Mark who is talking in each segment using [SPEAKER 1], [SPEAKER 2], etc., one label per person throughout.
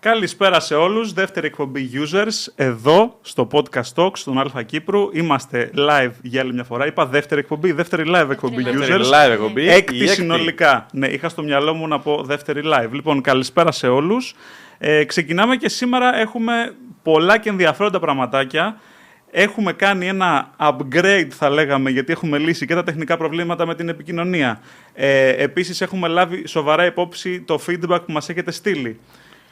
[SPEAKER 1] Καλησπέρα σε όλους, δεύτερη εκπομπή Users, εδώ στο Podcast Talk, στον Αλφα Κύπρου. Είμαστε live για άλλη μια φορά. Είπα δεύτερη εκπομπή, δεύτερη live εκπομπή
[SPEAKER 2] live.
[SPEAKER 1] Users.
[SPEAKER 2] Δεύτερη live εκπομπή, η
[SPEAKER 1] Έκτη
[SPEAKER 2] έκτη.
[SPEAKER 1] συνολικά. Ναι, είχα στο μυαλό μου να πω δεύτερη live. Λοιπόν, καλησπέρα σε όλους. Ε, ξεκινάμε και σήμερα έχουμε πολλά και ενδιαφέροντα πραγματάκια. Έχουμε κάνει ένα upgrade θα λέγαμε γιατί έχουμε λύσει και τα τεχνικά προβλήματα με την επικοινωνία. Ε, επίσης έχουμε λάβει σοβαρά υπόψη το feedback που μας έχετε στείλει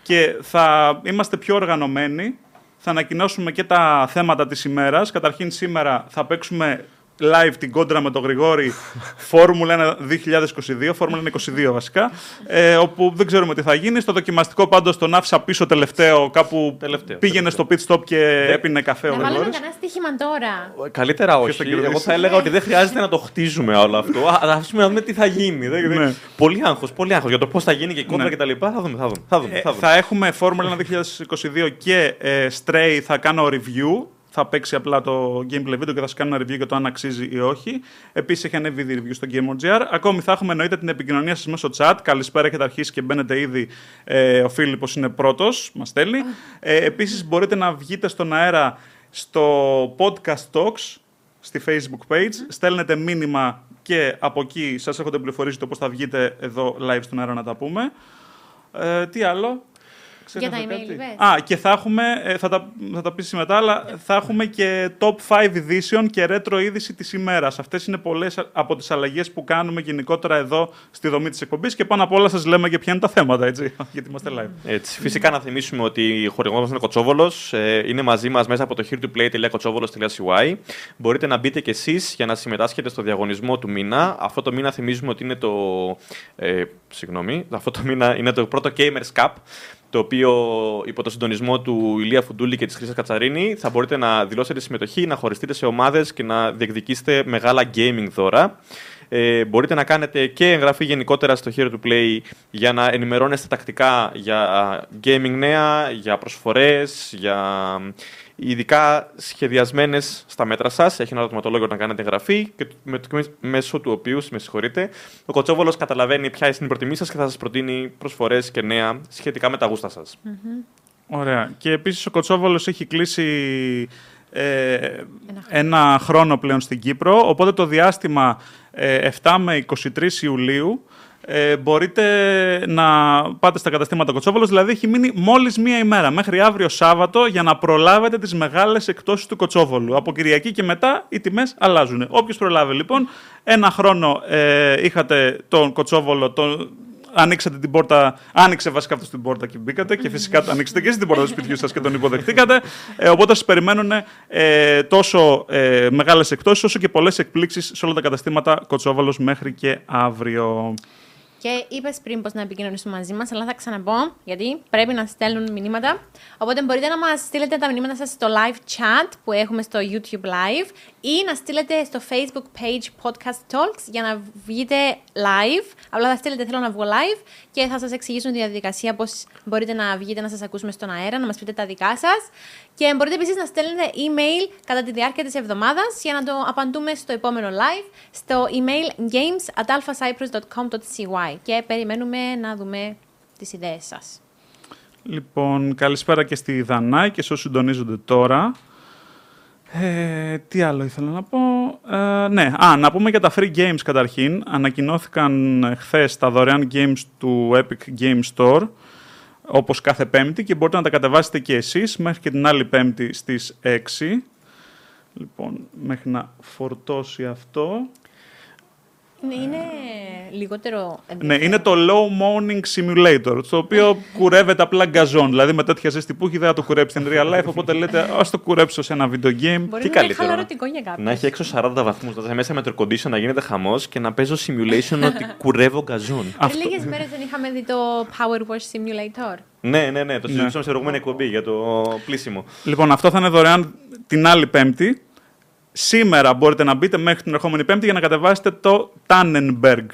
[SPEAKER 1] και θα είμαστε πιο οργανωμένοι. Θα ανακοινώσουμε και τα θέματα της ημέρας. Καταρχήν σήμερα θα παίξουμε live την κόντρα με τον Γρηγόρη Φόρμουλα 2022, Φόρμουλα 22 βασικά, ε, όπου δεν ξέρουμε τι θα γίνει. Στο δοκιμαστικό πάντως τον άφησα πίσω τελευταίο, κάπου
[SPEAKER 2] Τελευταίο,
[SPEAKER 1] πήγαινε στο pit stop και έπινε καφέ ο
[SPEAKER 3] Να βάλουμε
[SPEAKER 1] Γρηγόρης.
[SPEAKER 3] κανένα στοίχημα τώρα.
[SPEAKER 2] Καλύτερα
[SPEAKER 1] θα
[SPEAKER 2] όχι.
[SPEAKER 1] κερδίσει?
[SPEAKER 2] Εγώ θα έλεγα ότι δεν χρειάζεται να το χτίζουμε όλο αυτό. Α, ας αφήσουμε να δούμε τι θα γίνει. Δεν- δεν-
[SPEAKER 1] Ναι.
[SPEAKER 2] Πολύ άγχος, πολύ άγχος. Για το πώς θα γίνει και η κόντρα
[SPEAKER 1] Ναι.
[SPEAKER 2] κτλ. Θα δούμε, θα δούμε. Θα δούμε,
[SPEAKER 1] Ε,
[SPEAKER 2] θα δούμε.
[SPEAKER 1] θα έχουμε Formula 2022 και ε, Stray θα κάνω review. Θα παίξει απλά το gameplay video και θα σα κάνω ένα review για το αν αξίζει ή όχι. Επίσης έχει ανέβει ήδη review στο GameOGR. Ακόμη θα έχουμε εννοείται την επικοινωνία σας μέσω chat. Καλησπέρα, έχετε αρχίσει και μπαίνετε ήδη. Ε, ο Φίλιππος είναι πρώτος, μας στέλνει. Ε, Επίσης μπορείτε να βγείτε στον αέρα στο podcast talks στη facebook page. Στέλνετε μήνυμα και από εκεί σας έχω πληροφορήσει το πώς θα βγείτε εδώ live στον αέρα να τα πούμε. Ε, τι άλλο. Ξέχασα
[SPEAKER 3] Για τα
[SPEAKER 1] κάτι.
[SPEAKER 3] email, πες.
[SPEAKER 1] Α, και θα έχουμε, ε, θα τα, θα τα πεις μετά, αλλά θα έχουμε και top 5 ειδήσεων και ρέτρο είδηση της ημέρας. Αυτές είναι πολλές από τις αλλαγές που κάνουμε γενικότερα εδώ στη δομή της εκπομπής και πάνω απ' όλα σας λέμε και ποια είναι τα θέματα, έτσι, γιατί είμαστε live.
[SPEAKER 2] Έτσι, φυσικά να θυμίσουμε ότι ο χορηγό μα είναι Κοτσόβολος. είναι μαζί μας μέσα από το heartoplay.κοτσόβολο.cy. Μπορείτε να μπείτε κι εσείς για να συμμετάσχετε στο διαγωνισμό του μήνα. Αυτό το μήνα θυμίζουμε ότι είναι το. Ε, συγγνώμη, αυτό το μήνα είναι το πρώτο Gamers Cup το οποίο υπό το συντονισμό του Ηλία Φουντούλη και της Χρύσας Κατσαρίνη θα μπορείτε να δηλώσετε συμμετοχή, να χωριστείτε σε ομάδες και να διεκδικήσετε μεγάλα gaming δώρα. Ε, μπορείτε να κάνετε και εγγραφή γενικότερα στο Hero to Play για να ενημερώνεστε τακτικά για α, gaming νέα, για προσφορές, για μ, ειδικά σχεδιασμένες στα μέτρα σας. Έχει ένα ερωτηματολόγιο να κάνετε εγγραφή και με, το- μέσω του οποίου, με συγχωρείτε, ο Κοτσόβολος καταλαβαίνει ποια είναι η προτιμή σας και θα σας προτείνει προσφορές και νέα σχετικά με τα γούστα σας.
[SPEAKER 1] Ωραία. Και επίσης ο Κοτσόβολος έχει κλείσει ε, ένα, χρόνο πλέον στην Κύπρο, οπότε το διάστημα ε, 7 με 23 Ιουλίου ε, μπορείτε να πάτε στα καταστήματα Κοτσόβολος, δηλαδή έχει μείνει μόλις μία ημέρα, μέχρι αύριο Σάββατο, για να προλάβετε τις μεγάλες εκτόσεις του Κοτσόβολου. Από Κυριακή και μετά οι τιμές αλλάζουν. Όποιος προλάβει λοιπόν, ένα χρόνο ε, είχατε τον Κοτσόβολο, τον, ανοίξατε την πόρτα, άνοιξε βασικά αυτός την πόρτα και μπήκατε και φυσικά ανοίξετε και εσείς την πόρτα του σπιτιού σας και τον υποδεχτήκατε. Ε, οπότε σας περιμένουν ε, τόσο ε, μεγάλες εκτόσεις όσο και πολλές εκπλήξεις σε όλα τα καταστήματα Κοτσόβαλος μέχρι και αύριο.
[SPEAKER 3] Και είπες πριν πώ να επικοινωνήσουν μαζί μας, αλλά θα ξαναπώ γιατί πρέπει να στέλνουν μηνύματα. Οπότε μπορείτε να μας στείλετε τα μηνύματα σας στο live chat που έχουμε στο YouTube Live ή να στείλετε στο Facebook page Podcast Talks για να βγείτε live. Απλά θα στείλετε Θέλω να βγω live και θα σα εξηγήσουν τη διαδικασία πώ μπορείτε να βγείτε να σα ακούσουμε στον αέρα, να μα πείτε τα δικά σα. Και μπορείτε επίση να στέλνετε email κατά τη διάρκεια τη εβδομάδα για να το απαντούμε στο επόμενο live στο email games at alphacyprus.com.cy και περιμένουμε να δούμε τις ιδέες σας.
[SPEAKER 1] Λοιπόν, καλησπέρα και στη Δανάη και σε όσους συντονίζονται τώρα. Ε, τι άλλο ήθελα να πω. Ε, ναι, α, να πούμε για τα free games καταρχήν. Ανακοινώθηκαν χθες τα δωρεάν games του Epic Game Store, όπως κάθε Πέμπτη, και μπορείτε να τα κατεβάσετε και εσείς μέχρι και την άλλη Πέμπτη στις 6. Λοιπόν, μέχρι να φορτώσει αυτό.
[SPEAKER 3] Είναι, Ναι, είναι λιγότερο
[SPEAKER 1] Ναι,
[SPEAKER 3] ενδιαφέρον.
[SPEAKER 1] είναι το Low Morning Simulator, το οποίο κουρεύεται απλά γκαζόν. Δηλαδή με τέτοια ζέστη που έχει δεν θα το κουρέψει in real life, οπότε λέτε ας το κουρέψω σε ένα video game.
[SPEAKER 3] Μπορεί
[SPEAKER 2] Τι
[SPEAKER 3] να είναι
[SPEAKER 2] καλύτερο,
[SPEAKER 3] χαλαρωτικό για κάποιον.
[SPEAKER 2] Να έχει έξω 40 βαθμού, να είσαι μέσα με το air condition να γίνεται χαμός και να παίζω simulation ότι κουρεύω γκαζόν.
[SPEAKER 3] Πριν
[SPEAKER 1] αυτό.
[SPEAKER 3] λίγες μέρες δεν είχαμε δει το Power Wash Simulator.
[SPEAKER 2] ναι, ναι, ναι, το
[SPEAKER 1] Ναι.
[SPEAKER 2] συζητήσαμε σε προηγούμενη εκπομπή για το πλήσιμο.
[SPEAKER 1] Λοιπόν, αυτό θα είναι δωρεάν την άλλη Πέμπτη. Σήμερα μπορείτε να μπείτε μέχρι την ερχόμενη Πέμπτη για να κατεβάσετε το Tannenberg.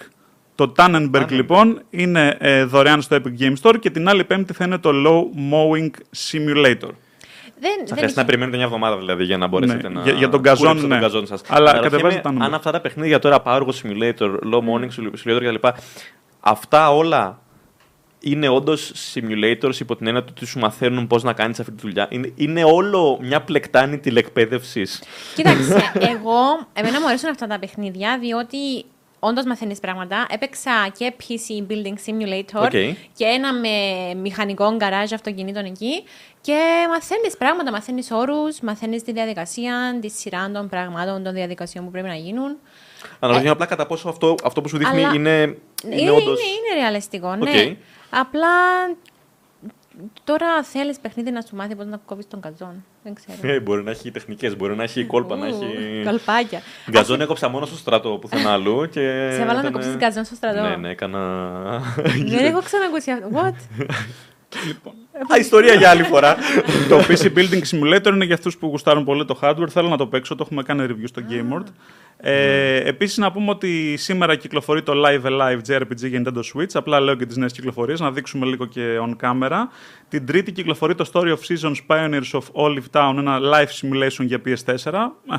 [SPEAKER 1] Το Tannenberg, λοιπόν, είναι ε, δωρεάν στο Epic Games Store και την άλλη Πέμπτη θα είναι το Low Mowing Simulator.
[SPEAKER 3] Δεν,
[SPEAKER 2] Θα
[SPEAKER 3] δεν
[SPEAKER 2] χρειαστεί να
[SPEAKER 3] είχε...
[SPEAKER 2] περιμένετε μια εβδομάδα δηλαδή για να μπορέσετε
[SPEAKER 1] Ναι,
[SPEAKER 2] να.
[SPEAKER 1] για- για τον καζόν,
[SPEAKER 2] κουρέψετε
[SPEAKER 1] ναι.
[SPEAKER 2] τον καζόν σας.
[SPEAKER 1] Αλλά
[SPEAKER 2] Αναρωτιέμαι
[SPEAKER 1] κατεβάζετε τα νούμερα.
[SPEAKER 2] Αν αυτά τα παιχνίδια τώρα, Power Wash Simulator, Low Morning Simulator κτλ. Αυτά όλα είναι όντως simulators υπό την έννοια του ότι σου μαθαίνουν πώς να κάνεις αυτή τη δουλειά. Είναι, είναι όλο μια πλεκτάνη τηλεκπαίδευσης.
[SPEAKER 3] Κοίταξε, εγώ, εμένα μου αρέσουν αυτά τα παιχνίδια, διότι όντως μαθαίνεις πράγματα. Έπαιξα και PC Building Simulator
[SPEAKER 2] Οκ.
[SPEAKER 3] και ένα με μηχανικό γκαράζ αυτοκινήτων εκεί. Και μαθαίνεις πράγματα, μαθαίνεις όρους, μαθαίνεις τη διαδικασία, τη σειρά των πραγμάτων, των διαδικασιών που πρέπει να γίνουν.
[SPEAKER 2] Αναρωτιέμαι απλά κατά πόσο αυτό, αυτό που σου δείχνει
[SPEAKER 3] Αλλά-
[SPEAKER 2] είναι.
[SPEAKER 3] Είναι, είναι,
[SPEAKER 2] όντως-
[SPEAKER 3] είναι ρεαλιστικό, ναι.
[SPEAKER 2] Οκ.
[SPEAKER 3] Απλά τώρα θέλεις παιχνίδι να σου μάθει πώς να κόβεις τον καζόν. Δεν ξέρω.
[SPEAKER 2] Ε, μπορεί να έχει τεχνικές, μπορεί να έχει κόλπα, να
[SPEAKER 3] Ου,
[SPEAKER 2] έχει.
[SPEAKER 3] Κολπάκια.
[SPEAKER 2] Γκαζόν έκοψα μόνο στο στρατό πουθενά αλλού. Και
[SPEAKER 3] Σε βάλα να
[SPEAKER 2] ήταν-
[SPEAKER 3] κόψεις γκαζόν στο στρατό.
[SPEAKER 2] Ναι, ναι, έκανα.
[SPEAKER 3] Δεν Ναι, έχω ξανακούσει αυτό. What?
[SPEAKER 2] Α, ιστορία για άλλη φορά.
[SPEAKER 1] το PC Building Simulator είναι για αυτούς που γουστάρουν πολύ το hardware. Θέλω να το παίξω, το έχουμε κάνει review στο Gameord. Ε, Επίσης να πούμε ότι σήμερα κυκλοφορεί το Live Alive JRPG για Nintendo Switch. Απλά λέω και τις νέες κυκλοφορίες, να δείξουμε λίγο και on camera. Την τρίτη κυκλοφορεί το Story of Seasons Pioneers of Olive Town, ένα live simulation για PS4. Ε,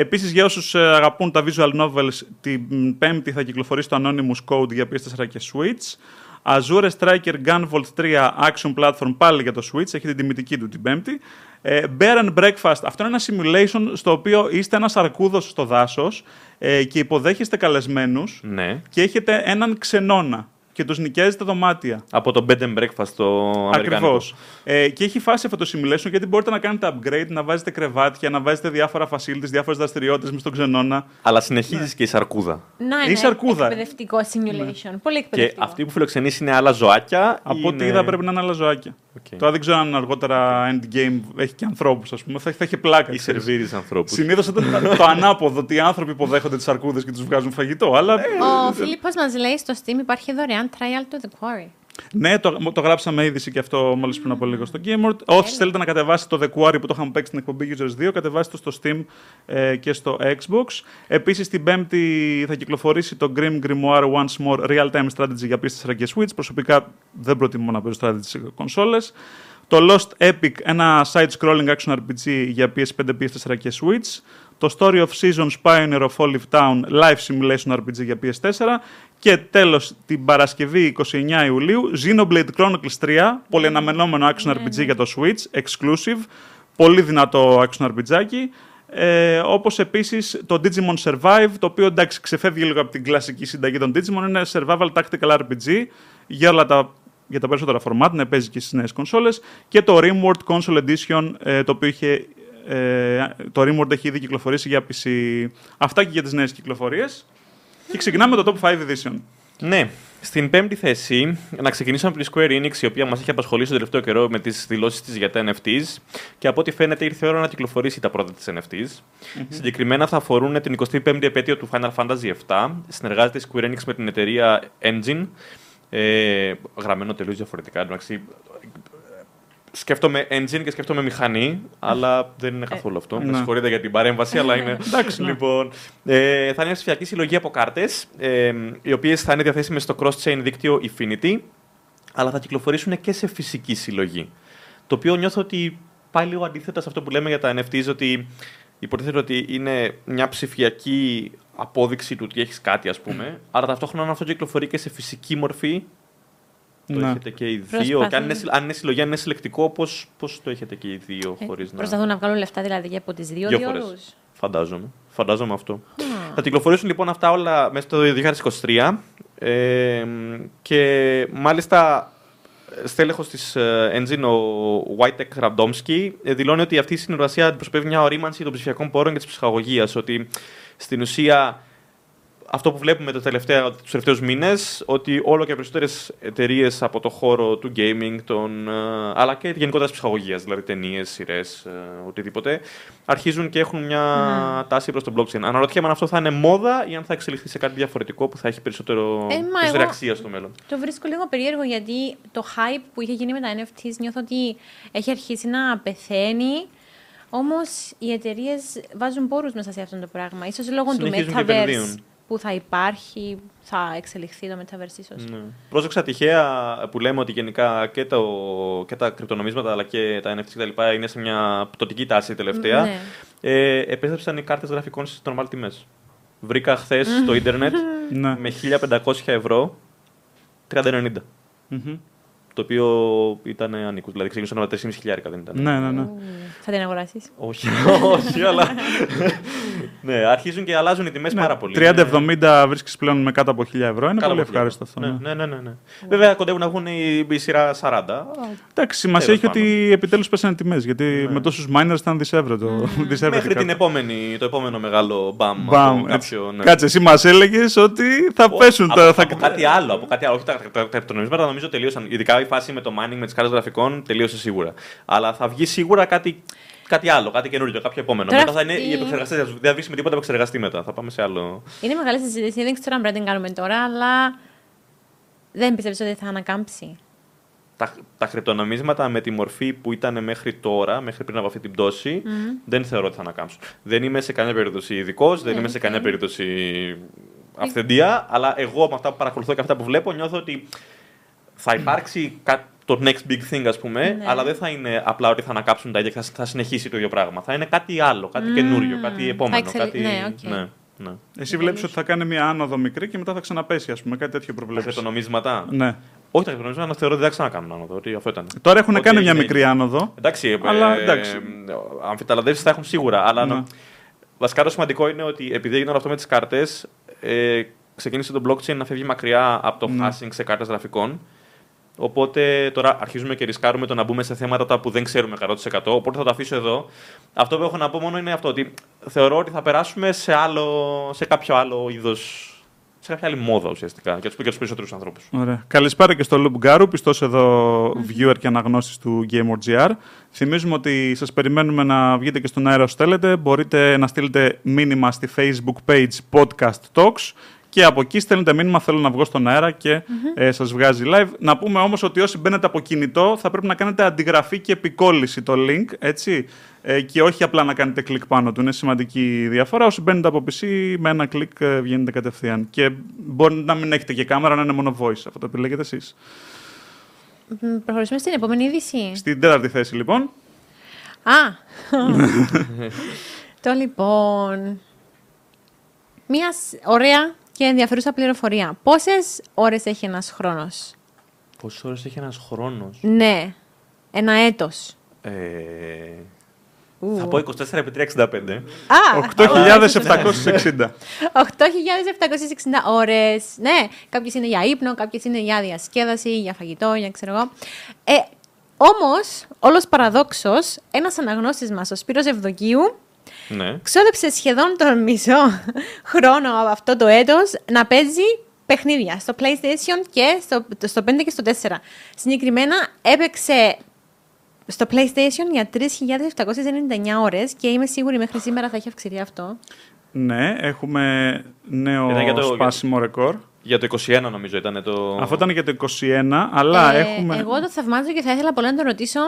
[SPEAKER 1] Επίσης, για όσους ε, αγαπούν τα visual novels, την πέμπτη θα κυκλοφορήσει το Anonymous Code για PS4 και Switch. Azure Striker Gunvolt 3 Action Platform πάλι για το Switch, έχει την τιμητική του την πέμπτη. Ε, Bear and Breakfast, αυτό είναι ένα simulation στο οποίο είστε ένας αρκούδος στο δάσος ε, και υποδέχεστε καλεσμένους
[SPEAKER 2] ναι.
[SPEAKER 1] και έχετε έναν ξενώνα και τους νοικιάζετε δωμάτια.
[SPEAKER 2] Από το bed and breakfast το αμερικάνικο.
[SPEAKER 1] Ακριβώς. Ε, και έχει φάση αυτό το simulation γιατί μπορείτε να κάνετε upgrade, να βάζετε κρεβάτια, να βάζετε διάφορα facilities, διάφορες δραστηριότητες μες στον ξενώνα.
[SPEAKER 2] Αλλά συνεχίζεις και η σαρκούδα.
[SPEAKER 3] Να,
[SPEAKER 1] Είσαι
[SPEAKER 3] ναι,
[SPEAKER 1] αρκούδα.
[SPEAKER 3] Εκπαιδευτικό simulation. Πολύ
[SPEAKER 2] ε. Ναι. Και
[SPEAKER 3] εκπαιδευτικό.
[SPEAKER 2] αυτοί που φιλοξενείς είναι άλλα ζωάκια.
[SPEAKER 1] Από
[SPEAKER 2] είναι-
[SPEAKER 1] ό,τι είδα πρέπει να είναι άλλα ζωάκια.
[SPEAKER 2] Οκ.
[SPEAKER 1] Τώρα δεν ξέρω αν αργότερα endgame έχει και ανθρώπους, ας πούμε. Θα, θα έχει πλάκα.
[SPEAKER 2] Ή σερβίρεις ανθρώπους.
[SPEAKER 1] Συνήθως ήταν το- το ανάποδο ότι οι άνθρωποι υποδέχονται τις αρκούδες και τους βγάζουν φαγητό.
[SPEAKER 2] Ναι.
[SPEAKER 1] Αλλά
[SPEAKER 3] Ο Φίλιππος μας λέει στο Steam υπάρχει δωρεάν trial to the quarry.
[SPEAKER 1] ναι, το, το γράψαμε είδηση και αυτό μόλις πριν από λίγο στο Gamer. Όσοι θέλετε να κατεβάσετε το The Quarry που το είχαμε παίξει στην εκπομπή Users 2, κατεβάστε το στο Steam ε, και στο Xbox. Επίσης την Πέμπτη θα κυκλοφορήσει το Grim Grimoire Once More Real Time Strategy για PS4 και Switch. Προσωπικά δεν προτιμώ να παίζω strategy σε κονσόλες. Το Lost Epic, ένα side-scrolling action RPG για PS5, PS4 και Switch. Το Story of Seasons Pioneer of Olive Town, live simulation RPG για PS4. Και τέλος, την Παρασκευή 29 Ιουλίου, Xenoblade Chronicles 3, πολυαναμενόμενο action RPG για το Switch, exclusive. Πολύ δυνατό action RPG. Ε, όπως επίσης το Digimon Survive, το οποίο εντάξει ξεφεύγει λίγο από την κλασική συνταγή των Digimon, είναι survival tactical RPG για όλα τα για τα περισσότερα format, να παίζει και στις νέες κονσόλες και το RimWorld Console Edition ε, το οποίο είχε ε, το RimWorld έχει ήδη κυκλοφορήσει για PC αυτά και για τις νέες κυκλοφορίες και ξεκινάμε με το Top 5 Edition.
[SPEAKER 2] Ναι. Στην πέμπτη θέση, να ξεκινήσουμε από τη Square Enix, η οποία μας έχει απασχολήσει τον τελευταίο καιρό με τις δηλώσεις της για τα NFTs. Και από ό,τι φαίνεται, ήρθε η ώρα να κυκλοφορήσει τα πρώτα της NFTs. Συγκεκριμένα θα αφορούν την 25η επέτειο του Final Fantasy VII. Συνεργάζεται η Square Enix με την εταιρεία Engine. Ε, γραμμένο τελείως διαφορετικά. Εντάξει, σκέφτομαι engine και σκέφτομαι μηχανή, αλλά δεν είναι καθόλου αυτό.
[SPEAKER 1] ναι.
[SPEAKER 2] Με συγχωρείτε για την παρέμβαση, αλλά είναι.
[SPEAKER 1] Εντάξει, ναι.
[SPEAKER 2] λοιπόν, ε, θα είναι ψηφιακή συλλογή από κάρτες, ε, οι οποίες θα είναι διαθέσιμες στο cross-chain δίκτυο Infinity, αλλά θα κυκλοφορήσουν και σε φυσική συλλογή. Το οποίο νιώθω ότι πάει λίγο αντίθετα σε αυτό που λέμε για τα NFTs, ότι υποτίθεται ότι είναι μια ψηφιακή απόδειξη του ότι έχεις κάτι, ας
[SPEAKER 1] Mm.
[SPEAKER 2] πούμε, αλλά ταυτόχρονα αυτό κυκλοφορεί και σε φυσική μορφή. Το
[SPEAKER 1] Ναι.
[SPEAKER 2] έχετε και οι δύο.
[SPEAKER 3] Προσπαθούν.
[SPEAKER 2] Και αν, είναι, συλλ- αν είναι συλλογή, αν είναι συλλεκτικό, πώς πώς το έχετε και οι δύο,
[SPEAKER 3] Ε,
[SPEAKER 2] χωρίς να.
[SPEAKER 3] Προσπαθούν να βγάλουν λεφτά δηλαδή και από τις δύο,
[SPEAKER 2] Δύο
[SPEAKER 3] δύο
[SPEAKER 2] φορές.
[SPEAKER 3] ώρους.
[SPEAKER 2] Φαντάζομαι. Φαντάζομαι αυτό. Θα κυκλοφορήσουν λοιπόν αυτά όλα μέσα στο 2023. Ε, και μάλιστα στέλεχος της ε, Engine, ο Wojtek Radomski, ε, δηλώνει ότι αυτή η συνεργασία αντιπροσωπεύει μια ορίμανση των ψηφιακών πόρων και της ψυχαγωγίας. Ότι στην ουσία αυτό που βλέπουμε το τελευταία, τους τελευταίους μήνες, ότι όλο και περισσότερες εταιρείες από το χώρο του gaming, των, ε, αλλά και γενικότερα της ψυχαγωγίας, δηλαδή ταινίες, σειρές, οτιδήποτε, αρχίζουν και έχουν μια τάση προς το blockchain. Αναρωτιέμαι αν αυτό θα είναι μόδα ή αν θα εξελιχθεί σε κάτι διαφορετικό που θα έχει περισσότερο,
[SPEAKER 3] Ε, μα
[SPEAKER 2] περισσότερη
[SPEAKER 3] εγώ-
[SPEAKER 2] αξία στο μέλλον.
[SPEAKER 3] Το βρίσκω λίγο περίεργο γιατί το hype που είχε γίνει με τα NFTs νιώθω ότι έχει αρχίσει να πεθαίνει. Όμως οι εταιρείες βάζουν πόρους μέσα σε αυτό το πράγμα. σω λόγω του
[SPEAKER 2] Συνεχίζουν και
[SPEAKER 3] metaverse
[SPEAKER 2] επενδύουν.
[SPEAKER 3] που θα υπάρχει, θα εξελιχθεί το metaverse ίσως.
[SPEAKER 2] Ναι. Πρόσεξα τυχαία που λέμε ότι γενικά και, το, και τα κρυπτονομίσματα αλλά και τα NFTs κτλ. είναι σε μια πτωτική τάση τελευταία.
[SPEAKER 3] Ναι.
[SPEAKER 2] Ε, επέστρεψαν οι κάρτες γραφικών στις normal τιμές. Βρήκα χθες στο ίντερνετ
[SPEAKER 1] Ναι.
[SPEAKER 2] με 1500 ευρώ 3090.
[SPEAKER 1] Μμμ.
[SPEAKER 2] Το οποίο ήταν ανίκους. Δηλαδή ξεκινούσαν όλα 3,5 χιλιάρικα, δεν ήταν.
[SPEAKER 1] Ναι, ναι, ναι.
[SPEAKER 3] Θα την αγοράσεις.
[SPEAKER 2] Όχι, όχι, αλλά. ναι, αρχίζουν και αλλάζουν οι τιμές πάρα πολύ.
[SPEAKER 1] 30-70 βρίσκεις πλέον με κάτω από 1000 ευρώ. Ναι, Είναι
[SPEAKER 2] Καλά
[SPEAKER 1] πολύ
[SPEAKER 2] από χιλιάρα.
[SPEAKER 1] ευχάριστο αυτό. ναι.
[SPEAKER 2] Ναι, ναι, ναι. ναι. Βέβαια κοντεύουν να βγουν η, η σειρά 40.
[SPEAKER 1] Εντάξει, σημασία
[SPEAKER 2] Τέλος Ναι,
[SPEAKER 1] έχει ότι επιτέλους πέσανε τιμές. Γιατί με τόσους miners ήταν δισεύρετο.
[SPEAKER 2] Μέχρι την
[SPEAKER 1] επόμενη.
[SPEAKER 2] επόμενη, το επόμενο μεγάλο μπαμ. από κάποιο, ναι.
[SPEAKER 1] Κάτσε, εσύ μας έλεγες ότι θα
[SPEAKER 2] Ο-
[SPEAKER 1] πέσουν
[SPEAKER 2] από,
[SPEAKER 1] τα. θα-
[SPEAKER 2] από κάτι άλλο, από κάτι άλλο. Όχι, τα, τα, τα κρυπτονομίσματα νομίζω τελείωσαν. Ειδικά η φάση με το mining, με τις κάρτες γραφικών, τελείωσε σίγουρα. Αλλά θα βγει σίγουρα κάτι, κάτι άλλο, κάτι καινούριο, κάποιο επόμενο.
[SPEAKER 3] Τώρα
[SPEAKER 2] μετά θα είναι
[SPEAKER 3] αυτή-
[SPEAKER 2] οι επεξεργαστέ. Δεν θα βγει με τίποτα επεξεργαστή μετά. Θα πάμε σε άλλο.
[SPEAKER 3] Είναι μεγάλη συζήτηση. Δεν ξέρω αν πρέπει να την κάνουμε τώρα, αλλά δεν πιστεύω ότι θα ανακάμψει.
[SPEAKER 2] Τα, τα κρυπτονομίσματα με τη μορφή που ήταν μέχρι τώρα, μέχρι πριν από αυτή την πτώση, δεν θεωρώ ότι θα ανακάμψουν. Δεν είμαι σε καμία περίπτωση ειδικός, δεν
[SPEAKER 3] Ναι,
[SPEAKER 2] είμαι σε
[SPEAKER 3] οκ.
[SPEAKER 2] καμία περίπτωση
[SPEAKER 3] Ε,
[SPEAKER 2] αυθεντία, αλλά εγώ από αυτά που παρακολουθώ και αυτά που βλέπω νιώθω ότι θα υπάρξει κα- το next big thing, ας πούμε,
[SPEAKER 3] Ναι.
[SPEAKER 2] αλλά δεν θα είναι απλά ότι θα ανακάψουν τα ίδια και θα, θα συνεχίσει το ίδιο πράγμα. Θα είναι κάτι άλλο, κάτι
[SPEAKER 3] Μμμ.
[SPEAKER 2] καινούριο, κάτι
[SPEAKER 3] Θα
[SPEAKER 2] επόμενο.
[SPEAKER 3] εξελι-
[SPEAKER 2] Κάτι...
[SPEAKER 3] ναι, οκ.
[SPEAKER 2] ναι, ναι.
[SPEAKER 1] Εσύ βλέπεις ότι θα κάνει μια άνοδο μικρή και μετά θα ξαναπέσει, ας πούμε, κάτι τέτοιο
[SPEAKER 2] Τα
[SPEAKER 1] προβλέψει.
[SPEAKER 2] κρυπτονομίσματα.
[SPEAKER 1] Ναι.
[SPEAKER 2] Όχι, τα κρυπτονομίσματα θεωρώ ότι δεν θα ξανακάνουν άνοδο, ότι αυτό ήταν.
[SPEAKER 1] Τώρα έχουν
[SPEAKER 2] Ότι
[SPEAKER 1] κάνει μια
[SPEAKER 2] είναι-
[SPEAKER 1] μικρή άνοδο.
[SPEAKER 2] Εντάξει,
[SPEAKER 1] Αλλά
[SPEAKER 2] αλλά, ε,
[SPEAKER 1] εντάξει.
[SPEAKER 2] εντάξει. αμφιταλαντεύσεις θα έχουν σίγουρα. Αλλά
[SPEAKER 1] Ναι.
[SPEAKER 2] να- βασικά το σημαντικό είναι ότι επειδή έγινε όλο αυτό με τις κάρτες, ε, ξεκίνησε το blockchain να φεύγει μακριά από το
[SPEAKER 1] Ναι.
[SPEAKER 2] hashing σε κάρτες γραφικών. Οπότε τώρα αρχίζουμε και ρισκάρουμε το να μπούμε σε θέματα τα που δεν ξέρουμε 100%. Οπότε θα το αφήσω εδώ. Αυτό που έχω να πω μόνο είναι αυτό. Ότι θεωρώ ότι θα περάσουμε σε, άλλο, σε κάποιο άλλο είδος. σε κάποια άλλη μόδα ουσιαστικά. Για τους περισσότερους ανθρώπους.
[SPEAKER 1] Ωραία. Καλησπέρα και στο Λουμπ Γκάρου, πιστός εδώ viewer και αναγνώστης του GameOrGR. Θυμίζουμε ότι σας περιμένουμε να βγείτε και στον αέρα όσο θέλετε. Μπορείτε να στείλετε μήνυμα στη Facebook page Podcast Talks και από εκεί στέλνετε μήνυμα θέλω να βγω στον αέρα και ε, σας βγάζει live. Να πούμε όμως ότι όσοι μπαίνετε από κινητό θα πρέπει να κάνετε αντιγραφή και επικόλληση το link, έτσι. Ε, και όχι απλά να κάνετε κλικ πάνω του. Είναι σημαντική η διαφορά. Όσοι μπαίνετε από PC, με ένα κλικ ε, βγαίνετε κατευθείαν. Και μπορεί να μην έχετε και κάμερα, να είναι μόνο voice. Αυτό το επιλέγετε εσείς.
[SPEAKER 3] Μ, Προχωρήσουμε στην επόμενη είδηση.
[SPEAKER 1] Στην τέταρτη θέση, λοιπόν.
[SPEAKER 3] Α! το λοιπόν. Μια σ- ωραία και ενδιαφέρουσα πληροφορία. Πόσες ώρες έχει ένας χρόνος,
[SPEAKER 2] Πόσες ώρες έχει ένας χρόνος.
[SPEAKER 3] Ναι, ένα έτος.
[SPEAKER 2] Ε, θα πω 24 επί 365.
[SPEAKER 3] Α!
[SPEAKER 1] 8.760.
[SPEAKER 3] 8.760 ώρες. Ναι, κάποιες είναι για ύπνο, κάποιες είναι για διασκέδαση, για φαγητό, για ξέρω εγώ. Ε, Όμως, όλος παραδόξως, ένας αναγνώστης μας, ο Σπύρος Ευδοκίου,
[SPEAKER 2] Ναι.
[SPEAKER 3] ξόδεψε σχεδόν τον μισό χρόνο από αυτό το έτος να παίζει παιχνίδια στο PlayStation και στο, στο 5 και στο 4. Συγκεκριμένα έπαιξε στο PlayStation για 3.799 ώρες και είμαι σίγουρη μέχρι σήμερα θα έχει αυξηθεί αυτό.
[SPEAKER 1] ναι, έχουμε
[SPEAKER 2] Ήταν
[SPEAKER 1] νέο
[SPEAKER 2] για το-
[SPEAKER 1] σπάσιμο ρεκόρ.
[SPEAKER 2] Για το 21 νομίζω ήταν το.
[SPEAKER 1] Αυτό ήταν για το 21, αλλά
[SPEAKER 3] Ε,
[SPEAKER 1] έχουμε.
[SPEAKER 3] Εγώ το θαυμάζω και θα ήθελα πολύ να τον ρωτήσω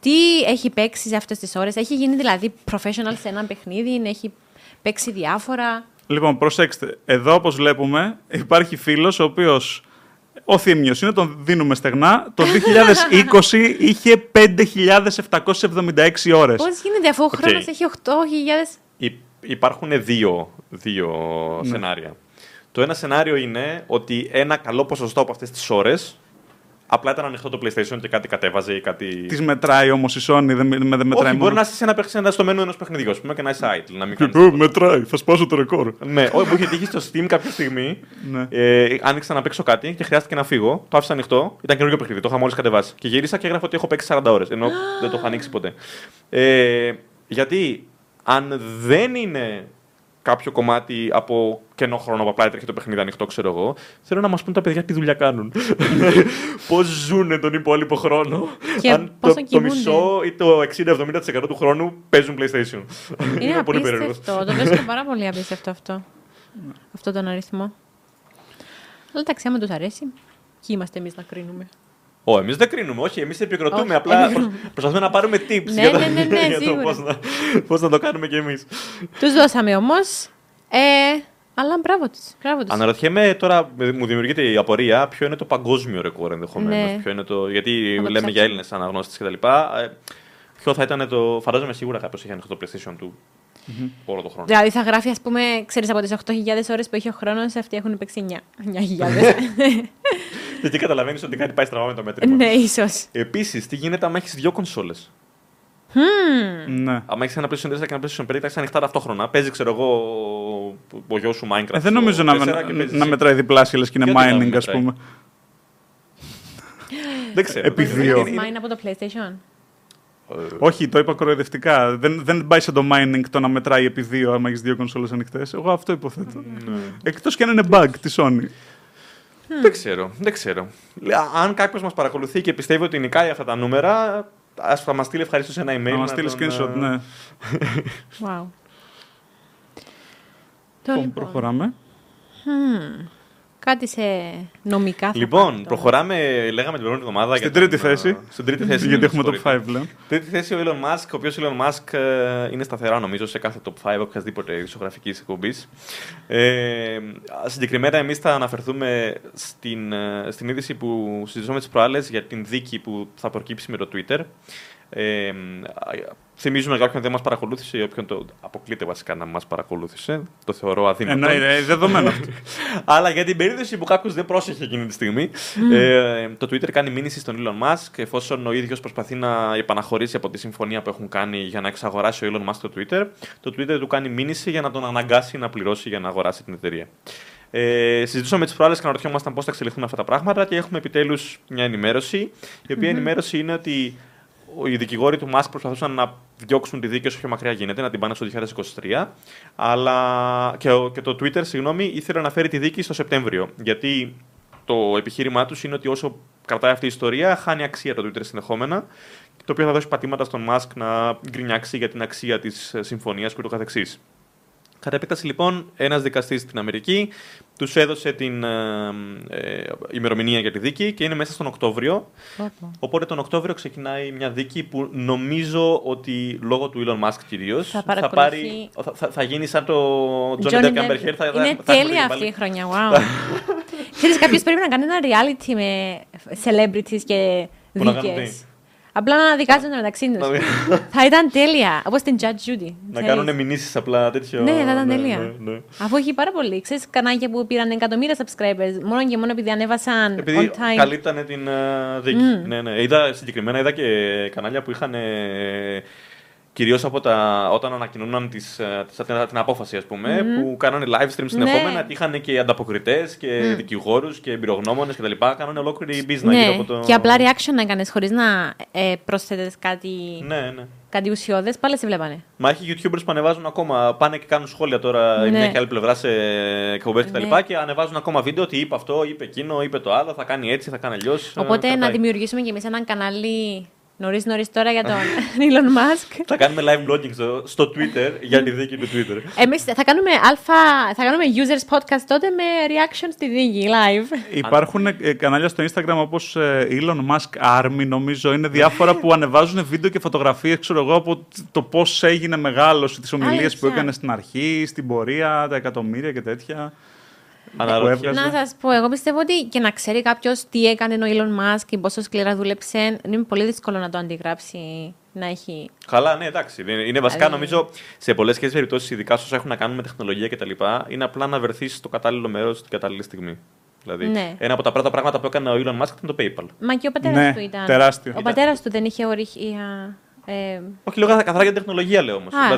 [SPEAKER 3] τι έχει παίξει σε αυτές τις ώρες. Έχει γίνει δηλαδή professional σε ένα παιχνίδι, έχει παίξει διάφορα.
[SPEAKER 1] Λοιπόν, προσέξτε. Εδώ, όπως βλέπουμε, υπάρχει φίλος ο οποίος. Ο Θήμιος είναι, τον δίνουμε στεγνά. Το 2020 είχε 5.776 ώρες.
[SPEAKER 3] Πώς γίνεται αφού ο
[SPEAKER 2] Οκ.
[SPEAKER 3] χρόνος έχει 8.000...
[SPEAKER 2] Υ- Υπάρχουν δύο, δύο
[SPEAKER 1] Ναι.
[SPEAKER 2] σενάρια. Το ένα σενάριο είναι ότι ένα καλό ποσοστό από αυτές τις ώρες απλά ήταν ανοιχτό το PlayStation και κάτι κατέβαζε ή κάτι.
[SPEAKER 1] Τις μετράει όμως η Sony, δεν με- δεν μετράει
[SPEAKER 2] Όχι, μπορεί
[SPEAKER 1] μόνο.
[SPEAKER 2] να είσαι σε ένα παίξει ένα στο μενού ενός παιχνιδιού, ας πούμε, και να είσαι idle. Να μην κάνεις
[SPEAKER 1] Ε, μετράει, θα σπάσω το ρεκόρ.
[SPEAKER 2] Ναι, όχι, μου είχε τύχει στο Steam κάποια στιγμή.
[SPEAKER 1] Ναι.
[SPEAKER 2] ε, άνοιξα να παίξω κάτι και χρειάστηκε να φύγω. Το άφησα ανοιχτό. Ήταν καινούργιο παιχνίδι, το είχα μόλις κατεβάσει. Και γύρισα και έγραφα ότι έχω παίξει 40 ώρες. Ενώ δεν το είχα ανοίξει ποτέ. Ε, γιατί αν δεν είναι κάποιο κομμάτι από κενό χρόνο που απλά έτρεχε το παιχνίδι ανοιχτό, ξέρω εγώ, θέλω να μας πούν τα παιδιά τι δουλειά κάνουν. Πώς ζουν τον υπόλοιπο χρόνο.
[SPEAKER 3] Και
[SPEAKER 2] αν το,
[SPEAKER 3] πόσο
[SPEAKER 2] το
[SPEAKER 3] κοιμούνται.
[SPEAKER 2] μισό ή το 60-70% του χρόνου παίζουν PlayStation.
[SPEAKER 3] Είναι
[SPEAKER 2] πολύ περίεργο.
[SPEAKER 3] απίστευτο. Το βρίσκω πάρα πολύ απίστευτο αυτό. Αυτό τον αριθμό. Αλλά εντάξει, άμα τους αρέσει. Κι είμαστε εμείς να κρίνουμε.
[SPEAKER 2] Ω, εμείς δεν κρίνουμε, όχι, εμείς επικροτούμε.
[SPEAKER 3] Όχι,
[SPEAKER 2] απλά
[SPEAKER 3] εμείς-
[SPEAKER 2] προσ- προσπαθούμε να πάρουμε tips
[SPEAKER 3] Ναι,
[SPEAKER 2] για το,
[SPEAKER 3] ναι, ναι, ναι,
[SPEAKER 2] για το
[SPEAKER 3] σίγουρα.
[SPEAKER 2] πώς, να, πώς να το κάνουμε κι εμείς.
[SPEAKER 3] Τους δώσαμε όμως. Ε, αλλά μπράβο τους. Μπράβο τους.
[SPEAKER 2] Αναρωτιέμαι τώρα, ε, μου δημιουργείται η απορία, ποιο είναι το παγκόσμιο ρεκόρ ενδεχομένως.
[SPEAKER 3] Ναι.
[SPEAKER 2] είναι το. Γιατί
[SPEAKER 3] Θα το
[SPEAKER 2] λέμε
[SPEAKER 3] ψάξω.
[SPEAKER 2] ε, για Έλληνες αναγνώστες κτλ. Ποιο θα ήταν το. Φαντάζομαι σίγουρα κάποιος είχε ανοιχτό το PlayStation του όλο τον χρόνο.
[SPEAKER 3] Δηλαδή θα γράφει, ας πούμε, ξέρεις από τις 8.000 ώρες που έχει ο χρόνος, αυτοί έχουν παίξει 9. 9.000.
[SPEAKER 2] Και εκεί καταλαβαίνεις ότι κάτι πάει στραβά με το μέτρημα.
[SPEAKER 3] ναι, ίσως.
[SPEAKER 2] Επίσης, τι γίνεται αν έχεις δύο κονσόλες.
[SPEAKER 1] Ναι.
[SPEAKER 2] Αν έχεις ένα PlayStation 4 και ένα PlayStation 5, τα έχεις ανοιχτά ταυτόχρονα. Παίζει, ξέρω εγώ, ο- ο γιος σου Minecraft.
[SPEAKER 1] Ε, δεν
[SPEAKER 2] στο
[SPEAKER 1] νομίζω να,
[SPEAKER 2] 4
[SPEAKER 1] με-
[SPEAKER 2] και παίζεις
[SPEAKER 1] να
[SPEAKER 2] εσύ.
[SPEAKER 1] μετράει διπλάσια, λες και είναι
[SPEAKER 2] Γιατί να
[SPEAKER 1] mining, ας
[SPEAKER 2] μετράει.
[SPEAKER 1] πούμε.
[SPEAKER 2] Δεν ξέρω.
[SPEAKER 1] Επί
[SPEAKER 2] Είναι-
[SPEAKER 1] δύο.
[SPEAKER 2] είναι-
[SPEAKER 3] Mine από το PlayStation.
[SPEAKER 2] Ε,
[SPEAKER 1] Όχι, το είπα κοροϊδευτικά. Δεν, δεν πάει σαν το mining το να μετράει επί δύο, άμα έχεις δύο κονσόλες ανοιχτές. Εγώ αυτό υποθέτω. Εκτός και αν είναι bug της Sony.
[SPEAKER 2] Δεν ξέρω. Δεν ξέρω. Λέ- Αν κάποιος μας παρακολουθεί και πιστεύει ότι νικάει αυτά τα νούμερα, ας θα μας στείλει ευχαρίστως ένα email.
[SPEAKER 1] να μα στείλει
[SPEAKER 2] τον,
[SPEAKER 1] screenshot,
[SPEAKER 2] ε,
[SPEAKER 1] ναι.
[SPEAKER 3] Wow. Το
[SPEAKER 1] Λοιπόν,
[SPEAKER 3] λοιπόν.
[SPEAKER 1] προχωράμε.
[SPEAKER 3] Μμμ. Κάτι σε νομικά θα πάρω
[SPEAKER 2] Λοιπόν,
[SPEAKER 3] τώρα.
[SPEAKER 2] προχωράμε, λέγαμε την προηγούμενη εβδομάδα.
[SPEAKER 1] Στην
[SPEAKER 2] για
[SPEAKER 1] τρίτη
[SPEAKER 2] τον, ε,
[SPEAKER 1] θέση.
[SPEAKER 2] Στην τρίτη θέση.
[SPEAKER 1] Γιατί έχουμε
[SPEAKER 2] συγχωρείτε.
[SPEAKER 1] top 5 πλέον.
[SPEAKER 2] Τρίτη θέση ο Elon Musk, ο οποίος Elon Musk ε, είναι σταθερά νομίζω σε κάθε top 5 οποιασδήποτε ισογραφικής εκπομπής. Ε, συγκεκριμένα, εμείς θα αναφερθούμε στην, ε, στην είδηση που συζητούσαμε τις προάλλες για την δίκη που θα προκύψει με το Twitter. Ε, ε, θυμίζουμε για όποιον δεν μας παρακολούθησε ή όποιον το αποκλείται βασικά να μας παρακολούθησε. Το θεωρώ αδύνατο.
[SPEAKER 1] Ενώ είναι Ε, ναι, δεδομένο αυτό.
[SPEAKER 2] Αλλά για την περίπτωση που κάποιος δεν πρόσεχε εκείνη τη στιγμή, ε, το Twitter κάνει μήνυση στον Elon Musk εφόσον ο ίδιος προσπαθεί να επαναχωρήσει από τη συμφωνία που έχουν κάνει για να εξαγοράσει ο Elon Musk το Twitter. Το Twitter του κάνει μήνυση για να τον αναγκάσει να πληρώσει για να αγοράσει την εταιρεία. Ε, συζητούσαμε τις προάλλες και αναρωτιόμασταν πώς θα εξελιχθούν αυτά τα πράγματα και έχουμε επιτέλους μια ενημέρωση. Η οποία ενημέρωση είναι ότι ο- οι δικηγόροι του Μάσκ προσπαθούσαν να διώξουν τη δίκη όσο πιο μακριά γίνεται, να την πάνε στο 2023. Αλλά και, ο- και το Twitter, συγγνώμη, ήθελε να φέρει τη δίκη στο Σεπτέμβριο. Γιατί το επιχείρημά τους είναι ότι όσο κρατάει αυτή η ιστορία, χάνει αξία το Twitter συνεχόμενα. Το οποίο θα δώσει πατήματα στον Μάσκ να γκρινιάξει για την αξία της συμφωνίας και ούτω καθεξής. Κατά επέκταση, λοιπόν, ένας δικαστής στην Αμερική τους έδωσε την ε, ε, ημερομηνία για τη δίκη και είναι μέσα στον Οκτώβριο.
[SPEAKER 3] Όπο.
[SPEAKER 2] Οπότε τον Οκτώβριο ξεκινάει μια δίκη που νομίζω ότι λόγω του Elon Musk κυρίως θα,
[SPEAKER 3] Θα παρακολουθεί-
[SPEAKER 2] πάρει- θα, θα, θα γίνει σαν το Johnny,
[SPEAKER 3] Johnny
[SPEAKER 2] Depp και Amber Heard. Θα, θα-
[SPEAKER 3] Είναι
[SPEAKER 2] θα έχουμε
[SPEAKER 3] τέλεια
[SPEAKER 2] και
[SPEAKER 3] αυτή
[SPEAKER 2] πάλι.
[SPEAKER 3] η χρονιά. Wow. Ξέρεις, κάποιος πρέπει να κάνει ένα reality με celebrities και
[SPEAKER 2] Που να κάνουν
[SPEAKER 3] δίκες.
[SPEAKER 2] τι?
[SPEAKER 3] Απλά να δικάζονται μεταξύ τους.
[SPEAKER 2] Να μην-
[SPEAKER 3] θα ήταν τέλεια. Όπως την Judge Judy.
[SPEAKER 2] Να
[SPEAKER 3] ξέρεις.
[SPEAKER 2] κάνουν μηνύσεις απλά τέτοιο.
[SPEAKER 3] Ναι, θα ήταν
[SPEAKER 2] ναι,
[SPEAKER 3] τέλεια.
[SPEAKER 2] ναι, ναι.
[SPEAKER 3] Αφού έχει πάρα πολύ. Ξέρεις, κανάλια που πήραν εκατομμύρια subscribers, μόνο και μόνο επειδή ανέβασαν
[SPEAKER 2] Επειδή
[SPEAKER 3] on time. Mm.
[SPEAKER 2] καλή ήταν την ε, δίκη. Ναι, ναι. Είδα, συγκεκριμένα είδα και κανάλια που είχαν. Ε, Κυρίως από τα, όταν ανακοινώναν τις, ε, τις- την, την απόφαση, ας πούμε, που κάνανε live stream συνεχόμενα,
[SPEAKER 3] Mm-hmm. Ναι. Mm.
[SPEAKER 2] ότι είχαν και ανταποκριτές και δικηγόρους και εμπειρογνώμονες κτλ. Κάνανε ολόκληρη business γύρω
[SPEAKER 3] Ναι,
[SPEAKER 2] από το.
[SPEAKER 3] και απλά reaction να έκανες χωρίς να ε, προσθέτες κάτι,
[SPEAKER 2] Ναι, Ε, ναι.
[SPEAKER 3] κάτι ουσιώδες, πάλι σε βλέπανε.
[SPEAKER 2] Μα έχει YouTubers που ανεβάζουν ακόμα. Πάνε και κάνουν σχόλια τώρα η
[SPEAKER 3] Ναι.
[SPEAKER 2] μια και άλλη πλευρά σε εκπομπές κτλ.
[SPEAKER 3] Ναι.
[SPEAKER 2] Και ανεβάζουν ακόμα βίντεο ότι είπε αυτό, είπε εκείνο, είπε το άλλο, θα κάνει έτσι, θα κάνει ε, αλλιώς.
[SPEAKER 3] Οπότε να δημιουργήσουμε κι εμείς έναν κανάλι νωρίς νωρίς τώρα για τον Elon Musk.
[SPEAKER 2] Θα κάνουμε live blogging στο, στο Twitter για τη δίκη του Twitter.
[SPEAKER 3] Εμείς θα κάνουμε, αλφα, θα κάνουμε users podcast τότε με reaction στη δίκη live.
[SPEAKER 1] Υπάρχουν ε, κανάλια στο Instagram όπως Elon Musk Army, νομίζω. Είναι διάφορα που ανεβάζουν βίντεο και φωτογραφίες, ξέρω εγώ, από τ- το πώς έγινε μεγάλος, τις ομιλίες που
[SPEAKER 3] Αλήθεια.
[SPEAKER 1] έκανε στην αρχή, στην πορεία, τα εκατομμύρια και τέτοια.
[SPEAKER 2] Αναρωτιέμαι.
[SPEAKER 1] Πες δε.
[SPEAKER 3] να σας πω, εγώ πιστεύω ότι και να ξέρει κάποιος τι έκανε ο Elon Musk και πόσο σκληρά δούλεψε, είναι πολύ δύσκολο να το αντιγράψει να έχει.
[SPEAKER 2] Καλά, ναι, εντάξει. Είναι, είναι βασικά,
[SPEAKER 3] Δηλαδή-
[SPEAKER 2] νομίζω, σε πολλές και περιπτώσεις, ειδικά σε όσα έχουν να κάνουν με τεχνολογία κτλ., είναι απλά να βρεθείς στο κατάλληλο μέρος την κατάλληλη στιγμή. Δηλαδή,
[SPEAKER 3] Ναι.
[SPEAKER 2] ένα από τα πρώτα πράγματα που έκανε ο Elon Musk ήταν το PayPal.
[SPEAKER 3] Μα και ο πατέρας
[SPEAKER 1] Ναι,
[SPEAKER 3] του ήταν.
[SPEAKER 1] τεράστιο.
[SPEAKER 3] Ο
[SPEAKER 1] Ήταν.
[SPEAKER 3] πατέρας του δεν είχε ορυχία. Ε,
[SPEAKER 2] Όχι λόγω καθαρά για την τεχνολογία, λέω όμως.
[SPEAKER 3] Α,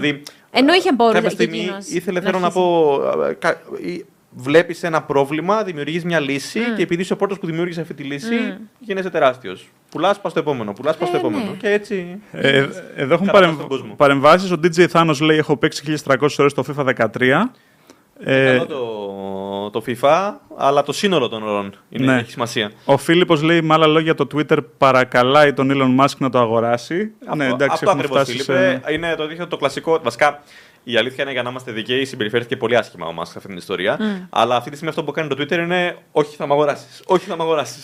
[SPEAKER 3] ενώ είχε μπορούσε
[SPEAKER 2] Κάποια
[SPEAKER 3] και
[SPEAKER 2] στιγμή
[SPEAKER 3] εκείνος
[SPEAKER 2] ήθελε,
[SPEAKER 3] να
[SPEAKER 2] θέλω να
[SPEAKER 3] αρχίσει.
[SPEAKER 2] πω. Βλέπεις ένα πρόβλημα, δημιουργείς μια λύση
[SPEAKER 3] Mm.
[SPEAKER 2] και επειδή είσαι ο πρώτος που δημιούργησε αυτή τη λύση, γίνεσαι τεράστιος. Πουλάς, πας στο επόμενο. Πουλάς, πας στο
[SPEAKER 3] Ε,
[SPEAKER 2] επόμενο.
[SPEAKER 3] ναι.
[SPEAKER 2] Και έτσι.
[SPEAKER 1] Ε, ε, εδώ έχουν
[SPEAKER 2] Κατά
[SPEAKER 1] παρεμβ...
[SPEAKER 2] τον κόσμο.
[SPEAKER 1] παρεμβάσεις. Ο DJ Thanos λέει: Έχω παίξει 1.300 ώρες στο FIFA 13. Ε,
[SPEAKER 2] Καλό το, το FIFA, αλλά το σύνολο των ώρων είναι,
[SPEAKER 1] Ναι.
[SPEAKER 2] έχει σημασία.
[SPEAKER 1] ο Φίλιππος λέει με άλλα λόγια το Twitter παρακαλάει τον Elon Musk να το αγοράσει. ναι,
[SPEAKER 2] Αυτό-
[SPEAKER 1] εντάξει,
[SPEAKER 2] αυτό
[SPEAKER 1] έχουμε
[SPEAKER 2] ακριβώς,
[SPEAKER 1] φτάσει σε...
[SPEAKER 2] Φίλιππε. Είναι το δίχτυο το κλασικό. Βασικά, η αλήθεια είναι για να είμαστε δικαίοι, συμπεριφέρθηκε πολύ άσχημα ο Μάσκ σε αυτή την ιστορία. Αλλά αυτή τη στιγμή αυτό που κάνει το Twitter είναι Όχι, θα με αγοράσεις. Όχι, θα με αγοράσει.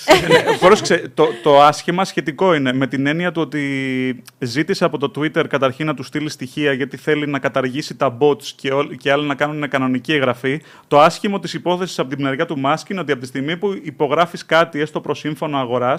[SPEAKER 1] Ε, Πρόσεξε, το, το άσχημα σχετικό είναι με την έννοια του ότι ζήτησε από το Twitter καταρχήν να του στείλει στοιχεία γιατί θέλει να καταργήσει τα bots και, ό, και άλλοι να κάνουν κανονική εγγραφή. Το άσχημο της υπόθεσης από την μεριά του Μάσκ είναι ότι από τη στιγμή που υπογράφεις κάτι, έστω προς σύμφωνο αγοράς,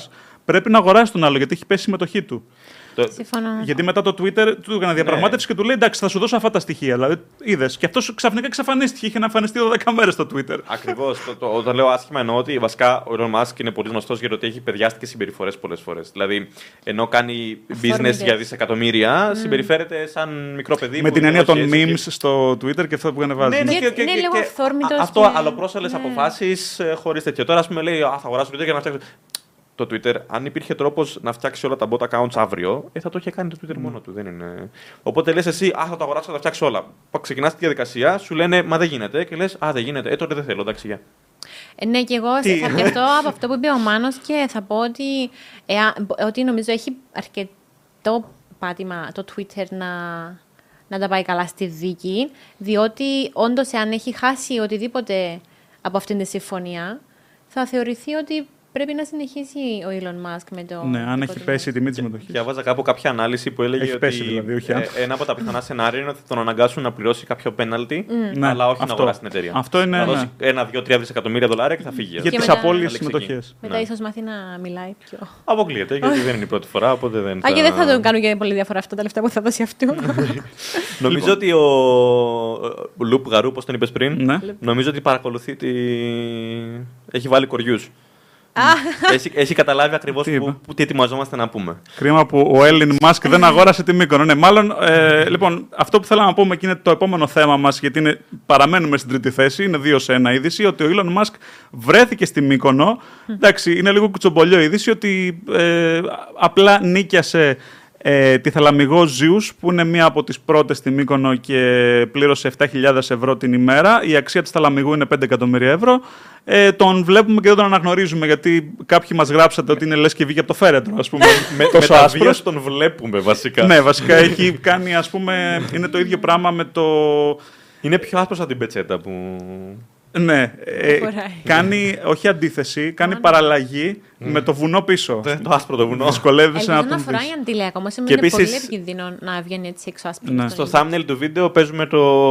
[SPEAKER 1] πρέπει να αγοράσεις τον άλλο γιατί έχει πέσει η συμμετοχή του.
[SPEAKER 2] Το-
[SPEAKER 3] συμφωνώ.
[SPEAKER 1] Γιατί μετά το Twitter του έκανε διαπραγμάτευση και του λέει: Εντάξει, θα σου δώσω αυτά τα στοιχεία. στοιχεία. Δηλαδή, είδες. Και αυτός ξαφνικά εξαφανίστηκε. Είχε να εμφανιστεί 12 μέρες στο Twitter.
[SPEAKER 2] Ακριβώς. Όταν λέω άσχημα, εννοώ ότι βασικά ο Elon Musk είναι πολύ γνωστός για το ότι έχει παιδιάστικε συμπεριφορές πολλές φορές. Δηλαδή, ενώ κάνει business
[SPEAKER 3] Αφόρμητες.
[SPEAKER 2] για δισεκατομμύρια, συμπεριφέρεται σαν μικρό παιδί.
[SPEAKER 1] Με
[SPEAKER 2] που
[SPEAKER 1] την έννοια των
[SPEAKER 2] όχι έτσι
[SPEAKER 1] memes στο Twitter και αυτά που ανεβάζει.
[SPEAKER 2] Ναι, ναι,
[SPEAKER 3] Ναι,
[SPEAKER 2] και- και-
[SPEAKER 3] είναι
[SPEAKER 2] και-
[SPEAKER 3] λίγο
[SPEAKER 2] και-
[SPEAKER 3] αυθόρμητος
[SPEAKER 2] α- Αυτό
[SPEAKER 3] και-
[SPEAKER 2] αλλοπρόσαλες
[SPEAKER 3] ναι.
[SPEAKER 2] αποφάσεις χωρίς τέτοιο. Τώρα, ας πούμε, λέει: Α, θα αγοράσω Twitter για να φτιάξω. Το Twitter, αν υπήρχε τρόπος να φτιάξει όλα τα bot accounts αύριο, ε, θα το είχε κάνει το Twitter
[SPEAKER 1] Ναι.
[SPEAKER 2] μόνο του. Δεν είναι... Οπότε λες εσύ, Α, θα το αγοράσω, θα τα φτιάξω όλα. Ξεκινάς τη διαδικασία, σου λένε Μα δεν γίνεται και λες Α, δεν γίνεται. Ε, τότε δεν θέλω, εντάξει, γεια».
[SPEAKER 3] Ε, ναι, και εγώ
[SPEAKER 1] Τι?
[SPEAKER 3] θα πιαστώ από αυτό που είπε ο Μάνος και θα πω ότι, εα- μπο- ότι νομίζω έχει αρκετό πάτημα το Twitter να, να τα πάει καλά στη δίκη, διότι όντως εάν έχει χάσει οτιδήποτε από αυτήν τη συμφωνία, θα θεωρηθεί ότι πρέπει να συνεχίσει ο Elon Musk με το...
[SPEAKER 1] Ναι, αν
[SPEAKER 3] δικό
[SPEAKER 1] έχει
[SPEAKER 3] του
[SPEAKER 1] πέσει η τιμή της μετοχή.
[SPEAKER 2] Διάβαζα κάπου κάποια ανάλυση που έλεγε
[SPEAKER 1] Έχει
[SPEAKER 2] ότι ε,
[SPEAKER 1] πέσει δηλαδή, όχι, α.
[SPEAKER 2] ένα από τα πιθανά σενάρια είναι ότι θα τον αναγκάσουν να πληρώσει κάποιο πέναλτι,
[SPEAKER 1] Ναι,
[SPEAKER 2] αλλά όχι να
[SPEAKER 1] αυτό.
[SPEAKER 2] αγοράσει την εταιρεία.
[SPEAKER 1] Αυτό είναι,
[SPEAKER 2] Να
[SPEAKER 1] ναι.
[SPEAKER 2] δώσει ένα, δύο, τρία δισεκατομμύρια δολάρια και θα φύγει.
[SPEAKER 1] Για
[SPEAKER 3] Και
[SPEAKER 1] τις
[SPEAKER 3] μετά-
[SPEAKER 1] απόλυε
[SPEAKER 2] Αλεξική.
[SPEAKER 1] συμμετοχέ.
[SPEAKER 3] Μετά
[SPEAKER 2] Ναι.
[SPEAKER 3] ίσως μάθει να μιλάει πιο...
[SPEAKER 2] Αποκλείεται, γιατί δεν είναι η πρώτη φορά, οπότε δεν.
[SPEAKER 3] Α, και δεν θα τον κάνω και πολύ διαφορά αυτά τα λεφτά που θα δώσει αυτού.
[SPEAKER 2] Νομίζω
[SPEAKER 1] Λοιπόν.
[SPEAKER 2] ότι ο ο Λουπ Γαρού, όπω τον είπες πριν,
[SPEAKER 1] Ναι.
[SPEAKER 2] νομίζω ότι παρακολουθεί τη. Έχει βάλει κοριούς. έχει, έχει καταλάβει ακριβώς
[SPEAKER 1] Τι
[SPEAKER 2] που,
[SPEAKER 1] είπα?
[SPEAKER 2] που- τι ετοιμαζόμαστε να πούμε.
[SPEAKER 1] Κρίμα που ο Έλλην Μάσκ δεν αγόρασε τη Μύκονο. Ναι, μάλλον, ε, λοιπόν, αυτό που θέλαμε να πούμε και είναι το επόμενο θέμα μας, γιατί είναι, παραμένουμε στην τρίτη θέση, είναι δύο σε ένα είδηση, ότι ο Elon Μάσκ βρέθηκε στη Μύκονο. Εντάξει, είναι λίγο κουτσομπολιό είδηση, ότι ε, απλά νίκιασε ε, τη Θαλαμιγό Ζιούς, που είναι μία από τις πρώτες στη Μύκονο και πλήρωσε 7.000 ευρώ την ημέρα. Η αξία της Θαλαμιγού είναι 5 εκατομμύρια ευρώ. Ε, τον βλέπουμε και δεν τον αναγνωρίζουμε, γιατί κάποιοι μας γράψατε ότι είναι λες και βγήκε από το φέρετρο, ας πούμε.
[SPEAKER 2] Με, με
[SPEAKER 1] τόσο
[SPEAKER 2] τα
[SPEAKER 1] άσπρος.
[SPEAKER 2] βίας τον βλέπουμε βασικά.
[SPEAKER 1] Ναι, βασικά έχει κάνει, ας πούμε, είναι το ίδιο πράγμα με το...
[SPEAKER 2] Είναι πιο άσπρος από την πετσέτα που.
[SPEAKER 1] Ναι, ε,
[SPEAKER 3] Φοράει.
[SPEAKER 1] κάνει, όχι αντίθεση, κάνει παραλλαγή με το βουνό πίσω.
[SPEAKER 2] Δεν είναι το άσπρο το βουνό.
[SPEAKER 1] Δυσκολεύεσαι
[SPEAKER 3] Ελπίζω
[SPEAKER 1] να
[SPEAKER 3] να
[SPEAKER 1] τον
[SPEAKER 3] φοράει
[SPEAKER 1] δεις.
[SPEAKER 3] αντίλιακο, όμως είναι
[SPEAKER 2] Και
[SPEAKER 3] πολύ
[SPEAKER 2] επίσης-
[SPEAKER 3] επικίνδυνο να βγαίνει έτσι έξω άσπρο.
[SPEAKER 1] Ναι.
[SPEAKER 2] Στο thumbnail του βίντεο παίζουμε το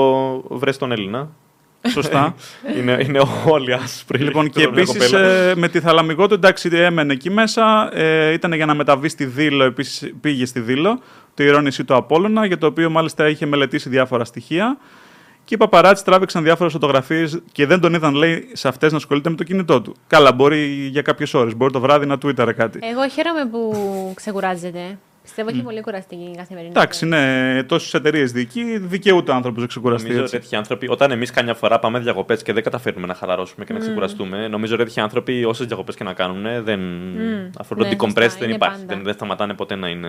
[SPEAKER 2] βρες τον Έλληνα.
[SPEAKER 1] Σωστά.
[SPEAKER 2] είναι, είναι όλοι άσπροι.
[SPEAKER 1] Λοιπόν, και
[SPEAKER 2] Τώρα μια
[SPEAKER 1] επίση
[SPEAKER 2] κοπέλα.
[SPEAKER 1] με τη Θαλαμιγό του, εντάξει, έμενε εκεί μέσα. Ε, ήταν για να μεταβεί στη Δήλο, επίσης πήγε στη Δήλο, το ιερό νησί του Απόλλωνα, για το οποίο μάλιστα είχε μελετήσει διάφορα στοιχεία. Και οι παπαράτσι τράβηξαν διάφορες φωτογραφίες και δεν τον είδαν, λέει, σε αυτές να ασχολείται με το κινητό του. Καλά, μπορεί για κάποιες ώρες, μπορεί το βράδυ να Twitter κάτι.
[SPEAKER 3] Εγώ χαίρομαι που ξεκουράζεται. Πιστεύω έχει πολύ κουραστική η καθημερινή.
[SPEAKER 1] Εντάξει, ναι, τόσες εταιρείες διοικεί, δικαιούται ο άνθρωπος να ξεκουραστεί.
[SPEAKER 2] Νομίζω
[SPEAKER 1] έτσι.
[SPEAKER 2] τέτοιοι άνθρωποι, όταν εμείς καμιά φορά πάμε διακοπές και δεν καταφέρνουμε να χαλαρώσουμε
[SPEAKER 3] Mm.
[SPEAKER 2] και να ξεκουραστούμε, νομίζω ότι τέτοιοι άνθρωποι, όσες διακοπές και να κάνουν, δεν. αυτό το
[SPEAKER 3] Ναι,
[SPEAKER 2] decompress
[SPEAKER 3] σωστά,
[SPEAKER 2] δεν
[SPEAKER 3] είναι
[SPEAKER 2] υπάρχει.
[SPEAKER 3] πάντα.
[SPEAKER 2] Δεν, δεν σταματάνε ποτέ να είναι.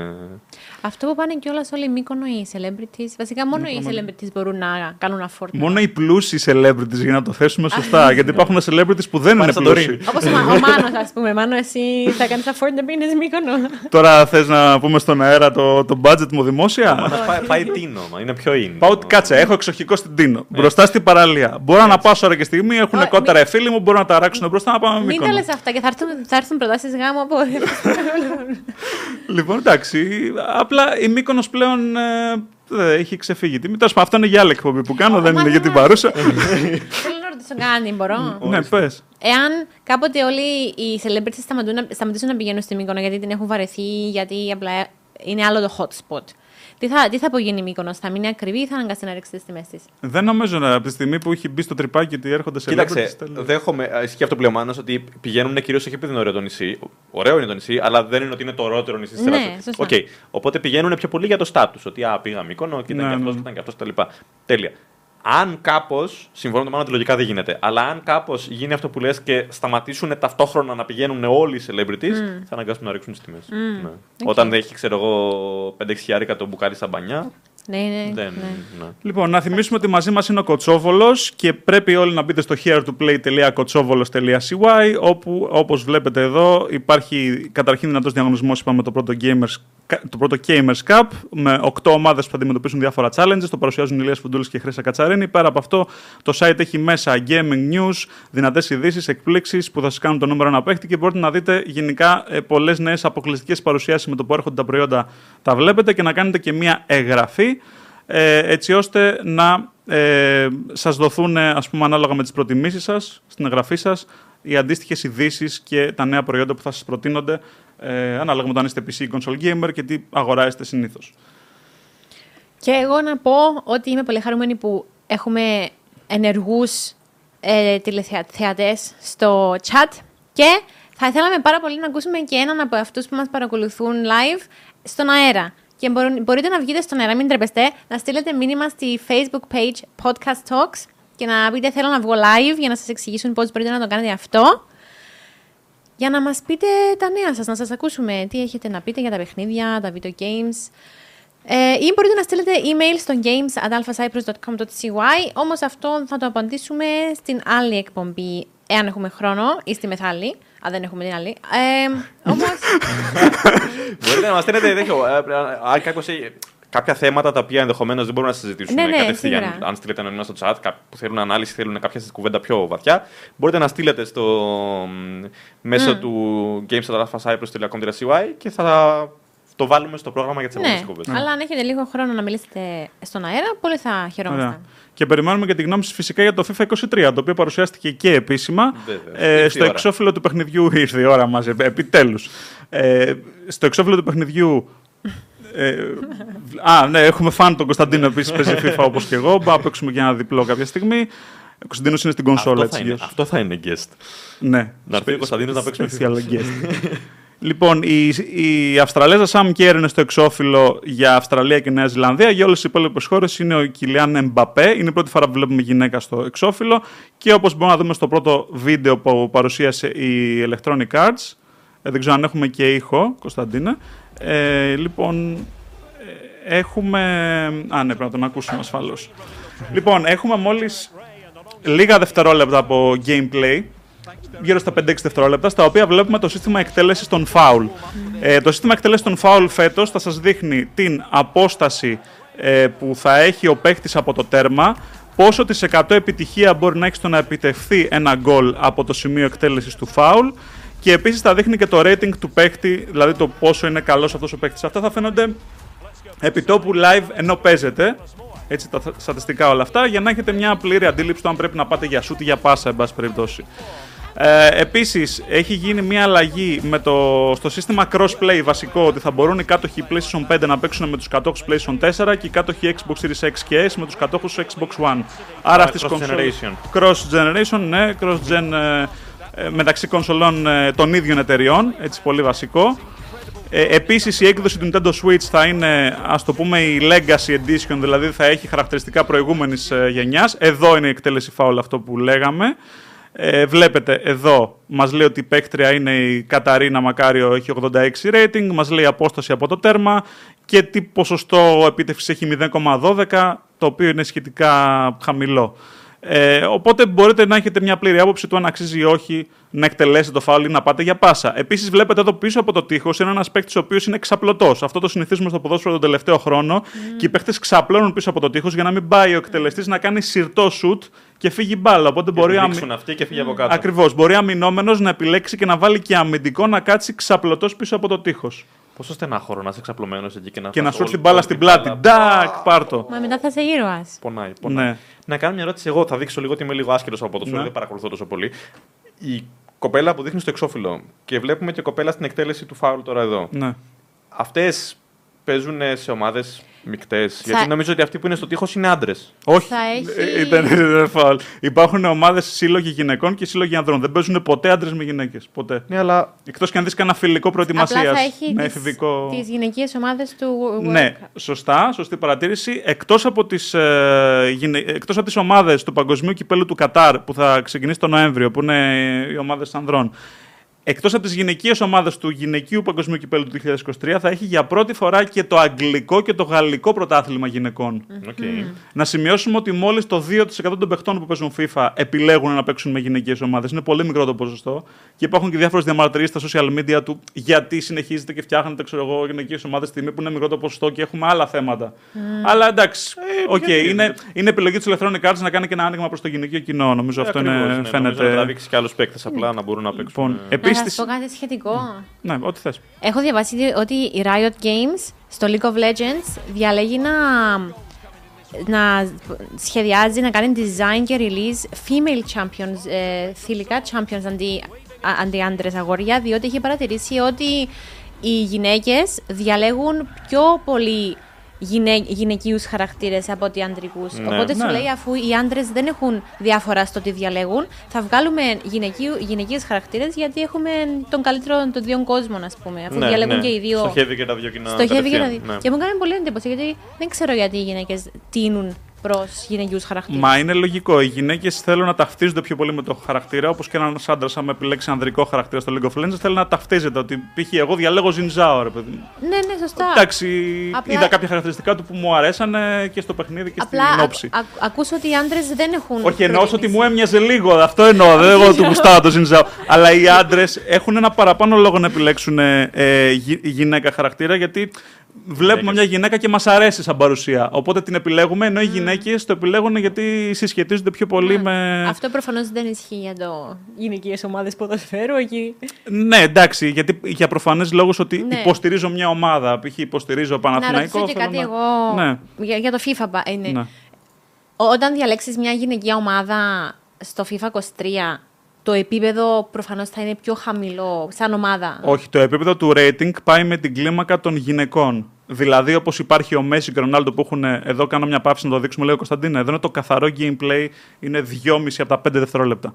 [SPEAKER 3] Αυτό που πάνε κιόλας όλοι οι μήκονο οι celebrities. Βασικά μόνο οι celebrities μπορούν να κάνουν αφόρτα.
[SPEAKER 1] Μόνο οι πλούσιοι celebrities, για να το θέσουμε σωστά. γιατί υπάρχουν celebrities που δεν είναι
[SPEAKER 2] Σαντορίνη.
[SPEAKER 1] πλούσιοι.
[SPEAKER 3] Όπως ο, Μα- ο Μάνος, ας πούμε. Μάνο, εσύ θα κάνεις αφόρτα να πήγαινε μήκονο.
[SPEAKER 1] Τώρα θες να πούμε στον αέρα το, το budget μου δημόσια.
[SPEAKER 2] Μα πάει, πάει τίνο, μα είναι πιο είναι.
[SPEAKER 1] Πάω ότι κάτσε, έχω εξοχικό στην Τίνο. Μπροστά στην παραλία. Μπορώ να πάω σε ώρα και στιγμή,
[SPEAKER 3] Ω,
[SPEAKER 1] έχουν κότερα
[SPEAKER 3] Ναι. μην-
[SPEAKER 1] οι φίλοι μου, μπορώ να τα αράξουν μπροστά να πάμε
[SPEAKER 3] Μην τα λες
[SPEAKER 1] μικρό.
[SPEAKER 3] αυτά και θα έρθουν, θα έρθουν προτάσεις γάμου από.
[SPEAKER 1] Λοιπόν, εντάξει. Απλά η Μύκονος πλέον ε, ε, έχει ξεφύγει. Τι μητέρα, αυτό είναι για άλλη εκπομπή που κάνω,
[SPEAKER 3] Ω,
[SPEAKER 1] δεν είναι
[SPEAKER 3] μα
[SPEAKER 1] για την
[SPEAKER 3] δεν-
[SPEAKER 1] παρούσα.
[SPEAKER 3] Θέλω να ρωτήσω κάτι, μπορώ.
[SPEAKER 1] Ναι, πες.
[SPEAKER 3] Εάν κάποτε όλοι οι celebrities σταματούν να- σταματήσουν να πηγαίνουν στην Μύκονο γιατί την έχουν βαρεθεί, γιατί απλά είναι άλλο το hot spot. Τι θα, τι θα απογίνει η Μύκονος, θα μείνει ακριβή ή θα αναγκαστεί να ρίξει τις τιμές της.
[SPEAKER 1] Δεν νομίζω να από τη στιγμή που έχει μπει στο τρυπάκι ότι έρχονται σε
[SPEAKER 2] Κοίταξε, δέχομαι, α, ισχύει αυτό που λέει ο Μάνος, ότι πηγαίνουν κυρίως όχι επειδή είναι ωραίο το νησί. Ωραίο είναι το νησί, αλλά δεν είναι ότι είναι το ωραιότερο νησί τη
[SPEAKER 3] Ναι,
[SPEAKER 2] Ελλάδα.
[SPEAKER 3] σωστά.
[SPEAKER 2] Οπότε πηγαίνουν πιο πολύ για το στάτου. Ότι α, πήγα Μύκονο, και ήταν
[SPEAKER 1] Ναι,
[SPEAKER 2] και αυτός,
[SPEAKER 1] ναι.
[SPEAKER 2] ήταν και αυτός κτλ. Τέλεια. Αν κάπως, συμφωνώ με το Μάνο ότι λογικά δεν γίνεται, αλλά αν κάπως γίνει αυτό που λες και σταματήσουν ταυτόχρονα να πηγαίνουν όλοι οι celebrities,
[SPEAKER 3] Mm.
[SPEAKER 2] θα αναγκάσουν να ρίξουν τις τιμές. Ναι. Όταν έχει, ξέρω εγώ, 5-6 χιλιάρικα το μπουκάλι στα μπανιά,
[SPEAKER 3] Ναι, ναι,
[SPEAKER 2] δεν.
[SPEAKER 3] ναι.
[SPEAKER 2] ναι.
[SPEAKER 1] Λοιπόν, να θυμίσουμε ότι μαζί μας είναι ο Κοτσόβολος και πρέπει όλοι να μπείτε στο here2play.kotsovolos.cy όπου, όπως βλέπετε εδώ, υπάρχει καταρχήν δυνατός διαγωνισμός, είπαμε, το πρώτο Gamers, το πρώτο Gamers Cup με 8 ομάδες που θα αντιμετωπίσουν διάφορα challenges. Το παρουσιάζουν Ηλίας Φουντούλης και η Χρύσα Κατσαρίνη. Πέρα από αυτό, το site έχει μέσα gaming news, δυνατές ειδήσεις, εκπλήξεις που θα σας κάνουν το νούμερο να παίχτη και μπορείτε να δείτε γενικά ε, πολλές νέες αποκλειστικές παρουσιάσεις με το που έρχονται τα προϊόντα τα βλέπετε και να κάνετε και μία εγγραφή ε, έτσι ώστε να ε, σας δοθούν ε, ας πούμε ανάλογα με τις προτιμήσεις σας, στην εγγραφή σας, οι αντίστοιχες ειδήσεις και τα νέα προϊόντα που θα σας προτείνονται ε, ανάλογα με το αν είστε PC ή console gamer και τι αγοράζετε συνήθως.
[SPEAKER 3] Και εγώ να πω ότι είμαι πολύ χαρούμενη που έχουμε ενεργούς ε, τηλεθεατές στο chat και θα ήθελαμε πάρα πολύ να ακούσουμε και έναν από αυτούς που μας παρακολουθούν live στον αέρα. Και μπορούν- μπορείτε να βγείτε στον αέρα, μην τρεπεστέ, να στείλετε μήνυμα στη facebook page Podcast Talks και να πείτε θέλω να βγω live για να σας εξηγήσουν πώς μπορείτε να το κάνετε αυτό. Για να μας πείτε τα νέα σας, να σας ακούσουμε τι έχετε να πείτε για τα παιχνίδια, τα video games. Ε, ή μπορείτε να στείλετε email στο games.alphacyprus.com.cy όμως αυτό θα το απαντήσουμε στην άλλη εκπομπή, εάν έχουμε χρόνο, ή στη μεθάλη, αν δεν έχουμε την άλλη. Ε, όμως,
[SPEAKER 2] Μπορείτε να μας στέλνετε τέτοιο. ε, ε, Αν κάποιος έχει κάποια θέματα τα οποία ενδεχομένως δεν μπορούμε να συζητήσουμε
[SPEAKER 3] Ναι, ναι,
[SPEAKER 2] κατευθείαν.
[SPEAKER 3] σίγουρα.
[SPEAKER 2] Αν στείλετε ανώνυμα στο chat, κάποιοι που θέλουν ανάλυση, θέλουν κάποια κουβέντα πιο βαθιά, μπορείτε να στείλετε στο, μ, μέσω
[SPEAKER 3] Mm.
[SPEAKER 2] του games.alphacyprus.com.cy και θα το βάλουμε στο πρόγραμμα για τις
[SPEAKER 3] ναι,
[SPEAKER 2] επόμενες κουβέντε.
[SPEAKER 3] αλλά αν έχετε λίγο χρόνο να μιλήσετε στον αέρα, πολύ θα χαιρόμαστε.
[SPEAKER 1] Ωραία. Και περιμένουμε και την γνώμη σας φυσικά για το FIFA 23, το οποίο παρουσιάστηκε και επίσημα.
[SPEAKER 2] Βέβαια.
[SPEAKER 1] Ε,
[SPEAKER 2] Ήρθε η
[SPEAKER 1] στο
[SPEAKER 2] ώρα.
[SPEAKER 1] εξώφυλλο του παιχνιδιού ήρθε η ώρα μα, επιτέλους. Ε, στο εξώφυλλο του παιχνιδιού. Ε, α, ναι, έχουμε φαν τον Κωνσταντίνο επίσης παίζει FIFA όπως και εγώ. Μπα παίξουμε και ένα διπλό κάποια στιγμή. Ο Κωνσταντίνος είναι στην κονσόλα
[SPEAKER 2] Αυτό θα,
[SPEAKER 1] έτσι.
[SPEAKER 2] είναι,
[SPEAKER 1] γιος.
[SPEAKER 2] αυτό θα είναι guest.
[SPEAKER 1] Ναι.
[SPEAKER 2] Να έρθει ο Κωνσταντίνος να παίξουμε
[SPEAKER 1] Special guest. λοιπόν, η, η Αυστραλέζα Σαμ Κέρ είναι στο εξώφυλλο για Αυστραλία και Νέα Ζηλανδία. Για όλες τις υπόλοιπες χώρες είναι ο Κιλιάν Εμπαπέ. Είναι η πρώτη φορά που βλέπουμε γυναίκα στο εξώφυλλο. Και όπως μπορούμε να δούμε στο πρώτο βίντεο που παρουσίασε η Electronic Arts. ε, δεν ξέρω αν έχουμε και ήχο, Κωνσταντίνα. Ε, λοιπόν, ε, έχουμε. Α, ναι, πρέπει να τον ακούσουμε ασφαλώς. λοιπόν, έχουμε μόλις λίγα δευτερόλεπτα από gameplay γύρω στα 5-6 δευτερόλεπτα, στα οποία βλέπουμε το σύστημα εκτέλεσης των φάουλ. Ε, το σύστημα εκτέλεσης των φάουλ φέτος θα σας δείχνει την απόσταση ε, που θα έχει ο παίκτης από το τέρμα, πόσο της 100 επιτυχία μπορεί να έχει στο να επιτευχθεί ένα γκολ από το σημείο εκτέλεσης του φάουλ. Και επίσης θα δείχνει και το rating του παίκτη, δηλαδή το πόσο είναι καλός αυτός ο παίκτης. Αυτά θα φαίνονται επιτόπου live ενώ παίζετε. Έτσι τα στατιστικά όλα αυτά, για να έχετε μια πλήρη αντίληψη του αν πρέπει να πάτε για σούτ ή για πάσα, εν πάση περιπτώσει. Ε, Επίσης, έχει γίνει μια αλλαγή με το, στο σύστημα crossplay βασικό ότι θα μπορούν οι κάτοχοι PlayStation 5 να παίξουν με τους κατόχους PlayStation 4 και οι κάτοχοι Xbox Series X και S με τους κατόχους Xbox One. Άρα αυτέ
[SPEAKER 2] cross generation.
[SPEAKER 1] Cross generation, ναι, cross gen ε, ε, μεταξύ κονσολών ε, των ίδιων εταιριών, έτσι πολύ βασικό. Ε, επίσης η έκδοση του Nintendo Switch θα είναι ας το πούμε η Legacy Edition, δηλαδή θα έχει χαρακτηριστικά προηγούμενης ε, γενιάς. Εδώ είναι η εκτέλεση foul αυτό που λέγαμε. Ε, βλέπετε εδώ, μας λέει ότι η παίκτρια είναι η Καταρίνα Μακάριο, έχει 86 rating, μας λέει απόσταση από το τέρμα και τι ποσοστό επίτευξης έχει 0,12, το οποίο είναι σχετικά χαμηλό. Ε, οπότε μπορείτε να έχετε μια πλήρη άποψη του αν αξίζει ή όχι να εκτελέσετε το φάουλ ή να πάτε για πάσα. Επίσης, βλέπετε εδώ πίσω από το τείχος είναι ένας παίκτης ο οποίος είναι ξαπλωτό. Αυτό το συνηθίζουμε στο ποδόσφαιρο τον τελευταίο χρόνο. Και οι παίκτες ξαπλώνουν πίσω από το τείχος για να μην πάει ο εκτελεστής να κάνει σιρτό σουτ και φύγει μπάλα. Οπότε μπορεί
[SPEAKER 2] να
[SPEAKER 1] αμυ...
[SPEAKER 2] δείξουν αυτοί και φύγει από κάτω.
[SPEAKER 1] Ακριβώς. Μπορεί αμυνόμενος να επιλέξει και να βάλει και αμυντικό να κάτσει ξαπλωτός πίσω από το τείχος.
[SPEAKER 2] Πόσο στενάχωρο να είσαι ξαπλωμένο εκεί και να
[SPEAKER 1] Και να
[SPEAKER 2] φας
[SPEAKER 1] σου έρθει
[SPEAKER 2] όλη-
[SPEAKER 1] μπάλα
[SPEAKER 2] όλη
[SPEAKER 1] στην
[SPEAKER 2] την μπάλα.
[SPEAKER 1] πλάτη. Ντακ, πάρτο.
[SPEAKER 3] Μα μετά θα είσαι ήρωας.
[SPEAKER 2] Πονάει, πονάει.
[SPEAKER 1] Ναι.
[SPEAKER 2] Να κάνω μια ερώτηση εγώ. Θα δείξω λίγο ότι είμαι λίγο άσχετος από το
[SPEAKER 1] Ναι.
[SPEAKER 2] ναι. δεν παρακολουθώ τόσο πολύ. Η κοπέλα που δείχνει στο εξώφυλλο και βλέπουμε και κοπέλα στην εκτέλεση του φάουλ τώρα εδώ.
[SPEAKER 1] Ναι.
[SPEAKER 2] Αυτές παίζουν σε ομάδες μεικτές.
[SPEAKER 3] Θα-
[SPEAKER 2] Γιατί νομίζω ότι αυτοί που είναι στο τείχος είναι άντρες.
[SPEAKER 1] Όχι.
[SPEAKER 3] Θα έχει-
[SPEAKER 1] Ε, Ήταν, ήταν φάουλ. Υπάρχουν ομάδες σύλλογοι γυναικών και σύλλογοι ανδρών. Δεν παίζουν ποτέ άντρες με γυναίκες. Ποτέ.
[SPEAKER 2] Ναι, αλλά
[SPEAKER 1] Εκτός και αν δεις κανένα φιλικό προετοιμασίας.
[SPEAKER 3] Απλά θα έχει
[SPEAKER 1] με
[SPEAKER 3] τις,
[SPEAKER 1] εφηβικό.
[SPEAKER 3] τις γυναικείες ομάδες του World
[SPEAKER 1] Ναι,
[SPEAKER 3] Cup.
[SPEAKER 1] σωστά, σωστή παρατήρηση. Εκτός από τις ε, γυναι- εκτός από τις ομάδες του Παγκοσμίου Κυπέλου του Κατάρ που θα ξεκινήσει τον Νοέμβριο, που είναι οι ομάδες ανδρών. Εκτός από τις γυναικείες ομάδες του γυναικείου Παγκοσμίου Κυπέλου του 2023, θα έχει για πρώτη φορά και το αγγλικό και το γαλλικό πρωτάθλημα γυναικών.
[SPEAKER 2] Οκ.
[SPEAKER 1] Να σημειώσουμε ότι μόλις το 2% των παιχτών που παίζουν FIFA επιλέγουν να παίξουν με γυναικείες ομάδες. Είναι πολύ μικρό το ποσοστό. Και υπάρχουν και διάφορες διαμαρτυρίες στα social media του γιατί συνεχίζετε και φτιάχνετε ξέρω εγώ, γυναικείες ομάδες στη στιγμή που είναι μικρό το ποσοστό και έχουμε άλλα θέματα. Αλλά εντάξει. οκ,
[SPEAKER 2] Ε, γιατί?
[SPEAKER 1] είναι, είναι επιλογή της Electronic Arts να κάνει και ένα άνοιγμα προς το γυναικείο κοινό. Νομίζω αυτό
[SPEAKER 2] Ακριβώς,
[SPEAKER 1] είναι,
[SPEAKER 2] ναι. Νομίζω
[SPEAKER 1] φαίνεται.
[SPEAKER 2] να τραβήξει και άλλους παίκτες απλά να μπορούν να παίξουν.
[SPEAKER 1] λοιπόν,
[SPEAKER 2] ε,
[SPEAKER 3] Να
[SPEAKER 1] επίσης,
[SPEAKER 3] σας πω κάτι σχετικό.
[SPEAKER 1] Ναι, ό,τι θες.
[SPEAKER 3] Έχω διαβάσει ότι η Riot Games στο League of Legends διαλέγει να, να σχεδιάζει, να κάνει design και release female champions, ε, θηλυκά champions αντί, α- αντί άντρες αγόρια, διότι έχει παρατηρήσει ότι οι γυναίκες διαλέγουν πιο πολύ γυναι... γυναικείους χαρακτήρες από ότι αντρικούς.
[SPEAKER 2] Ναι.
[SPEAKER 3] Οπότε σου
[SPEAKER 1] Ναι.
[SPEAKER 3] λέει αφού οι άντρες δεν έχουν διάφορα στο τι διαλέγουν, θα βγάλουμε γυναικείου... γυναικείες χαρακτήρες γιατί έχουμε τον καλύτερο των δύο κόσμων ας πούμε.
[SPEAKER 1] Ναι,
[SPEAKER 3] Αφού διαλέγουν και οι δύο.
[SPEAKER 2] Ναι, Στοχεύει και τα δύο κοινά.
[SPEAKER 3] Στοχεύει και τα δύο.
[SPEAKER 2] κατευθείαν, ναι.
[SPEAKER 3] Και μου έκανε πολύ εντύπωση γιατί δεν ξέρω γιατί οι γυναίκες τίνουν προς γυναικείους χαρακτήρες.
[SPEAKER 1] Μα είναι λογικό. Οι γυναίκες θέλουν να ταυτίζονται πιο πολύ με το χαρακτήρα, όπως και ένα άντρα, άμα επιλέξει ανδρικό χαρακτήρα στο League of Legends, θέλει να ταυτίζεται. Ότι π.χ. εγώ διαλέγω Ζινζάο, ρε παιδί μου.
[SPEAKER 3] Ναι, ναι, σωστά.
[SPEAKER 1] Εντάξει,
[SPEAKER 3] Απλά-
[SPEAKER 1] είδα κάποια χαρακτηριστικά του που μου αρέσανε και στο παιχνίδι και
[SPEAKER 3] Απλά
[SPEAKER 1] στην
[SPEAKER 3] α,
[SPEAKER 1] όψη.
[SPEAKER 3] α, ακούσω ότι οι άντρες δεν έχουν.
[SPEAKER 1] Όχι, εννοώ
[SPEAKER 3] προτίμηση.
[SPEAKER 1] ότι μου έμοιαζε λίγο. Αυτό εννοώ. Δεν εγώ του γουστάω το Ζινζάο. Αλλά οι άντρες έχουν ένα παραπάνω λόγο να επιλέξουν ε, ε, γυ- γυναίκα χαρακτήρα γιατί βλέπουμε
[SPEAKER 2] Γυναίκες.
[SPEAKER 1] μια γυναίκα και μας αρέσει σαν παρουσία. Οπότε την επιλέγουμε, ενώ οι
[SPEAKER 3] Mm.
[SPEAKER 1] γυναίκες το επιλέγουν γιατί συσχετίζονται πιο πολύ με.
[SPEAKER 3] Ναι. Αυτό προφανώς δεν ισχύει για το γυναικείες ομάδες ποδοσφαίρου. Εκεί.
[SPEAKER 1] Ναι, εντάξει, γιατί για προφανεί λόγους ότι
[SPEAKER 3] Ναι.
[SPEAKER 1] υποστηρίζω μια ομάδα. Π.χ. υποστηρίζω
[SPEAKER 3] Να
[SPEAKER 1] Παναθηναϊκό.
[SPEAKER 3] ρωτήσω και
[SPEAKER 1] θέλω
[SPEAKER 3] κάτι
[SPEAKER 1] να-
[SPEAKER 3] εγώ.
[SPEAKER 1] Ναι.
[SPEAKER 3] Για, για το FIFA. πα- ε, ναι.
[SPEAKER 1] ναι.
[SPEAKER 3] Ό- Όταν διαλέξεις μια γυναικεία ομάδα στο FIFA 23, το επίπεδο προφανώς θα είναι πιο χαμηλό σαν ομάδα.
[SPEAKER 1] Όχι, το επίπεδο του rating πάει με την κλίμακα των γυναικών. Δηλαδή, όπως υπάρχει ο Μέση και ο Ρονάλντο που έχουν. ε, Εδώ κάνω μια πάυση να το δείξουμε, λέει ο Κωνσταντίνα. Εδώ είναι το καθαρό gameplay, είναι 2,5 από τα 5 δευτερόλεπτα.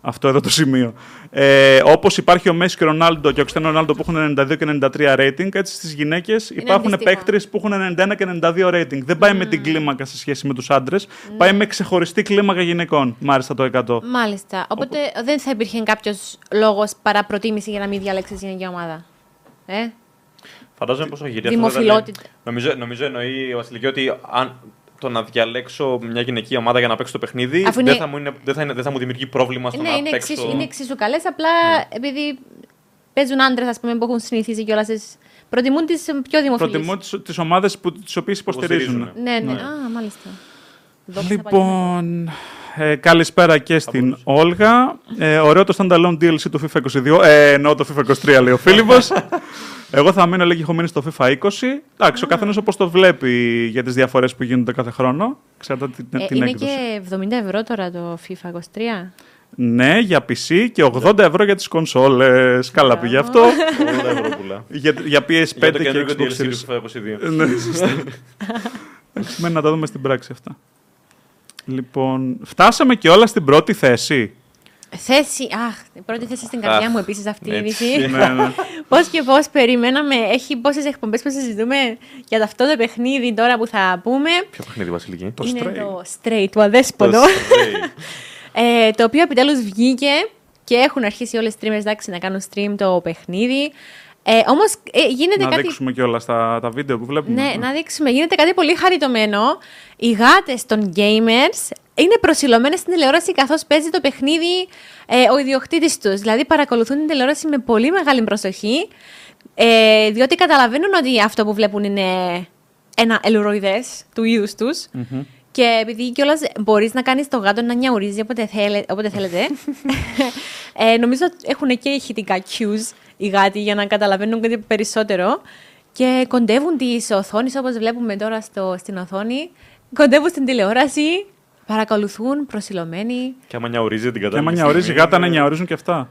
[SPEAKER 1] Αυτό εδώ το σημείο. Ε, όπως υπάρχει ο Μέση και ο Ρονάλντο και ο Χριστιανό Ρονάλντο που έχουν 92 και 93 rating, έτσι στις γυναίκες υπάρχουν
[SPEAKER 3] αντίστοιχα.
[SPEAKER 1] παίκτρες που έχουν 91 και 92 rating. Δεν πάει με την κλίμακα σε σχέση με τους άντρες. Πάει με ξεχωριστή κλίμακα γυναικών. Μάλιστα το 100.
[SPEAKER 3] Μάλιστα. Οπότε δεν θα υπήρχε κάποιος λόγος παρά προτίμηση για να μην διαλέξεις γυναικεία ομάδα. Ε?
[SPEAKER 2] Φαντάζομαι πόσο γυρία
[SPEAKER 3] Δημοφιλότητα.
[SPEAKER 2] ναι. Νομίζω, νομίζω εννοεί η Βασιλική ότι αν το να διαλέξω μια γυναική ομάδα για να παίξω το παιχνίδι
[SPEAKER 3] Αφού
[SPEAKER 2] δεν,
[SPEAKER 3] είναι-
[SPEAKER 2] θα μου είναι, δεν, θα είναι, δεν θα μου δημιουργεί πρόβλημα στο
[SPEAKER 3] Ναι,
[SPEAKER 2] να
[SPEAKER 3] είναι
[SPEAKER 2] παίξω.
[SPEAKER 3] εξίσου, είναι εξίσου καλές. Απλά επειδή παίζουν άντρες που έχουν συνηθίσει κιόλας. Προτιμούν τις πιο δημοφιλείς.
[SPEAKER 1] Προτιμώ τι ομάδε τις οποίες υποστηρίζουν.
[SPEAKER 2] Υποστηρίζουν.
[SPEAKER 3] Ναι, ναι. Α, μάλιστα. Δόξα
[SPEAKER 1] Λοιπόν, ε, καλησπέρα και στην Όλγα. Ε, ωραίο το standalone DLC του FIFA 22. Ε, εννοώ το FIFA 23, λέει ο Φίλιππος. Εγώ θα μείνω λέγει, έχω μείνει στο FIFA 20. Εντάξει, ο καθένας όπως το βλέπει για τις διαφορές που γίνονται κάθε χρόνο. Ξέρετε την,
[SPEAKER 3] Ε,
[SPEAKER 1] την
[SPEAKER 3] είναι
[SPEAKER 1] έκδοση.
[SPEAKER 3] και 70 ευρώ τώρα το FIFA 23.
[SPEAKER 1] Ναι, για PC και 80 ευρώ για τις κονσόλες. Καλά πήγε αυτό.
[SPEAKER 2] Όλα ευρωβουλά.
[SPEAKER 1] για, για PS5
[SPEAKER 2] Για το
[SPEAKER 1] και
[SPEAKER 2] καινούργιο
[SPEAKER 1] Xbox
[SPEAKER 2] DLC
[SPEAKER 1] Series.
[SPEAKER 2] του FIFA 22.
[SPEAKER 1] Ναι, σωστά. Εντάξει, μένει να τα δούμε στην πράξη αυτά. Λοιπόν, φτάσαμε και όλα στην πρώτη θέση.
[SPEAKER 3] Θέση, αχ, η πρώτη θέση στην καρδιά
[SPEAKER 2] Αχ,
[SPEAKER 3] μου επίσης αυτή η
[SPEAKER 2] έτσι.
[SPEAKER 3] είδηση.
[SPEAKER 1] ναι, ναι.
[SPEAKER 3] Πώς και πώς περιμέναμε, έχει πόσες εκπομπές που συζητούμε για το αυτό το παιχνίδι τώρα που θα πούμε.
[SPEAKER 2] Ποιο παιχνίδι, Βασιλική.
[SPEAKER 1] Το
[SPEAKER 3] είναι
[SPEAKER 1] Stray.
[SPEAKER 3] το Stray, το αδέσποτο. ε, το οποίο επιτέλους βγήκε και έχουν αρχίσει όλες οι streamers εντάξει, να κάνουν stream το παιχνίδι. Ε, Όμως γίνεται
[SPEAKER 1] να
[SPEAKER 3] κάτι.
[SPEAKER 1] δείξουμε και όλα στα τα βίντεο που βλέπουμε.
[SPEAKER 3] Ναι, να δείξουμε. Γίνεται κάτι πολύ χαριτωμένο. Οι γάτες των gamers είναι προσιλωμένες στην τηλεόραση καθώς παίζει το παιχνίδι ε, ο ιδιοκτήτης τους. Δηλαδή παρακολουθούν την τηλεόραση με πολύ μεγάλη προσοχή. Ε, διότι καταλαβαίνουν ότι αυτό που βλέπουν είναι ένα ελουροειδές του είδου του. Και επειδή κιόλας μπορείς να κάνεις το γάτο να νιαουρίζει όποτε, θέλε, όποτε θέλετε. ε, νομίζω ότι έχουν και ηχητικά cues οι γάτοι για να καταλαβαίνουν κάτι περισσότερο. Και κοντεύουν τις οθόνες όπως βλέπουμε τώρα στο, στην οθόνη. Κοντεύουν στην τηλεόραση. Παρακολουθούν προσιλωμένοι.
[SPEAKER 2] Και άμα νιαουρίζει την
[SPEAKER 1] Και άμα
[SPEAKER 2] κατάλληλη.
[SPEAKER 1] νιαωρίζει η
[SPEAKER 2] στιγμή,
[SPEAKER 1] γάτα, να
[SPEAKER 2] ε,
[SPEAKER 1] νιαωρίζουν και αυτά.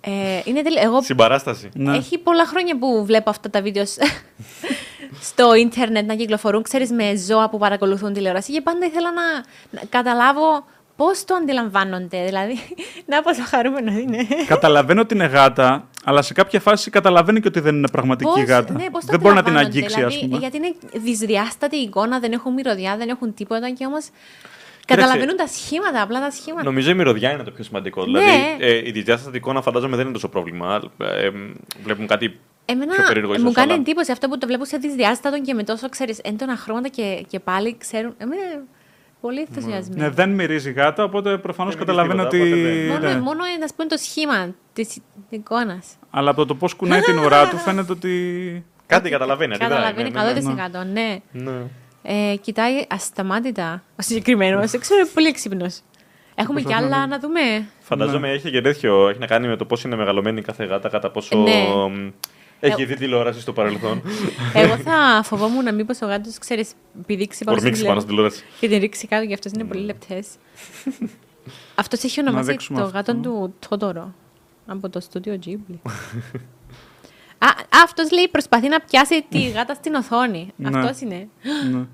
[SPEAKER 3] Ε, είναι τελε... Εγώ
[SPEAKER 2] Συμπαράσταση.
[SPEAKER 1] Ναι.
[SPEAKER 3] Έχει πολλά χρόνια που βλέπω αυτά τα βίντεο σ- στο ίντερνετ να κυκλοφορούν, ξέρεις, με ζώα που παρακολουθούν τηλεόραση και πάντα ήθελα να, να καταλάβω πώς το αντιλαμβάνονται, δηλαδή να πόσο χαρούμενο είναι.
[SPEAKER 1] Καταλαβαίνω ότι είναι γάτα, αλλά σε κάποια φάση καταλαβαίνει και ότι δεν είναι πραγματική
[SPEAKER 3] Πώς-
[SPEAKER 1] γάτα.
[SPEAKER 3] ναι, πώς το
[SPEAKER 1] δεν μπορεί να την
[SPEAKER 3] αντιλαμβάνονται,
[SPEAKER 1] αγγίξει,
[SPEAKER 3] δηλαδή,
[SPEAKER 1] ας πούμε.
[SPEAKER 3] Γιατί είναι δυσδιάστατη η εικόνα, δεν έχουν μυρωδιά, δεν έχουν τίποτα και όμως καταλαβαίνουν τα σχήματα, απλά τα σχήματα.
[SPEAKER 2] Νομίζω η μυρωδιά είναι το πιο σημαντικό.
[SPEAKER 3] Ναι.
[SPEAKER 2] Δηλαδή, ε, η διάστατη εικόνα φαντάζομαι δεν είναι τόσο πρόβλημα. Ε, ε, βλέπουν κάτι
[SPEAKER 3] Εμένα
[SPEAKER 2] πιο περίεργο ίσως,
[SPEAKER 3] μου κάνει
[SPEAKER 2] αλλά-
[SPEAKER 3] εντύπωση αυτό που το βλέπω σε δυσδιάστατον και με τόσο ξέρεις, έντονα χρώματα και, και πάλι ξέρουν. Εμένα πολύ ενθουσιασμένη.
[SPEAKER 1] Ναι, δεν μυρίζει γάτα, οπότε προφανώς
[SPEAKER 2] Δεν
[SPEAKER 1] καταλαβαίνει
[SPEAKER 2] μυρίζει
[SPEAKER 1] ότι.
[SPEAKER 2] τίποτα, οπότε
[SPEAKER 3] Μόνο,
[SPEAKER 1] ναι.
[SPEAKER 3] μόνο ε, να πούμε το σχήμα της εικόνας.
[SPEAKER 1] Αλλά από το πώς κουνάει την ουρά του φαίνεται ότι.
[SPEAKER 2] Κάτι καταλαβαίνει. αρκετά,
[SPEAKER 3] Καταλαβαίνει
[SPEAKER 2] ναι, ναι, ναι.
[SPEAKER 3] 100%. Ναι.
[SPEAKER 2] Ναι.
[SPEAKER 3] Ε, κοιτάει ασταμάτητα ο συγκεκριμένος. Ξέρω, είναι πολύ έξυπνος. Έχουμε κι άλλα να δούμε.
[SPEAKER 1] Ναι.
[SPEAKER 2] Φαντάζομαι έχει και τέτοιο. Έχει να κάνει με το πώς είναι μεγαλωμένη κάθε γάτα, κατά πόσο.
[SPEAKER 3] Ναι.
[SPEAKER 2] μ,
[SPEAKER 1] Ε,
[SPEAKER 2] Έχει δει τηλεόραση στο παρελθόν.
[SPEAKER 3] Εγώ θα φοβόμουν μήπω ο γάτο, ξέρει, πηδήξει πάνω στην
[SPEAKER 2] Ορμήξει πάνω
[SPEAKER 3] τηλεόραση
[SPEAKER 2] στην τηλεόραση.
[SPEAKER 3] και την ρίξει κάτω, γι' αυτό είναι πολύ λεπτές. Αυτός έχει ονομάσει
[SPEAKER 1] δείξουμε
[SPEAKER 3] το
[SPEAKER 1] αυτό.
[SPEAKER 3] γάτο του Τότορο από το στούντιο Ghibli. Αυτός λέει προσπαθεί να πιάσει τη γάτα στην οθόνη.
[SPEAKER 1] Ναι.
[SPEAKER 3] Αυτός είναι.
[SPEAKER 1] Ναι.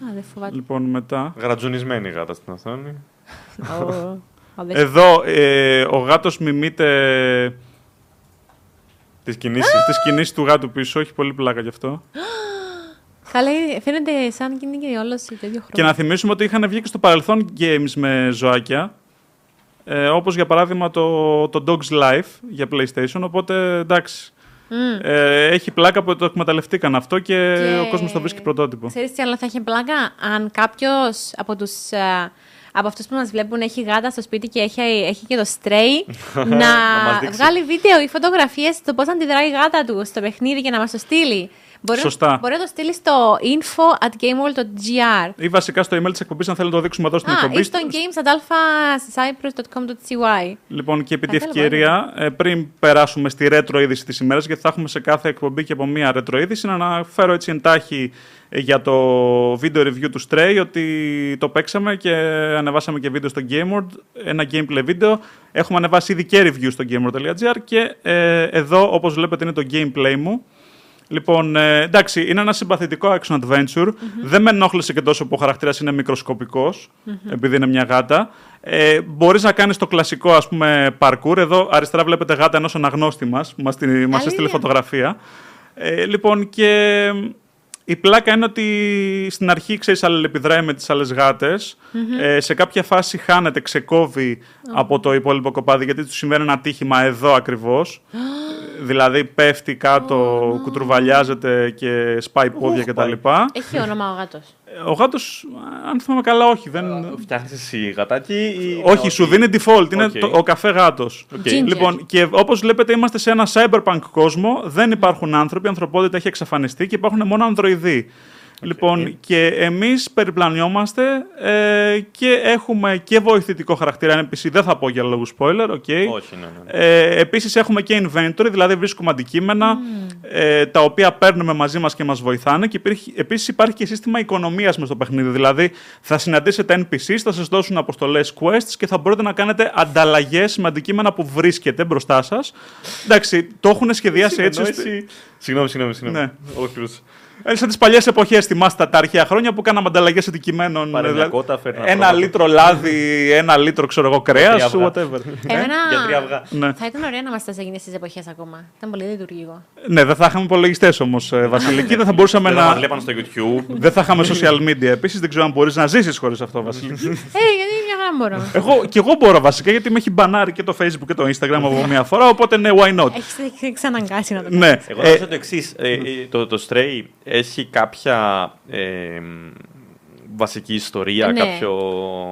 [SPEAKER 3] Καλά, δεν φοβάται.
[SPEAKER 1] Λοιπόν, μετά.
[SPEAKER 2] Γρατζουνισμένη η γάτα στην οθόνη.
[SPEAKER 3] Ω, αδερφέ.
[SPEAKER 1] Εδώ ε, ο γάτος μιμείται
[SPEAKER 2] Τις κινήσεις.
[SPEAKER 1] τις κινήσεις του γάτου πίσω. Έχει πολύ πλάκα γι' αυτό.
[SPEAKER 3] Καλά, είναι- φαίνεται σαν κινείται και όλος το ίδιο
[SPEAKER 1] Και
[SPEAKER 3] χρόνο.
[SPEAKER 1] να θυμίσουμε ότι είχαν βγει και στο παρελθόν games με ζωάκια. Ε, όπως για παράδειγμα το, το Dogs Life για PlayStation. Οπότε εντάξει.
[SPEAKER 3] Μμμ.
[SPEAKER 1] Ε, έχει πλάκα που το εκμεταλλευτήκαν αυτό και,
[SPEAKER 3] Και-
[SPEAKER 1] ο κόσμος το βρίσκει πρωτότυπο.
[SPEAKER 3] Ξέρεις τι άλλο θα είχε πλάκα, αν κάποιος από τους... ε, από αυτούς που μας βλέπουν έχει γάτα στο σπίτι και έχει, έχει και το στρέι να
[SPEAKER 2] Να μας δείξει.
[SPEAKER 3] βγάλει βίντεο ή φωτογραφίες το πώς αντιδράει η γάτα του στο παιχνίδι και να μας το στείλει. Μπορεί, να-
[SPEAKER 1] Σωστά.
[SPEAKER 3] μπορεί να το στείλεις στο info at gameworld.gr
[SPEAKER 1] Ή βασικά στο email της εκπομπής αν θέλετε να το δείξουμε εδώ στην
[SPEAKER 3] Α,
[SPEAKER 1] εκπομπή.
[SPEAKER 3] ή στο games at alphacyprus.com.cy
[SPEAKER 1] Λοιπόν, και επί τη
[SPEAKER 3] Καθόλου
[SPEAKER 1] ευκαιρία, ε, πριν περάσουμε στη ρέτρο είδηση της ημέρας, γιατί θα έχουμε σε κάθε εκπομπή και από μία ρέτρο είδηση, να αναφέρω έτσι εντάχει ε, για το βίντεο review του Stray ότι το παίξαμε και ανεβάσαμε και βίντεο στο GameWord, ένα gameplay βίντεο. Έχουμε ανεβάσει ήδη και review στο GameWord.gr και ε, εδώ, όπως βλέπετε, είναι το gameplay μου. Λοιπόν, ε, εντάξει, είναι ένα συμπαθητικό action adventure. Δεν με ενόχλησε και τόσο που ο χαρακτήρας είναι μικροσκοπικός, επειδή είναι μια γάτα. Ε, Μπορείς να κάνεις το κλασικό, ας πούμε, parkour. Εδώ αριστερά βλέπετε γάτα ενός αναγνώστη μας, που μα μας
[SPEAKER 3] Αλήθεια.
[SPEAKER 1] έστειλε φωτογραφία. Ε, λοιπόν, και η πλάκα είναι ότι στην αρχή, ξέρεις, αλληλεπιδράει με τις άλλες Ε, σε κάποια φάση χάνεται, ξεκόβει από το υπόλοιπο κοπάδι, γιατί του συμβαίνει ένα τύχημα εδώ ακριβώς. δηλαδή πέφτει κάτω, κουτρουβαλιάζεται και σπάει πόδια κτλ. Ε,
[SPEAKER 3] Έχει όνομα ο γάτος.
[SPEAKER 1] Ο γάτος, αν θυμάμαι καλά, όχι. Δεν...
[SPEAKER 2] Φτιάχνεις εσύ γατάκι ή.
[SPEAKER 1] Όχι, σου δίνει default. Είναι
[SPEAKER 2] Οκ.
[SPEAKER 1] το- ο καφέ γάτος.
[SPEAKER 2] Οκ.
[SPEAKER 3] Ginger.
[SPEAKER 1] Λοιπόν, και όπως βλέπετε, είμαστε σε ένα cyberpunk κόσμο. Δεν υπάρχουν άνθρωποι, η ανθρωπότητα έχει εξαφανιστεί και υπάρχουν μόνο ανδροειδοί. Λοιπόν, και εμείς περιπλανιόμαστε ε, και έχουμε και βοηθητικό χαρακτήρα NPC. Δεν θα πω για λόγους spoiler, οκ.
[SPEAKER 2] Όχι, ναι, ναι. ναι.
[SPEAKER 1] Ε, επίσης έχουμε και inventory, δηλαδή βρίσκουμε αντικείμενα ε, τα οποία παίρνουμε μαζί μας και μας βοηθάνε και υπήρχε, επίσης υπάρχει και σύστημα οικονομίας μες στο παιχνίδι, δηλαδή θα συναντήσετε NPCs, θα σας δώσουν αποστολές quests και θα μπορείτε να κάνετε ανταλλαγές με αντικείμενα που βρίσκετε μπροστά σας. Εντάξει, το έχουν σχεδιάσει έτσι. ώστε-
[SPEAKER 2] Συνεννόηση- Συγγνώμη, συγγνώμη. συγγνώμη.
[SPEAKER 1] Ναι.
[SPEAKER 2] Ολοκλήρωσε.
[SPEAKER 1] ε, σαν τις παλιές εποχές, θυμάστε τα, τα αρχαία χρόνια που κάναμε ανταλλαγές αντικειμένων.
[SPEAKER 2] Πάρε μια
[SPEAKER 1] δηλαδή,
[SPEAKER 2] κότα, φέρνα
[SPEAKER 1] ένα
[SPEAKER 2] πρόβατα.
[SPEAKER 1] λίτρο λάδι, ένα λίτρο ξέρω εγώ κρέας,
[SPEAKER 2] αυγά.
[SPEAKER 1] whatever.
[SPEAKER 3] Εμένα...
[SPEAKER 2] Για τρία αυγά.
[SPEAKER 1] Ναι.
[SPEAKER 3] Θα ήταν ωραία να είμαστε σε εκείνες τις εποχές ακόμα. Ήταν πολύ λειτουργικό.
[SPEAKER 1] Ναι, δεν θα είχαμε υπολογιστές όμως, Βασιλική. δεν θα μπορούσαμε
[SPEAKER 2] Δεν θα μας
[SPEAKER 1] να.
[SPEAKER 2] βλέπανε στο YouTube.
[SPEAKER 1] δεν θα είχαμε social media επίσης. Δεν ξέρω αν μπορείς να ζήσεις χωρίς αυτό, Βασιλική.
[SPEAKER 3] Ε, γιατί μια χαρά μπορώ.
[SPEAKER 1] εγώ, κι εγώ μπορώ βασικά, γιατί με έχει μπανάρει και το Facebook και το Instagram από μία φορά. Οπότε ναι, why not.
[SPEAKER 3] Έχεις ξαναγκάσει να το κάνει.
[SPEAKER 1] ναι.
[SPEAKER 2] Εγώ
[SPEAKER 1] ε,
[SPEAKER 2] θα ρωτήσω το εξής. το, το Stray έχει κάποια ε, μ, βασική ιστορία,
[SPEAKER 3] Ναι.
[SPEAKER 2] κάποιο.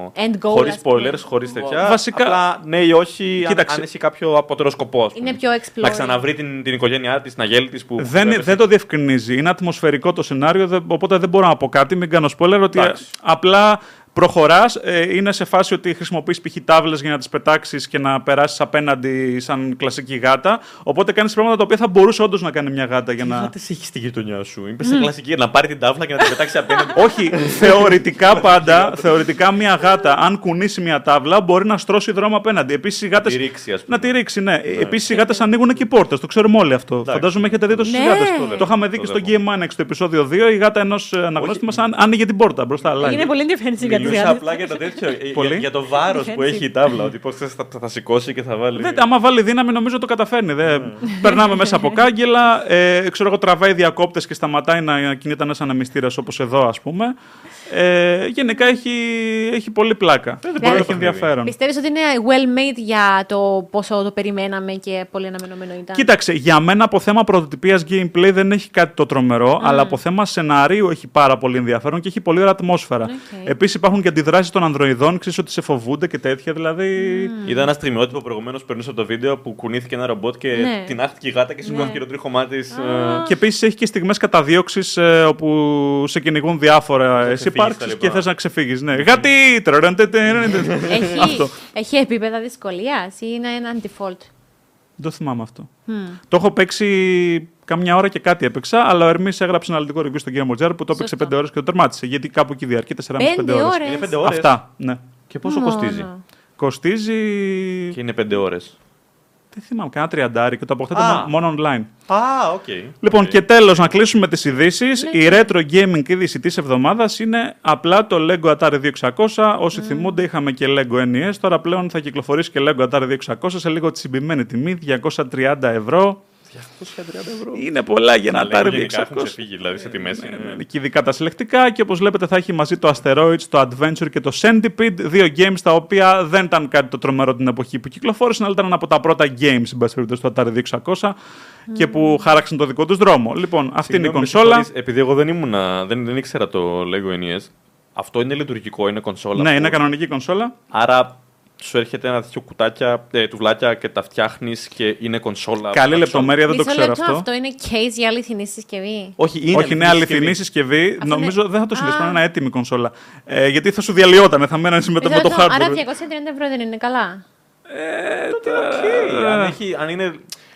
[SPEAKER 3] End goal,
[SPEAKER 2] Χωρίς
[SPEAKER 3] ας πούμε.
[SPEAKER 2] spoilers, χωρίς τέτοια.
[SPEAKER 1] Βασικά-
[SPEAKER 2] Απλά ναι ή όχι, αν,
[SPEAKER 1] Κοίταξε.
[SPEAKER 2] αν έχει κάποιο απότερο σκοπό. ας πούμε.
[SPEAKER 3] Είναι πιο exploring.
[SPEAKER 2] Να ξαναβρει την, την οικογένειά της, την αγέλη της που.
[SPEAKER 1] δεν,
[SPEAKER 2] που
[SPEAKER 1] δεν το διευκρινίζει. Είναι ατμοσφαιρικό το σενάριο, δεν- οπότε δεν μπορώ να πω κάτι. Μην κάνω spoiler ότι ε,
[SPEAKER 2] Εντάξει.
[SPEAKER 1] απλά προχωράς. είναι σε φάση ότι χρησιμοποιείς π.χ. τάβλες για να τις πετάξεις και να περάσεις απέναντι σαν κλασική γάτα. Οπότε κάνεις πράγματα τα οποία θα μπορούσε όντως να κάνει μια γάτα για να.
[SPEAKER 2] Τι έχεις στη γειτονιά σου. Είπε σε κλασική να πάρει την τάβλα και να την πετάξει απέναντι.
[SPEAKER 1] Όχι, θεωρητικά πάντα, θεωρητικά μια γάτα, αν κουνήσει μια τάβλα, μπορεί να στρώσει δρόμο απέναντι. Επίσης οι γάτες.
[SPEAKER 2] τη ρίξει, ας πούμε.
[SPEAKER 1] Να τη ρίξει, ναι. Επίσης οι γάτες ανοίγουν και πόρτες, το ξέρουμε όλοι αυτό. Φαντάζομαι έχετε δει το στι
[SPEAKER 3] Ναι.
[SPEAKER 1] γάτες.
[SPEAKER 2] Το
[SPEAKER 1] Το είχαμε δει
[SPEAKER 2] δέχομαι.
[SPEAKER 1] και στο Game Annex το επεισόδιο 2. Η γάτα ενός αναγνώστη μας άνοιγε την πόρτα μπροστά. αλλά-
[SPEAKER 3] Είναι πολύ ενδιαφέρουσα για τις
[SPEAKER 2] Μιλούσα
[SPEAKER 3] γάτες.
[SPEAKER 2] απλά για το τέτοιο. ε,
[SPEAKER 1] Πολύ.
[SPEAKER 2] για, για το βάρος που
[SPEAKER 3] Defensive.
[SPEAKER 2] έχει η τάβλα. Ότι πώς θα, θα, θα σηκώσει και θα βάλει.
[SPEAKER 1] Δεν, Ναι, άμα βάλει δύναμη, νομίζω το καταφέρνει. Δεν-
[SPEAKER 2] Ναι.
[SPEAKER 1] Περνάμε μέσα από κάγκελα. Ε, ξέρω εγώ, τραβάει διακόπτες και σταματάει να κινείται ένα αναμυστήρα όπως εδώ, ας πούμε. Ε, γενικά έχει, έχει πολύ πλάκα.
[SPEAKER 3] μπορεί
[SPEAKER 1] έχει
[SPEAKER 2] το παιχνίδι.
[SPEAKER 1] ενδιαφέρον.
[SPEAKER 3] Πιστεύεις ότι είναι well made για το πόσο το περιμέναμε και πολύ αναμενόμενο ήταν.
[SPEAKER 1] Κοίταξε, για μένα από θέμα πρωτοτυπίας gameplay δεν έχει κάτι το τρομερό, αλλά από θέμα σενάριου έχει πάρα πολύ ενδιαφέρον και έχει πολύ ωραία ατμόσφαιρα.
[SPEAKER 3] Οκ.
[SPEAKER 1] Επίσης υπάρχουν και αντιδράσεις των ανδροειδών, ξέρεις ότι σε φοβούνται και τέτοια, δηλαδή.
[SPEAKER 2] Είδα ένα στριμιότυπο προηγουμένως που περνούσε από το βίντεο που κουνήθηκε ένα ρομπότ και
[SPEAKER 3] Ναι.
[SPEAKER 2] την άχτηκε η γάτα και σηκώθηκε
[SPEAKER 3] Ναι.
[SPEAKER 2] το τρίχωμά ε, τη.
[SPEAKER 1] Και επίσης έχει και στιγμές καταδίωξης όπου σε κυνηγούν διάφορα
[SPEAKER 2] ξεφύγεις, τα
[SPEAKER 1] υπάρξει
[SPEAKER 2] λοιπά.
[SPEAKER 1] και θες να ξεφύγεις. Ναι. Γατί! τρερεν, τε, τε, ρεν, τε, τε.
[SPEAKER 3] Έχει,
[SPEAKER 1] Αυτό.
[SPEAKER 3] έχει επίπεδα δυσκολίας ή είναι έναν default.
[SPEAKER 1] Δεν το θυμάμαι αυτό.
[SPEAKER 3] Μμμ.
[SPEAKER 1] Το έχω παίξει καμιά ώρα και κάτι έπαιξα, αλλά ο Ερμής έγραψε ένα αναλυτικό review στο Game Mojaro που το έπαιξε
[SPEAKER 3] Σωστό.
[SPEAKER 1] 5 ώρες και το τερμάτισε. Γιατί κάπου εκεί διαρκεί 4,5-5
[SPEAKER 3] Πέντε
[SPEAKER 1] ώρες.
[SPEAKER 3] ώρες.
[SPEAKER 2] Είναι πέντε ώρες.
[SPEAKER 1] Αυτά. Ναι.
[SPEAKER 2] Και πόσο
[SPEAKER 3] Μόνο.
[SPEAKER 2] κοστίζει.
[SPEAKER 1] Κοστίζει.
[SPEAKER 2] Και είναι πέντε ώρες.
[SPEAKER 1] Τι Δεν θυμάμαι, κανένα τριαντάρι και το αποκτάτε
[SPEAKER 2] Α.
[SPEAKER 1] μόνο online.
[SPEAKER 2] Α, οκ.
[SPEAKER 1] Λοιπόν,
[SPEAKER 2] Οκ.
[SPEAKER 1] και τέλος, να κλείσουμε τις ειδήσεις.
[SPEAKER 3] Ναι.
[SPEAKER 1] Η retro gaming είδηση τη εβδομάδας είναι απλά το Lego Atari 2600.
[SPEAKER 2] Ναι.
[SPEAKER 1] Όσοι θυμούνται, είχαμε και Lego NES. Τώρα πλέον θα κυκλοφορήσει και Lego Atari 2600 σε λίγο τσιμπημένη τιμή, 230 ευρώ.
[SPEAKER 2] 230 ευρώ.
[SPEAKER 1] Είναι πολλά για ένα
[SPEAKER 2] Αλλά
[SPEAKER 1] Atari
[SPEAKER 2] γενικά έχουν
[SPEAKER 1] 600.
[SPEAKER 2] ξεφύγει, δηλαδή σε τιμές. είναι-
[SPEAKER 1] και ειδικά τα συλλεκτικά. Και όπως βλέπετε, θα έχει μαζί το Asteroids, το Adventure και το Centipede. Δύο games τα οποία δεν ήταν κάτι το τρομερό την εποχή που κυκλοφόρησαν, αλλά ήταν από τα πρώτα games, εν πάση περιπτώσει, του Atari 2600 και που χάραξαν το δικό τους δρόμο. Λοιπόν, αυτή είναι η
[SPEAKER 2] Συγγνώμη, με
[SPEAKER 1] κονσόλα.
[SPEAKER 2] συγχωρείς, Επειδή εγώ δεν ήμουνα, δεν, δεν ήξερα το Lego NES, αυτό είναι λειτουργικό, είναι κονσόλα.
[SPEAKER 1] Ναι,
[SPEAKER 2] που-
[SPEAKER 1] είναι κανονική κονσόλα.
[SPEAKER 2] Άρα σου έρχεται ένα τέτοιο κουτάκια, ε, τουβλάκια και τα φτιάχνεις και είναι κονσόλα.
[SPEAKER 1] Καλή
[SPEAKER 2] Κονσόλα.
[SPEAKER 1] λεπτομέρεια, δεν το
[SPEAKER 3] Μισό
[SPEAKER 1] ξέρω
[SPEAKER 3] λεπτό,
[SPEAKER 1] αυτό.
[SPEAKER 3] αυτό είναι case για αληθινή συσκευή.
[SPEAKER 2] Όχι, είναι
[SPEAKER 1] Όχι, είναι αληθινή
[SPEAKER 2] συσκευή.
[SPEAKER 1] συσκευή.
[SPEAKER 3] Αυτό
[SPEAKER 1] Νομίζω
[SPEAKER 3] είναι-
[SPEAKER 1] δεν θα το συνδέσουμε.
[SPEAKER 3] Α.
[SPEAKER 1] Είναι ένα έτοιμη κονσόλα. Ε, γιατί θα σου διαλυότανε, θα μένανε με το, με
[SPEAKER 3] Μισό
[SPEAKER 1] το
[SPEAKER 3] λεπτό, Ε, Άρα 230
[SPEAKER 1] hardware.
[SPEAKER 3] ευρώ δεν είναι καλά.
[SPEAKER 1] Ε,
[SPEAKER 2] Οκ, αν έχει- Αν είναι.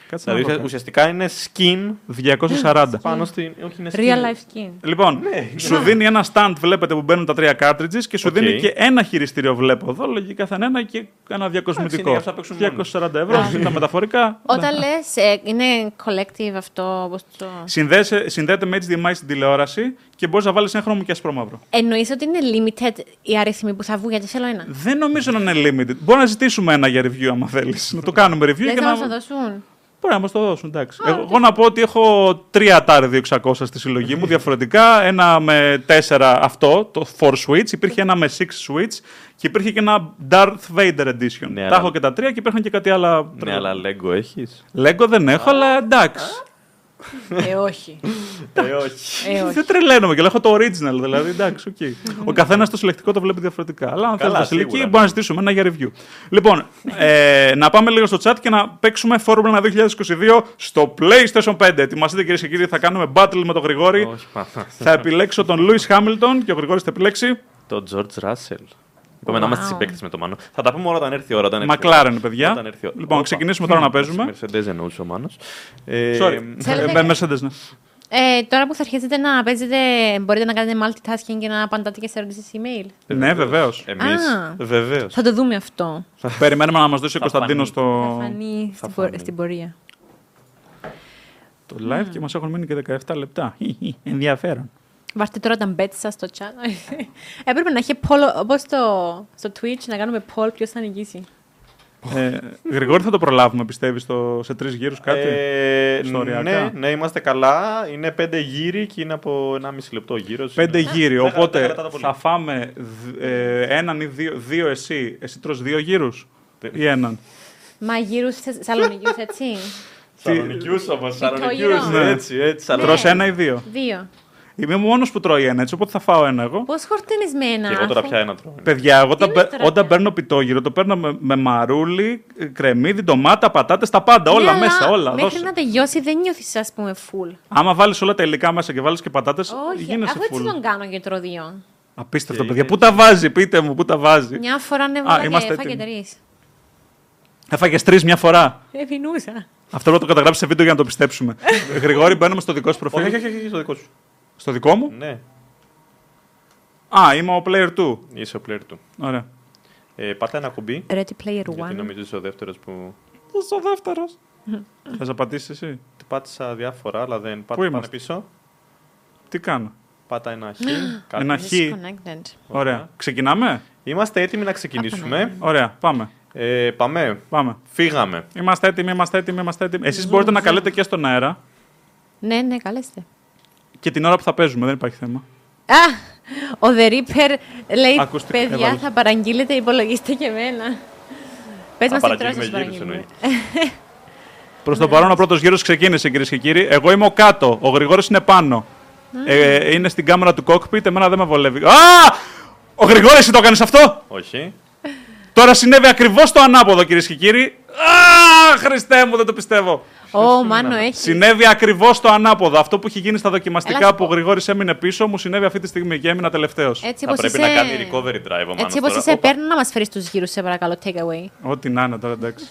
[SPEAKER 1] Κάτσε να
[SPEAKER 2] Δηλαδή,
[SPEAKER 1] δω.
[SPEAKER 2] ε, ουσιαστικά είναι skin
[SPEAKER 1] 240.
[SPEAKER 2] πάνω στην. Όχι, είναι skin.
[SPEAKER 3] Real life skin.
[SPEAKER 1] Λοιπόν,
[SPEAKER 2] Ναι,
[SPEAKER 1] σου δίνει ένα stand, βλέπετε, που μπαίνουν τα τρία cartridges και σου
[SPEAKER 2] Οκ.
[SPEAKER 1] δίνει και ένα χειριστήριο, βλέπω εδώ, λογικά θα είναι ένα και ένα
[SPEAKER 2] Εντάξει, είναι
[SPEAKER 1] διακοσμητικό.
[SPEAKER 2] για αυτά που παίξουν Ναι. μόνοι.
[SPEAKER 1] 240 ευρώ, είναι τα μεταφορικά. Ναι.
[SPEAKER 3] Όταν λε, είναι collective αυτό, όπως το.
[SPEAKER 1] Συνδέσε- Συνδέεται με HDMI στην τηλεόραση και μπορείς να βάλεις έγχρωμο και ασπρόμαυρο.
[SPEAKER 3] Εννοείς ότι είναι limited οι αριθμοί που θα βγουν, γιατί θέλω ένα.
[SPEAKER 1] Δεν νομίζω να είναι limited. Μπορεί να ζητήσουμε ένα για review, άμα θέλεις. να το κάνουμε review
[SPEAKER 3] Δεν
[SPEAKER 1] και
[SPEAKER 3] θα
[SPEAKER 1] να.
[SPEAKER 3] μας το δώσουν.
[SPEAKER 1] Μπορεί να μας το δώσουν, εντάξει. Εγώ, εγώ να πω ότι έχω τρία Atari 2600 στη συλλογή μου διαφορετικά. Ένα με τέσσερα αυτό, το 4 Switch. Υπήρχε ένα με 6 Switch και υπήρχε και ένα Darth Vader Edition.
[SPEAKER 2] Ναι,
[SPEAKER 1] τα
[SPEAKER 2] αλλά-
[SPEAKER 1] έχω και τα τρία και υπήρχαν και κάτι άλλα.
[SPEAKER 2] Ναι, αλλά Lego έχεις.
[SPEAKER 1] Lego δεν έχω, αλλά εντάξει.
[SPEAKER 3] Ε, όχι.
[SPEAKER 2] Ε, όχι.
[SPEAKER 3] Ε, όχι.
[SPEAKER 1] Δεν τρελαίνομαι και έχω το original, δηλαδή. Εντάξει, οκ. Ο καθένας το συλλεκτικό το βλέπει διαφορετικά. Αλλά αν θέλει
[SPEAKER 2] Καλά,
[SPEAKER 1] να συλλεκτική,
[SPEAKER 2] σίγουρα.
[SPEAKER 1] μπορεί να ζητήσουμε ένα για review. Λοιπόν, ε, να πάμε λίγο στο chat και να παίξουμε Formula 2022 στο PlayStation 5. Ετοιμαστείτε κυρίες και κύριοι, θα κάνουμε battle με τον Γρηγόρη.
[SPEAKER 2] Όχι, Παναθηναϊκός.
[SPEAKER 1] θα επιλέξω τον Λούι Χάμιλτον και ο Γρηγόρης θα επιλέξει.
[SPEAKER 2] Το George Russell. Είπαμε να είμαστε
[SPEAKER 3] Wow.
[SPEAKER 2] συμπαίκτες με το Μάνο. Θα τα πούμε όλα όταν έρθει η ώρα. Όταν έρθει η
[SPEAKER 1] Μακλάρεν,
[SPEAKER 2] ώρα.
[SPEAKER 1] παιδιά.
[SPEAKER 2] Όταν έρθει η ώρα.
[SPEAKER 1] Λοιπόν,
[SPEAKER 2] Όπα.
[SPEAKER 1] ξεκινήσουμε τώρα να παίζουμε.
[SPEAKER 2] Mercedes εννοούσε ο Μάνος.
[SPEAKER 1] Sorry.
[SPEAKER 3] Θέλετε-
[SPEAKER 1] Ε, Mercedes, ναι.
[SPEAKER 3] Ε, τώρα που θα αρχίσετε να παίζετε, μπορείτε να κάνετε multitasking και να απαντάτε και σε ερωτήσεις email.
[SPEAKER 2] Ε,
[SPEAKER 1] Ναι, βεβαίως.
[SPEAKER 2] Εμείς.
[SPEAKER 3] Α.
[SPEAKER 2] Βεβαίως.
[SPEAKER 3] Θα το δούμε αυτό.
[SPEAKER 1] Περιμένουμε να μας δώσει ο
[SPEAKER 2] Θα
[SPEAKER 1] Κωνσταντίνο
[SPEAKER 2] φανεί.
[SPEAKER 1] το...
[SPEAKER 3] Θα φανεί στην, πο-
[SPEAKER 2] φανεί.
[SPEAKER 3] στην πορεία.
[SPEAKER 1] το live και μας έχουν μείνει και 17 λεπτά. Χι, χι, Ενδιαφέρον.
[SPEAKER 3] Βάρτε τώρα τα μπέτ σας στο chat. Έπρεπε να έχει poll, όπω στο, στο Twitch, να κάνουμε poll ποιος θα νικήσει.
[SPEAKER 1] Ε, Γρηγόρη, θα το προλάβουμε, πιστεύεις, σε τρεις γύρους κάτι.
[SPEAKER 2] Ε,
[SPEAKER 1] Ιστοριακά.
[SPEAKER 2] ναι, ναι, είμαστε καλά. Είναι πέντε γύρι και είναι από 1,5 λεπτό γύρος.
[SPEAKER 1] Πέντε γύρι.
[SPEAKER 2] τα κρατάω, ναι. τα
[SPEAKER 1] Οπότε
[SPEAKER 2] κρατάω πολύ.
[SPEAKER 1] θα φάμε δ- ε, έναν ή δύο, δύο εσύ. Εσύ τρως δύο γύρους ή έναν.
[SPEAKER 3] Μα γύρου σαλονικιού, έτσι.
[SPEAKER 2] Σαρονικιού όμω.
[SPEAKER 3] γύρο.
[SPEAKER 1] Ναι.
[SPEAKER 2] Έτσι, έτσι. σαρονικιούς.
[SPEAKER 1] Τρως ένα ή δύο.
[SPEAKER 3] Δύο.
[SPEAKER 1] Είμαι ο μόνος που τρώει ένα έτσι, οπότε θα φάω ένα εγώ.
[SPEAKER 3] Πώς χορτίνεις με ένα.
[SPEAKER 2] Και εγώ τώρα
[SPEAKER 3] αφού-
[SPEAKER 2] πια ένα τρώω.
[SPEAKER 1] Παιδιά, εγώ όταν,
[SPEAKER 3] είναι
[SPEAKER 1] παί-
[SPEAKER 3] τώρα
[SPEAKER 1] όταν
[SPEAKER 3] πια?
[SPEAKER 1] παίρνω πιτόγυρο, το παίρνω με, με μαρούλι, ε, κρεμμύδι, ντομάτα, πατάτες, τα πάντα. όλα
[SPEAKER 3] Ναι, αλλά
[SPEAKER 1] μέσα, όλα.
[SPEAKER 3] Μέχρι
[SPEAKER 1] δώσε.
[SPEAKER 3] να τελειώσει δεν νιώθεις, ας πούμε, full.
[SPEAKER 1] Άμα βάλεις όλα τα υλικά μέσα και βάλεις και πατάτες,
[SPEAKER 3] Όχι,
[SPEAKER 1] γίνεσαι
[SPEAKER 3] αφού έτσι
[SPEAKER 1] full.
[SPEAKER 3] τον κάνω και τρώω δύο.
[SPEAKER 1] Απίστευτο,
[SPEAKER 2] Και
[SPEAKER 1] παιδιά.
[SPEAKER 2] είναι-
[SPEAKER 1] Πού τα βάζει, πείτε μου, πού τα
[SPEAKER 2] Ε,
[SPEAKER 1] βάζει.
[SPEAKER 3] Μια φορά ανέβαλα και
[SPEAKER 1] είμαστε
[SPEAKER 3] έφαγε
[SPEAKER 1] έτοιμοι.
[SPEAKER 3] τρεις.
[SPEAKER 1] Έφαγες τρεις μια φορά.
[SPEAKER 3] Ε, Ευηνούσα.
[SPEAKER 1] Αυτό πρέπει να το καταγράψεις σε βίντεο για να το πιστέψουμε. Γρηγόρη, μπαίνουμε στο δικό σου προφίλ.
[SPEAKER 2] Όχι, όχι, όχι, στο δικό σου.
[SPEAKER 1] Στο δικό μου.
[SPEAKER 2] Ναι,
[SPEAKER 1] Α, είμαι ο player 2.
[SPEAKER 2] είσαι ο player του.
[SPEAKER 1] Ωραία.
[SPEAKER 2] Ε, πάτε ένα κουμπί.
[SPEAKER 3] Ready player
[SPEAKER 2] Γιατί
[SPEAKER 3] one.
[SPEAKER 2] νομίζω είσαι ο δεύτερος που.
[SPEAKER 1] Είσαι ο δεύτερος. Θα σε απαντήσει εσύ.
[SPEAKER 2] Πάτησα διάφορα, αλλά δεν
[SPEAKER 1] Πού
[SPEAKER 2] πάτε πάνε
[SPEAKER 1] είμαστε?
[SPEAKER 2] πίσω.
[SPEAKER 1] Τι κάνω.
[SPEAKER 2] Πάτα ένα χ. κάτι.
[SPEAKER 1] Ένα χ.
[SPEAKER 3] Disconnected.
[SPEAKER 1] Ωραία. Ξεκινάμε.
[SPEAKER 2] Είμαστε έτοιμοι να ξεκινήσουμε.
[SPEAKER 1] Ωραία. Πάμε.
[SPEAKER 2] Ε, πάμε.
[SPEAKER 1] Πάμε.
[SPEAKER 2] Φύγαμε.
[SPEAKER 1] Είμαστε έτοιμοι, είμαστε έτοιμοι, είμαστε έτοιμοι. Εσείς μπορείτε να καλέτε και στον αέρα
[SPEAKER 3] Ναι, ναι, καλέστε.
[SPEAKER 1] και την ώρα που θα παίζουμε. Δεν υπάρχει θέμα.
[SPEAKER 3] Α, ο The Reaper λέει,
[SPEAKER 1] Ακούστε,
[SPEAKER 3] παιδιά,
[SPEAKER 1] έβαλε.
[SPEAKER 3] θα παραγγείλετε, υπολογίστε και εμένα. Πες
[SPEAKER 2] Θα
[SPEAKER 3] μας τι τρως
[SPEAKER 2] παραγγείλουμε
[SPEAKER 3] σας
[SPEAKER 2] γύρους,
[SPEAKER 3] παραγγείλουμε. Ε,
[SPEAKER 1] Προ
[SPEAKER 2] Ναι.
[SPEAKER 1] το παρόν, ο πρώτος γύρος ξεκίνησε, κυρίες και κύριοι. Εγώ είμαι ο κάτω. Ο Γρηγόρης είναι πάνω. Ε, είναι στην κάμερα του cockpit. Εμένα δεν με βολεύει. Α! Ο Γρηγόρης το έκανε αυτό!
[SPEAKER 2] Όχι.
[SPEAKER 1] Τώρα συνέβη ακριβώς το ανάποδο, κυρίες και κύριοι. Α! Χριστέ μου, δεν το πιστεύω.
[SPEAKER 3] Ω, Μάνο, έχει.
[SPEAKER 1] Συνέβη ακριβώς το ανάποδο. Αυτό που είχε γίνει στα
[SPEAKER 3] Έλα,
[SPEAKER 1] δοκιμαστικά
[SPEAKER 3] σου
[SPEAKER 1] που ο
[SPEAKER 3] πω.
[SPEAKER 1] Γρηγόρης έμεινε πίσω μου συνέβη αυτή τη στιγμή και έμεινα τελευταίος.
[SPEAKER 3] Έτσι
[SPEAKER 2] Θα
[SPEAKER 3] όπως
[SPEAKER 2] πρέπει
[SPEAKER 3] είσαι...
[SPEAKER 2] να κάνει recovery drive ο Μάνος
[SPEAKER 3] Έτσι όπως
[SPEAKER 2] τώρα.
[SPEAKER 3] είσαι,
[SPEAKER 2] Όπα.
[SPEAKER 3] παίρνω να μας φέρεις τους γύρους, σε παρακαλώ, take away.
[SPEAKER 1] Ό,τι να είναι τώρα, εντάξει.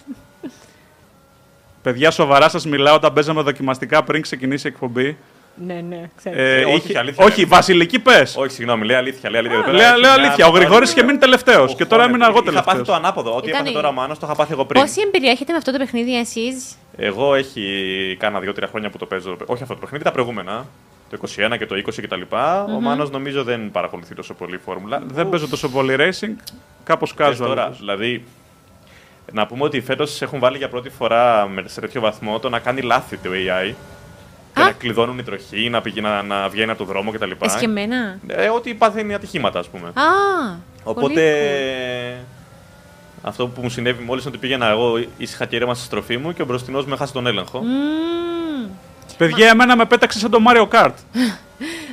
[SPEAKER 1] Παιδιά, σοβαρά σας μιλάω όταν παίζαμε δοκιμαστικά πριν ξεκινήσει η εκπομπή.
[SPEAKER 3] Ναι, ναι, ξέρω.
[SPEAKER 1] Ε,
[SPEAKER 2] όχι,
[SPEAKER 1] είχε-
[SPEAKER 2] αλήθεια,
[SPEAKER 1] όχι, Βασιλική πες.
[SPEAKER 2] Όχι, συγγνώμη, λέει αλήθεια. Λέει αλήθεια, εδώ πέρα.
[SPEAKER 1] Λέω,
[SPEAKER 2] Έχει
[SPEAKER 1] λέω
[SPEAKER 2] μια-
[SPEAKER 1] αλήθεια. Ο Γρηγόρη
[SPEAKER 2] αλήθεια.
[SPEAKER 1] είχε μείνει τελευταίος
[SPEAKER 2] Οχ,
[SPEAKER 1] και τώρα
[SPEAKER 2] χώνεται.
[SPEAKER 1] έμεινα εγώ
[SPEAKER 2] Είχα πάθει το
[SPEAKER 1] τελευταίο.
[SPEAKER 2] ανάποδο. Ό,τι
[SPEAKER 3] Ήταν
[SPEAKER 2] έπαθε
[SPEAKER 3] η-
[SPEAKER 2] τώρα ο Μάνος το είχα πάθει εγώ πριν.
[SPEAKER 3] Πόση εμπειρία έχετε με αυτό το παιχνίδι εσείς,
[SPEAKER 2] Εγώ έχει κάνα δύο-τρία χρόνια που το παίζω. Όχι αυτό το παιχνίδι, τα προηγούμενα. Το 21 και το 20 κτλ. Ο Μάνος νομίζω δεν παρακολουθεί τόσο πολύ η φόρμουλα.
[SPEAKER 1] Δεν παίζω τόσο πολύ racing. Κάπως
[SPEAKER 2] Πες
[SPEAKER 1] κάζω.
[SPEAKER 2] τώρα, δηλαδή, να πούμε ότι φέτος έχουν βάλει για πρώτη φορά με- σε τέτοιο βαθμό το να κάνει λάθη το AI. Και
[SPEAKER 3] Α.
[SPEAKER 2] να κλειδώνουν οι τροχοί, να, πηγαίνει, να, να βγαίνει από το δρόμο κτλ.
[SPEAKER 3] εσκεμμένα.
[SPEAKER 2] Ε, ότι παθαίνει ατυχήματα, ας πούμε.
[SPEAKER 3] Α,
[SPEAKER 2] Οπότε. Αυτό που μου συνέβη μόλις είναι ότι πήγαινα εγώ ήσυχα και ήρεμα στη στροφή μου και ο μπροστινός με χάσει τον έλεγχο.
[SPEAKER 1] Παιδιά, εμένα με πέταξε σαν το Mario Kart.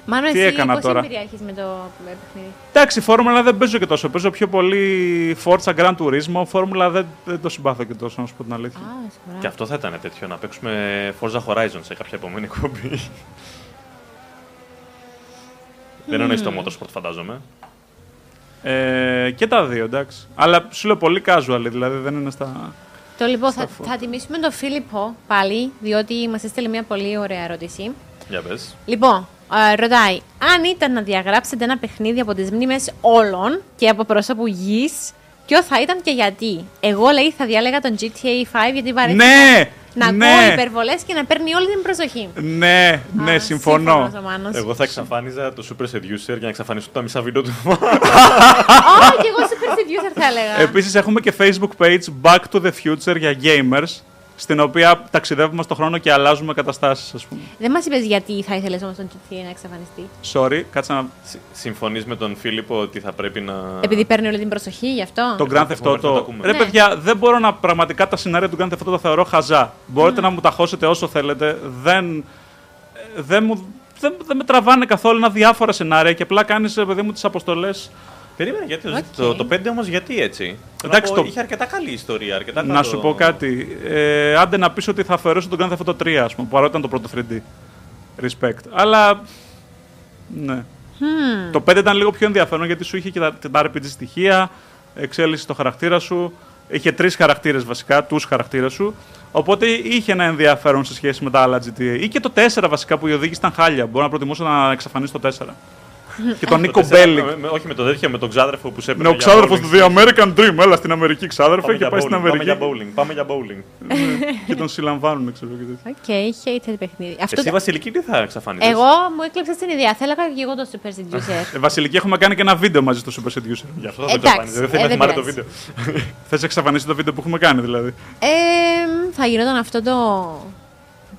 [SPEAKER 3] Μάλλον
[SPEAKER 1] Τι
[SPEAKER 3] εσύ
[SPEAKER 1] έκανα
[SPEAKER 3] πόση
[SPEAKER 1] τώρα?
[SPEAKER 3] εμπειρία έχεις με το με το παιχνίδι.
[SPEAKER 1] Εντάξει, φόρμουλα δεν παίζω και τόσο. Παίζω πιο πολύ Forza Gran Turismo. Φόρμουλα δεν, δεν το συμπάθω και τόσο, να σου πω την αλήθεια.
[SPEAKER 3] Α, σοβαρά.
[SPEAKER 2] Και αυτό θα ήταν τέτοιο, να παίξουμε Forza Horizon σε κάποια επόμενη εκπομπή. Δεν εννοείς το Motorsport, φαντάζομαι.
[SPEAKER 1] Ε, και τα δύο, εντάξει. Αλλά σου λέω πολύ casual, δηλαδή δεν είναι στα.
[SPEAKER 3] Το λοιπόν, θα, θα τιμήσουμε τον Φίλιππο πάλι, διότι μας έστειλε μια πολύ ωραία ερώτηση.
[SPEAKER 2] Για πες.
[SPEAKER 3] Λοιπόν, ε, ρωτάει, αν ήταν να διαγράψετε ένα παιχνίδι από τις μνήμες όλων και από πρόσωπου γης, ποιο θα ήταν και γιατί. Εγώ λέει θα διάλεγα τον GTA 5 γιατί βαρέθηκα
[SPEAKER 1] Ναι!
[SPEAKER 3] να ακούω
[SPEAKER 1] ναι,
[SPEAKER 3] υπερβολές και να παίρνει όλη την προσοχή.
[SPEAKER 1] ναι, ναι,
[SPEAKER 3] Α,
[SPEAKER 1] συμφωνώ.
[SPEAKER 3] σύμφωνος ο Μάνος.
[SPEAKER 2] Εγώ θα εξαφάνιζα το Super Seducer για να εξαφανιστούν τα μισά βίντεο του.
[SPEAKER 3] Ω, και εγώ super seducer θα έλεγα.
[SPEAKER 1] Επίσης έχουμε και Facebook page Back to the Future για gamers, στην οποία ταξιδεύουμε στον χρόνο και αλλάζουμε καταστάσεις, ας πούμε.
[SPEAKER 3] Δεν μας είπες γιατί θα ήθελες όμως τον GTA να εξαφανιστεί.
[SPEAKER 1] Sorry, κάτσε να...
[SPEAKER 2] Συμφωνείς με τον Φίλιππο ότι θα πρέπει να.
[SPEAKER 3] Επειδή παίρνει όλη την προσοχή γι' αυτό.
[SPEAKER 1] Το Grand Theft
[SPEAKER 2] έχουμε,
[SPEAKER 1] Auto.
[SPEAKER 2] θα το ακούμε.
[SPEAKER 1] Ρε
[SPEAKER 3] Ναι.
[SPEAKER 1] παιδιά, δεν μπορώ να πραγματικά τα σενάρια του Grand Theft Auto τα θεωρώ χαζά. Μπορείτε να μου τα χώσετε όσο θέλετε. Δεν, ε, δεν, μου, δεν, δεν με τραβάνε καθόλου ένα διάφορα σενάρια και απλά κάνεις, ρε παιδί μου, τις αποστολές.
[SPEAKER 2] Περίμενε, γιατί το-
[SPEAKER 3] Οκ.
[SPEAKER 2] το, το 5 όμως γιατί έτσι. Θέλω να
[SPEAKER 1] Εντάξει,
[SPEAKER 2] πω,
[SPEAKER 1] το-
[SPEAKER 2] Είχε αρκετά καλή ιστορία. Αρκετά
[SPEAKER 1] Να
[SPEAKER 2] καλό-
[SPEAKER 1] σου πω κάτι. Ε, άντε να πεις ότι θα αφαιρέσω τον Grand Theft Auto 3, ας πούμε, παρότι ήταν το πρώτο 3D. Respect. Αλλά, ναι. Το 5 ήταν λίγο πιο ενδιαφέρον γιατί σου είχε και τα, τα RPG στοιχεία, εξέλιξη στο χαρακτήρα σου. Είχε τρεις χαρακτήρες βασικά, τους χαρακτήρες σου. Οπότε είχε ένα ενδιαφέρον σε σχέση με τα άλλα GTA. Ή και το 4 βασικά που η οδήγηση ήταν χάλια. Μπορώ να προτιμούσα να εξαφανίσω το 4. και τον
[SPEAKER 2] Το
[SPEAKER 1] Νίκο
[SPEAKER 2] τέσσερα,
[SPEAKER 1] Μπέλικ.
[SPEAKER 2] με- με- Όχι με τον τέτοιο, με τον ξάδερφο που σε
[SPEAKER 1] Είναι ο ξάδερφος του The American Dream. Έλα στην Αμερική, ξάδερφε, και πάει στην
[SPEAKER 2] Πάμε για
[SPEAKER 1] Αμερική.
[SPEAKER 2] bowling. Πάμε για bowling.
[SPEAKER 1] Ναι. και τον συλλαμβάνουν, ξέρω και τέτοια.
[SPEAKER 3] Οκ, hated παιχνίδι. Αυτό
[SPEAKER 2] Εσύ, Βασιλική, τι θα εξαφανίσεις.
[SPEAKER 3] Εγώ Ε, μου έκλεψα την ιδέα. Θα έλεγα και εγώ το super seducer.
[SPEAKER 1] Ε, Βασιλική, έχουμε κάνει και ένα βίντεο μαζί στο Super Seducer.
[SPEAKER 2] Γι' αυτό θα το
[SPEAKER 3] Εντάξει,
[SPEAKER 2] εξαφανίζει. Δεν
[SPEAKER 3] ε,
[SPEAKER 2] θέλει να
[SPEAKER 3] δεν
[SPEAKER 2] θυμάται το
[SPEAKER 3] πειράζει.
[SPEAKER 2] βίντεο.
[SPEAKER 1] Θες εξαφανίσει το βίντεο που έχουμε κάνει, δηλαδή.
[SPEAKER 3] ε, θα γινόταν αυτό το.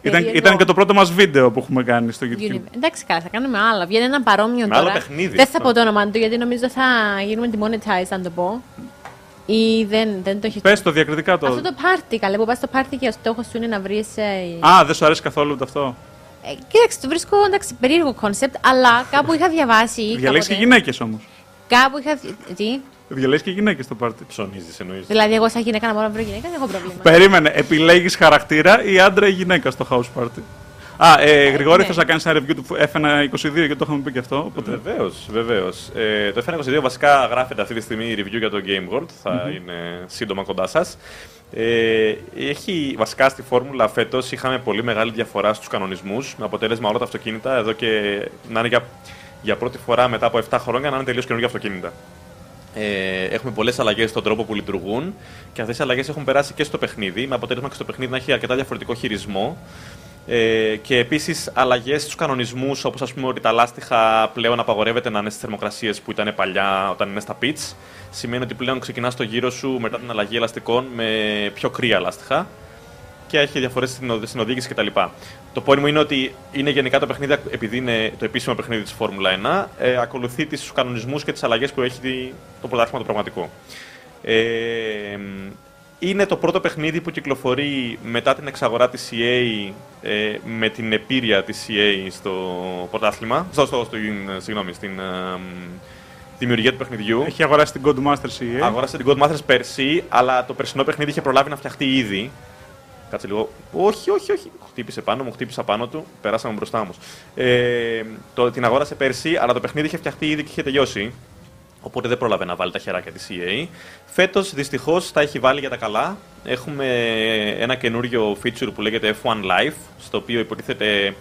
[SPEAKER 1] Ήταν,
[SPEAKER 3] περίεργο
[SPEAKER 1] ήταν και το πρώτο μας βίντεο που έχουμε κάνει στο YouTube.
[SPEAKER 3] universe. Εντάξει, καλά, θα κάνουμε άλλα. Βγαίνει ένα
[SPEAKER 2] Με
[SPEAKER 3] παρόμοιο τώρα.
[SPEAKER 2] άλλο παιχνίδι.
[SPEAKER 3] Δεν θα πω το όνομα του, γιατί νομίζω θα γίνουμε demonetized αν το πω. Ή δεν, δεν το έχει.
[SPEAKER 1] Πες το διακριτικά το.
[SPEAKER 3] Αυτό το πάρτι, καλέ, που πας στο πάρτι και ο στόχος σου είναι να ε, βρει.
[SPEAKER 1] Α, δεν σου αρέσει καθόλου το αυτό.
[SPEAKER 3] Ε, κοίταξε, το βρίσκω εντάξει, περίεργο κόνσεπτ, αλλά κάπου είχα διαβάσει.
[SPEAKER 1] Διαλέγει και
[SPEAKER 3] κάποτε-
[SPEAKER 1] γυναίκες όμως.
[SPEAKER 3] Κάπου είχα. δι- Τι?
[SPEAKER 1] Διαλέγεις και γυναίκες το πάρτι.
[SPEAKER 2] Ψωνίζεις, εννοείς.
[SPEAKER 3] Δηλαδή, εγώ σαν γυναίκα να μπορώ να βρω γυναίκα, δεν έχω πρόβλημα.
[SPEAKER 1] Περίμενε, επιλέγεις χαρακτήρα ή άντρα ή γυναίκα στο house party. Α, ε, Γρηγόρη,
[SPEAKER 3] ναι.
[SPEAKER 1] θες να κάνεις ένα review του F1 22 γιατί το είχαμε πει και αυτό. Οπότε...
[SPEAKER 2] Βεβαίως, βεβαίως. Ε, το F122 βασικά γράφεται αυτή τη στιγμή η review για το Game World. Θα είναι σύντομα κοντά σας. Ε, έχει βασικά στη φόρμουλα φέτος είχαμε πολύ μεγάλη διαφορά στους κανονισμούς με αποτέλεσμα όλα τα αυτοκίνητα εδώ και να είναι για, για πρώτη φορά μετά από 7 χρόνια να είναι τελείως καινούργια αυτοκίνητα. Ε, έχουμε πολλές αλλαγές στον τρόπο που λειτουργούν και αυτές οι αλλαγές έχουν περάσει και στο παιχνίδι, με αποτέλεσμα και στο παιχνίδι να έχει αρκετά διαφορετικό χειρισμό. Ε, και επίσης αλλαγές στους κανονισμούς, όπως ας πούμε ότι τα λάστιχα πλέον απαγορεύεται να είναι στις θερμοκρασίες που ήταν παλιά όταν είναι στα pits. Σημαίνει ότι πλέον ξεκινάς το γύρο σου μετά την αλλαγή ελαστικών με πιο κρύα λάστιχα και έχει διαφορές στην, οδ- στην οδήγηση κτλ. Το πόνιμο είναι ότι είναι γενικά το παιχνίδι, επειδή είναι το επίσημο παιχνίδι της Φόρμουλα 1, ε, ακολουθεί τους κανονισμούς και τις αλλαγές που έχει το πρωτάθλημα το πραγματικό. Ε, μ, είναι το πρώτο παιχνίδι που κυκλοφορεί μετά την εξαγορά της EA ε, με την επίρρεια της EA στο πρωτάθλημα, στο, στο, στην, ε, συγγνώμη, στην ε, μ, δημιουργία του παιχνιδιού.
[SPEAKER 1] Έχει αγοράσει την E Codemasters η EA.
[SPEAKER 2] Αγόρασε την Codemasters πέρσι, αλλά το περσινό παιχνίδι είχε προλάβει να φτιαχτεί ήδη. Κάτσε λίγο. Όχι, όχι, όχι. Χτύπησε πάνω μου, χτύπησα πάνω του. Περάσαμε μπροστά όμως. Ε, το, την αγόρασε πέρσι, αλλά το παιχνίδι είχε φτιαχτεί ήδη και είχε τελειώσει. Οπότε δεν πρόλαβε να βάλει τα χεράκια E της EA. Φέτος δυστυχώς τα έχει βάλει για τα καλά. Έχουμε ένα καινούριο feature που λέγεται F1 Live, στο οποίο υποτίθεται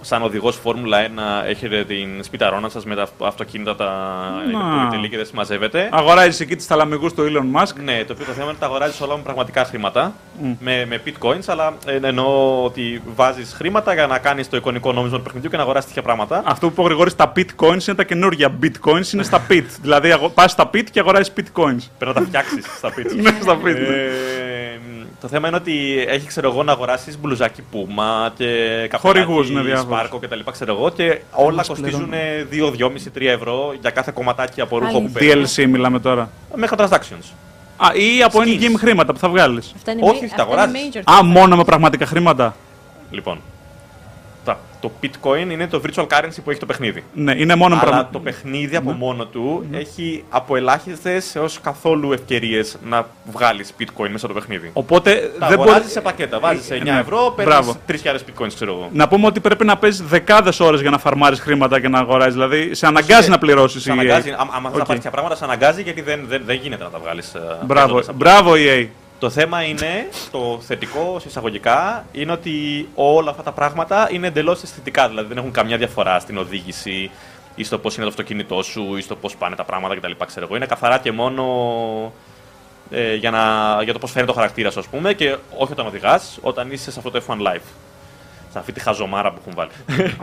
[SPEAKER 2] σαν οδηγός Φόρμουλα 1 έχετε την σπιταρόνα σας με τα αυτο- αυτοκίνητα τα ηλεκτρολιτελή και δεν συμμαζεύετε.
[SPEAKER 1] Αγοράζεις εκεί τις θαλαμικού του Elon Musk.
[SPEAKER 2] Ναι, το οποίο το θέμα είναι ότι τα αγοράζεις όλα με πραγματικά χρήματα, με, με bitcoins, αλλά ε, εννοώ ότι βάζεις χρήματα για να κάνεις το εικονικό νόμισμα του παιχνιδιού και να αγοράσει τέτοια πράγματα.
[SPEAKER 1] Αυτό που είπε ο Γρηγόρης, τα bitcoins είναι τα καινούργια bitcoins, είναι στα pit. δηλαδή, πας στα pit και αγοράζεις bitcoins.
[SPEAKER 2] Πρέπει να τα φτιάξεις στα πίτσα.
[SPEAKER 1] Ναι, στα pit, ναι.
[SPEAKER 2] Ε, το θέμα είναι ότι έχει, ξέρω εγώ, να αγοράσεις μπλουζάκι πούμα και καφεδάκι,
[SPEAKER 1] Χορηγούς, ναι, διάφορους.
[SPEAKER 2] σπάρκο κτλ. Ξέρω εγώ, και όλα
[SPEAKER 4] Μας
[SPEAKER 2] κοστίζουν 2-2,5-3 ευρώ για κάθε κομματάκι από ρούχο
[SPEAKER 3] Αλήθεια.
[SPEAKER 2] που παίρνει.
[SPEAKER 1] DLC μιλάμε τώρα.
[SPEAKER 2] Με transactions.
[SPEAKER 1] Α, ή από
[SPEAKER 2] Skins.
[SPEAKER 1] in-game χρήματα που θα βγάλεις.
[SPEAKER 3] Αυτά είναι,
[SPEAKER 2] Όχι,
[SPEAKER 3] ma-
[SPEAKER 2] όχι, τα
[SPEAKER 3] αυτά είναι
[SPEAKER 2] αγοράζεις.
[SPEAKER 3] major.
[SPEAKER 1] Α, μόνο με πραγματικά χρήματα.
[SPEAKER 2] Λοιπόν, τα- το bitcoin είναι το virtual currency που έχει το παιχνίδι.
[SPEAKER 1] Ναι, είναι μόνο με
[SPEAKER 2] Αλλά
[SPEAKER 1] πραγμα-
[SPEAKER 2] το παιχνίδι
[SPEAKER 1] Ναι.
[SPEAKER 2] από μόνο του έχει από ελάχιστε έως καθόλου ευκαιρίες να βγάλεις bitcoin μέσα στο παιχνίδι.
[SPEAKER 1] Οπότε
[SPEAKER 2] Τα
[SPEAKER 1] δεν
[SPEAKER 2] αγοράζει
[SPEAKER 1] μπορεί.
[SPEAKER 2] σε πακέτα. Βάζεις 9
[SPEAKER 1] ναι.
[SPEAKER 2] ευρώ, παίρνεις
[SPEAKER 1] Μπράβο. Ναι,
[SPEAKER 2] 3.000 bitcoins, ξέρω εγώ.
[SPEAKER 1] Να πούμε ότι πρέπει να παίζεις δεκάδες ώρες για να φαρμάρεις χρήματα και να αγοράζεις. Δηλαδή, σε αναγκάζει
[SPEAKER 2] Ναι.
[SPEAKER 1] να πληρώσεις.
[SPEAKER 2] Σε αναγκάζει. Αν okay.
[SPEAKER 1] ε, Οκ.
[SPEAKER 2] πάρει τέτοια πράγματα, σε αναγκάζει γιατί δεν, δεν, δεν γίνεται να τα ε, βγάλει.
[SPEAKER 1] Μπράβο, μπράβο E EA.
[SPEAKER 2] Το θέμα είναι, το θετικό σε εισαγωγικά, είναι ότι όλα αυτά τα πράγματα είναι εντελώς αισθητικά. Δηλαδή δεν έχουν καμιά διαφορά στην οδήγηση ή στο πώς είναι το αυτοκίνητό σου ή στο πώς πάνε τα πράγματα κτλ. Ξέρω εγώ. Είναι καθαρά και μόνο ε, για, να, για το πώς φαίνεται ο χαρακτήρας σου, ας πούμε, και όχι όταν οδηγάς, όταν είσαι σε αυτό το F1 Live. Σε αυτή τη χαζομάρα που έχουν βάλει.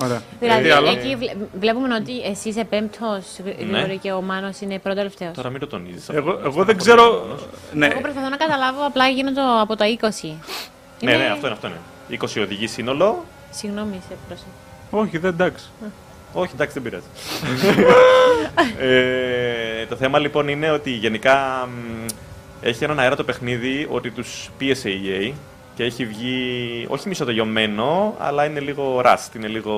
[SPEAKER 1] Ωραία. Ε,
[SPEAKER 3] Δηλαδή,
[SPEAKER 2] Ε,
[SPEAKER 1] Τι άλλο?
[SPEAKER 3] εκεί βλε- βλέπουμε ότι εσύ είσαι πέμπτο Γρηγόρη και ο Μάνος είναι πρώτο τελευταίο.
[SPEAKER 2] Ναι. Τώρα μην το τονίζεις.
[SPEAKER 1] Εγώ, εγώ δεν ξέρω. Ναι,
[SPEAKER 3] Εγώ προσπαθώ να καταλάβω, απλά γίνονται από τα 20.
[SPEAKER 2] Ναι, ναι, αυτό είναι. Αυτό είναι. 20 οδηγοί σύνολο.
[SPEAKER 3] Συγγνώμη, σε πρόσεχα.
[SPEAKER 1] όχι, δεν εντάξει.
[SPEAKER 2] Όχι, εντάξει, δεν πειράζει. ε, το θέμα λοιπόν είναι ότι γενικά μ, έχει έναν αέρα το παιχνίδι ότι τους πίεσε η EA και έχει βγει όχι μισοτελειωμένο, αλλά είναι λίγο rust, είναι λίγο.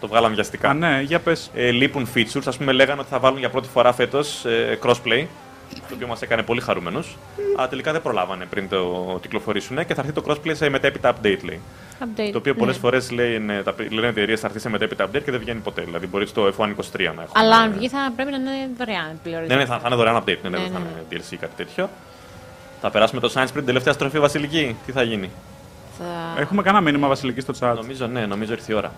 [SPEAKER 2] το βγάλαμε βιαστικά.
[SPEAKER 1] Α, ναι, για πες.
[SPEAKER 2] Ε, λείπουν features. Ας πούμε, λέγανε ότι θα βάλουν για πρώτη φορά φέτος crossplay. Το οποίο μας έκανε πολύ χαρούμενους. Αλλά τελικά δεν προλάβανε πριν το κυκλοφορήσουν και θα έρθει το crossplay σε μετέπειτα update, λέει.
[SPEAKER 3] Update.
[SPEAKER 2] Το οποίο πολλές
[SPEAKER 3] ναι.
[SPEAKER 2] φορές λένε οι εταιρείες θα έρθει σε μετέπειτα update και δεν βγαίνει ποτέ. Δηλαδή μπορείς στο F123 να έχουμε.
[SPEAKER 3] Αλλά αν βγει θα πρέπει να είναι δωρεάν πληρώνεις.
[SPEAKER 2] Ναι, ναι, θα, θα είναι δωρεάν update. Ναι, ναι,
[SPEAKER 3] Ναι,
[SPEAKER 2] δεν θα
[SPEAKER 3] ναι,
[SPEAKER 2] είναι DLC ή κάτι τέτοιο. Θα περάσουμε το Science πριν την τελευταία στροφή βασιλική. Τι θα γίνει.
[SPEAKER 3] Θα-
[SPEAKER 1] Έχουμε κανένα μήνυμα βασιλική στο chat.
[SPEAKER 2] Νομίζω, ναι, νομίζω ήρθε η ώρα.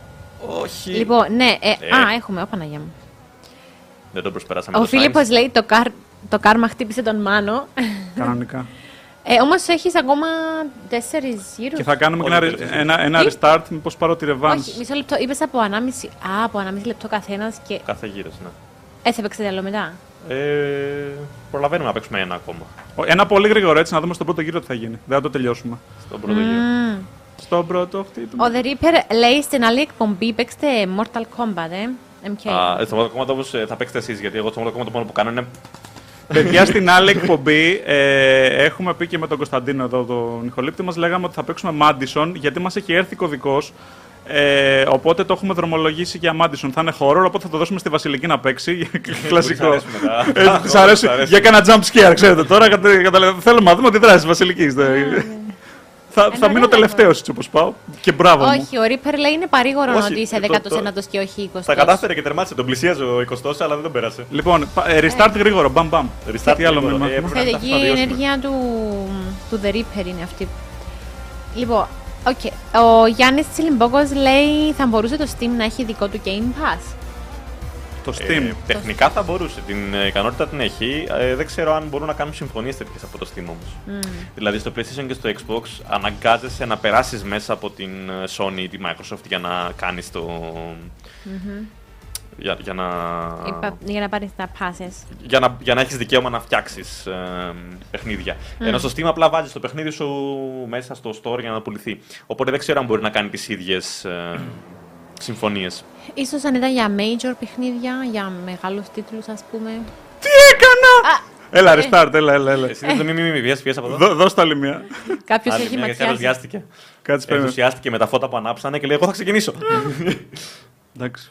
[SPEAKER 2] Όχι.
[SPEAKER 3] Λοιπόν, ναι, ε,
[SPEAKER 2] Ε.
[SPEAKER 3] α, έχουμε, ο Παναγία μου.
[SPEAKER 2] Δεν τον προσπεράσαμε.
[SPEAKER 3] Ο
[SPEAKER 2] το
[SPEAKER 3] Φίλιππος
[SPEAKER 2] Science.
[SPEAKER 3] λέει το, καρ, το κάρμα χτύπησε τον Μάνο.
[SPEAKER 1] Κανονικά.
[SPEAKER 3] Ε, Όμως έχεις ακόμα τέσσερις γύρους.
[SPEAKER 1] και θα κάνουμε και
[SPEAKER 2] Όλο
[SPEAKER 1] ένα,
[SPEAKER 2] το
[SPEAKER 1] ρε-
[SPEAKER 2] τελευταίο.
[SPEAKER 1] ένα, ένα
[SPEAKER 3] Τι?
[SPEAKER 1] restart, μήπως πάρω τη revenge.
[SPEAKER 3] Όχι, μισό λεπτό. Είπες από 1,5. Α, από 1,5 λεπτό καθένας και.
[SPEAKER 2] Κάθε γύρος, ναι.
[SPEAKER 3] Ε, θα παίξετε άλλο μετά.
[SPEAKER 2] Ε, προλαβαίνουμε να παίξουμε ένα ακόμα.
[SPEAKER 1] Ένα πολύ γρήγορο έτσι να δούμε στον πρώτο γύρο τι θα γίνει. Δεν θα το τελειώσουμε.
[SPEAKER 2] Στον πρώτο γύρο.
[SPEAKER 3] Μμμ. ναι.
[SPEAKER 1] Στον πρώτο
[SPEAKER 3] Ο
[SPEAKER 1] χτύπημα.
[SPEAKER 3] The Reaper λέει στην άλλη εκπομπή παίξτε Mortal Kombat, ε. MK.
[SPEAKER 2] Α, στο Mortal Kombat όμως, ε, θα παίξετε εσείς, γιατί εγώ στο Mortal Kombat το μόνο που κάνω είναι.
[SPEAKER 1] Παιδιά, στην άλλη εκπομπή ε, έχουμε πει και με τον Κωνσταντίνο εδώ, τον Νιχολήπτη μας, λέγαμε ότι θα παίξουμε Madison, γιατί μας έχει έρθει κωδικός. Ε, οπότε το έχουμε δρομολογήσει για Madison. Θα είναι χώρο, οπότε θα το δώσουμε στη Βασιλική να παίξει.
[SPEAKER 2] Ε,
[SPEAKER 1] Κλασικό.
[SPEAKER 2] αρέσουν μετά.
[SPEAKER 1] Ε, της αρέσει.
[SPEAKER 2] Αρέσουν.
[SPEAKER 1] Για κάνα jump scare, ξέρετε τώρα. κατα- καταλαβα- Θέλουμε να δούμε τη δράση της Βασιλικής. Θα, θα
[SPEAKER 3] Ναι, Ένα
[SPEAKER 1] μείνω
[SPEAKER 3] ωραίο
[SPEAKER 1] τελευταίος έτσι όπως πάω. Και μπράβο μου.
[SPEAKER 3] όχι, ο Reaper λέει είναι παρήγορο
[SPEAKER 2] Όχι, ε,
[SPEAKER 3] ότι είσαι
[SPEAKER 2] το-
[SPEAKER 3] 19ο και όχι 20ο.
[SPEAKER 2] Τα κατάφερε και τερμάτισε. Τον πλησίαζε ο 20ο, αλλά δεν τον πέρασε.
[SPEAKER 1] Λοιπόν, πα- ε, restart γρήγορο. Μπαμ, μπαμ.
[SPEAKER 2] Restart
[SPEAKER 1] Τι άλλο
[SPEAKER 2] γρήγορο.
[SPEAKER 1] μήνυμα
[SPEAKER 2] Ε,
[SPEAKER 1] έχουμε?
[SPEAKER 2] πρέπει να τα
[SPEAKER 3] Θετική
[SPEAKER 2] φαδιώσουμε.
[SPEAKER 3] ενέργεια του, του The Reaper είναι αυτή. Λοιπόν, okay. ο Γιάννης Τσιλιμπόκο λέει θα μπορούσε το Steam να έχει δικό του Game Pass.
[SPEAKER 1] Το
[SPEAKER 2] Ε,
[SPEAKER 1] Steam.
[SPEAKER 2] τεχνικά θα μπορούσε. Την ε, ικανότητα την έχει. Ε, δεν ξέρω αν μπορούν να κάνουν συμφωνίες τέτοιες από το Steam όμως. Δηλαδή στο PlayStation και στο Xbox αναγκάζεσαι να περάσεις μέσα από την ε, Sony ή τη Microsoft για να κάνεις το. Για, για να.
[SPEAKER 3] Είπα, για να πάρεις τα passes.
[SPEAKER 2] Για να, για να έχεις δικαίωμα να φτιάξεις ε, παιχνίδια. Ενώ στο Steam απλά βάζεις το παιχνίδι σου μέσα στο store για να πουληθεί. Οπότε δεν ξέρω αν μπορεί να κάνει τις ίδιες ε, συμφωνίες.
[SPEAKER 3] Ίσως αν ήταν για major παιχνίδια, για μεγάλους τίτλους ας πούμε.
[SPEAKER 1] Τι έκανα! Έλα,
[SPEAKER 3] Ε.
[SPEAKER 1] restart, έλα, έλα. έλα.
[SPEAKER 2] Εσύ δεν το μη μη μη βιάζει από εδώ.
[SPEAKER 1] Δώ- Δώσ' τα άλλη μία.
[SPEAKER 3] Κάποιος
[SPEAKER 2] Άλλη
[SPEAKER 3] έχει
[SPEAKER 2] μια, γιατί άλλος
[SPEAKER 3] ματιάσει.
[SPEAKER 2] βιάστηκε. Ε,
[SPEAKER 1] Κάτσε περίμενε.
[SPEAKER 2] Ενθουσιάστηκε με τα φώτα που ανάψανε και λέει: Εγώ θα ξεκινήσω.
[SPEAKER 1] Ε, Εντάξει.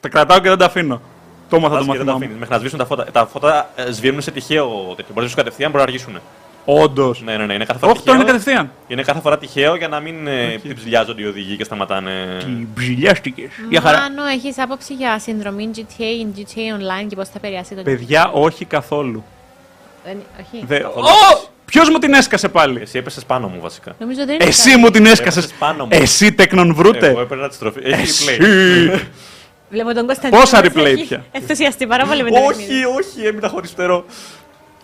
[SPEAKER 1] Τα κρατάω και δεν τα αφήνω. Το μάθα το
[SPEAKER 2] Βάζεις και δεν τα
[SPEAKER 1] μαθήμα
[SPEAKER 2] αφήνει
[SPEAKER 1] μου.
[SPEAKER 2] μέχρι να σβήσουν τα φώτα. Τα φώτα ε, σβήνουν σε τυχαίο τέτοιο. Μπορείς να σβήσουν κατευθείαν, μπορεί να αργήσουν.
[SPEAKER 1] Όντως.
[SPEAKER 2] Ναι, ναι, ναι. Είναι κάθε φορά
[SPEAKER 1] Όχι, τώρα είναι
[SPEAKER 2] τυχαίο.
[SPEAKER 1] κατευθείαν.
[SPEAKER 2] Είναι κάθε φορά τυχαίο για να μην ε, ψηλιάζονται οι οδηγοί και σταματάνε.
[SPEAKER 1] Μπζιλιάστηκε. Για χαρά.
[SPEAKER 3] Μάνο, έχεις άποψη για συνδρομή GTA, GTA Online και πώς θα περάσει τον...
[SPEAKER 1] Παιδιά, όχι καθόλου.
[SPEAKER 3] Δεν- Όχι.
[SPEAKER 1] Δε-
[SPEAKER 2] Καθόλου.
[SPEAKER 1] Ω! Ποιος μου την έσκασε πάλι.
[SPEAKER 2] Εσύ έπεσες πάνω μου βασικά.
[SPEAKER 3] Νομίζω δεν είναι.
[SPEAKER 1] Εσύ μου την έσκασες.
[SPEAKER 2] Έπεσες πάνω μου.
[SPEAKER 1] Εσύ τέκνον
[SPEAKER 2] Εγώ
[SPEAKER 1] βρούτε.
[SPEAKER 2] έπαιρνα τη στροφή. Έχει
[SPEAKER 1] Εσύ.
[SPEAKER 2] replay.
[SPEAKER 3] Βλέπω τον Κωνσταντίνο.
[SPEAKER 1] Πόσα
[SPEAKER 3] μας
[SPEAKER 1] replay
[SPEAKER 3] έχει
[SPEAKER 1] πια.
[SPEAKER 3] Ενθουσιαστεί πάρα πολύ με το παιχνίδι.
[SPEAKER 2] Όχι, όχι, έμεινα χωρί φτερό.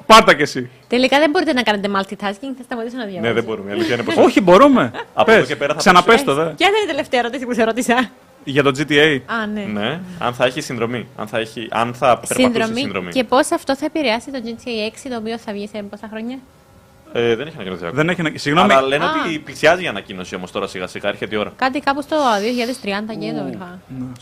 [SPEAKER 1] Πάρτα κι εσύ.
[SPEAKER 3] Τελικά δεν μπορείτε να κάνετε multitasking, θα σταματήσω να διαβάζω.
[SPEAKER 2] Ναι, δεν μπορούμε. η Αλήθεια είναι πως.
[SPEAKER 1] Όχι, μπορούμε.
[SPEAKER 2] Από εδώ
[SPEAKER 1] Πες.
[SPEAKER 2] και πέρα θα
[SPEAKER 1] Ξαναπες το,
[SPEAKER 3] Ε,
[SPEAKER 1] δε. Ναι,
[SPEAKER 3] Ποια ήταν η τελευταία ερώτηση που σε ρώτησα.
[SPEAKER 1] Για το GTA.
[SPEAKER 3] Α, ναι.
[SPEAKER 2] Ναι, αν θα έχει συνδρομή. Αν θα, έχει, αν θα περπατούσε
[SPEAKER 3] Συνδρομή.
[SPEAKER 2] συνδρομή.
[SPEAKER 3] Και πώς αυτό θα επηρεάσει το GTA 6 το οποίο θα βγει σε πόσα χρόνια.
[SPEAKER 2] Ε, δεν έχει ανακοινωθεί ακόμα.
[SPEAKER 1] Δεν έχει να... Συγγνώμη.
[SPEAKER 2] Αλλά λένε
[SPEAKER 3] Α.
[SPEAKER 2] ότι πλησιάζει η ανακοίνωση όμως τώρα σιγά σιγά. Έρχεται η ώρα.
[SPEAKER 3] Κάτι κάπου στο 2030 και το είχα.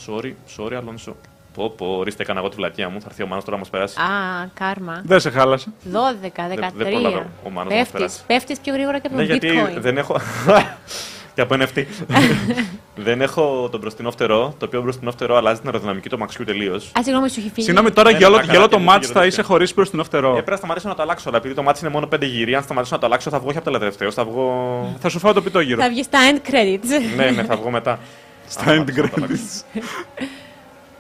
[SPEAKER 2] Sorry, sorry, Αλόνσο. Πω, πω, ορίστε, έκανα εγώ τη βλακία μου. Θα έρθει ο Μάνος τώρα να μας περάσει.
[SPEAKER 3] Α, κάρμα.
[SPEAKER 1] Δεν σε χάλασε.
[SPEAKER 3] 12,
[SPEAKER 2] δεν προλαβαίνω.
[SPEAKER 3] 13.
[SPEAKER 2] Ο Μάνος μας
[SPEAKER 3] Πέφτεις,
[SPEAKER 2] πέρασε.
[SPEAKER 3] πέφτεις πιο γρήγορα και από
[SPEAKER 2] Ναι,
[SPEAKER 3] το
[SPEAKER 2] γιατί
[SPEAKER 3] bitcoin.
[SPEAKER 2] δεν έχω. και από NFT. δεν έχω τον μπροστινό φτερό, το οποίο μπροστινό φτερό αλλάζει την αεροδυναμική του μαξιού τελείως.
[SPEAKER 3] Α, συγγνώμη, σου έχει φύγει.
[SPEAKER 1] Συγγνώμη, τώρα
[SPEAKER 2] Ναι,
[SPEAKER 1] για όλο,
[SPEAKER 2] τα
[SPEAKER 1] για όλο το
[SPEAKER 2] καλά
[SPEAKER 1] match
[SPEAKER 2] και
[SPEAKER 1] θα
[SPEAKER 2] τα
[SPEAKER 1] είσαι χωρί προ την
[SPEAKER 2] Ε,
[SPEAKER 1] φτερό.
[SPEAKER 2] πρέπει να σταματήσω να το αλλάξω, αλλά επειδή το μάτι είναι μόνο πέντε γύρι, αν σταματήσω να το αλλάξω θα βγω και από τελευταίο. Θα βγω.
[SPEAKER 1] Θα σου φάω το πιτόγυρο.
[SPEAKER 3] Θα βγεις στα end credits.
[SPEAKER 2] ναι, ναι, θα βγω μετά.
[SPEAKER 1] Στα
[SPEAKER 2] Αν
[SPEAKER 1] end
[SPEAKER 2] σταματήσω να το αλλάξω.
[SPEAKER 1] credits.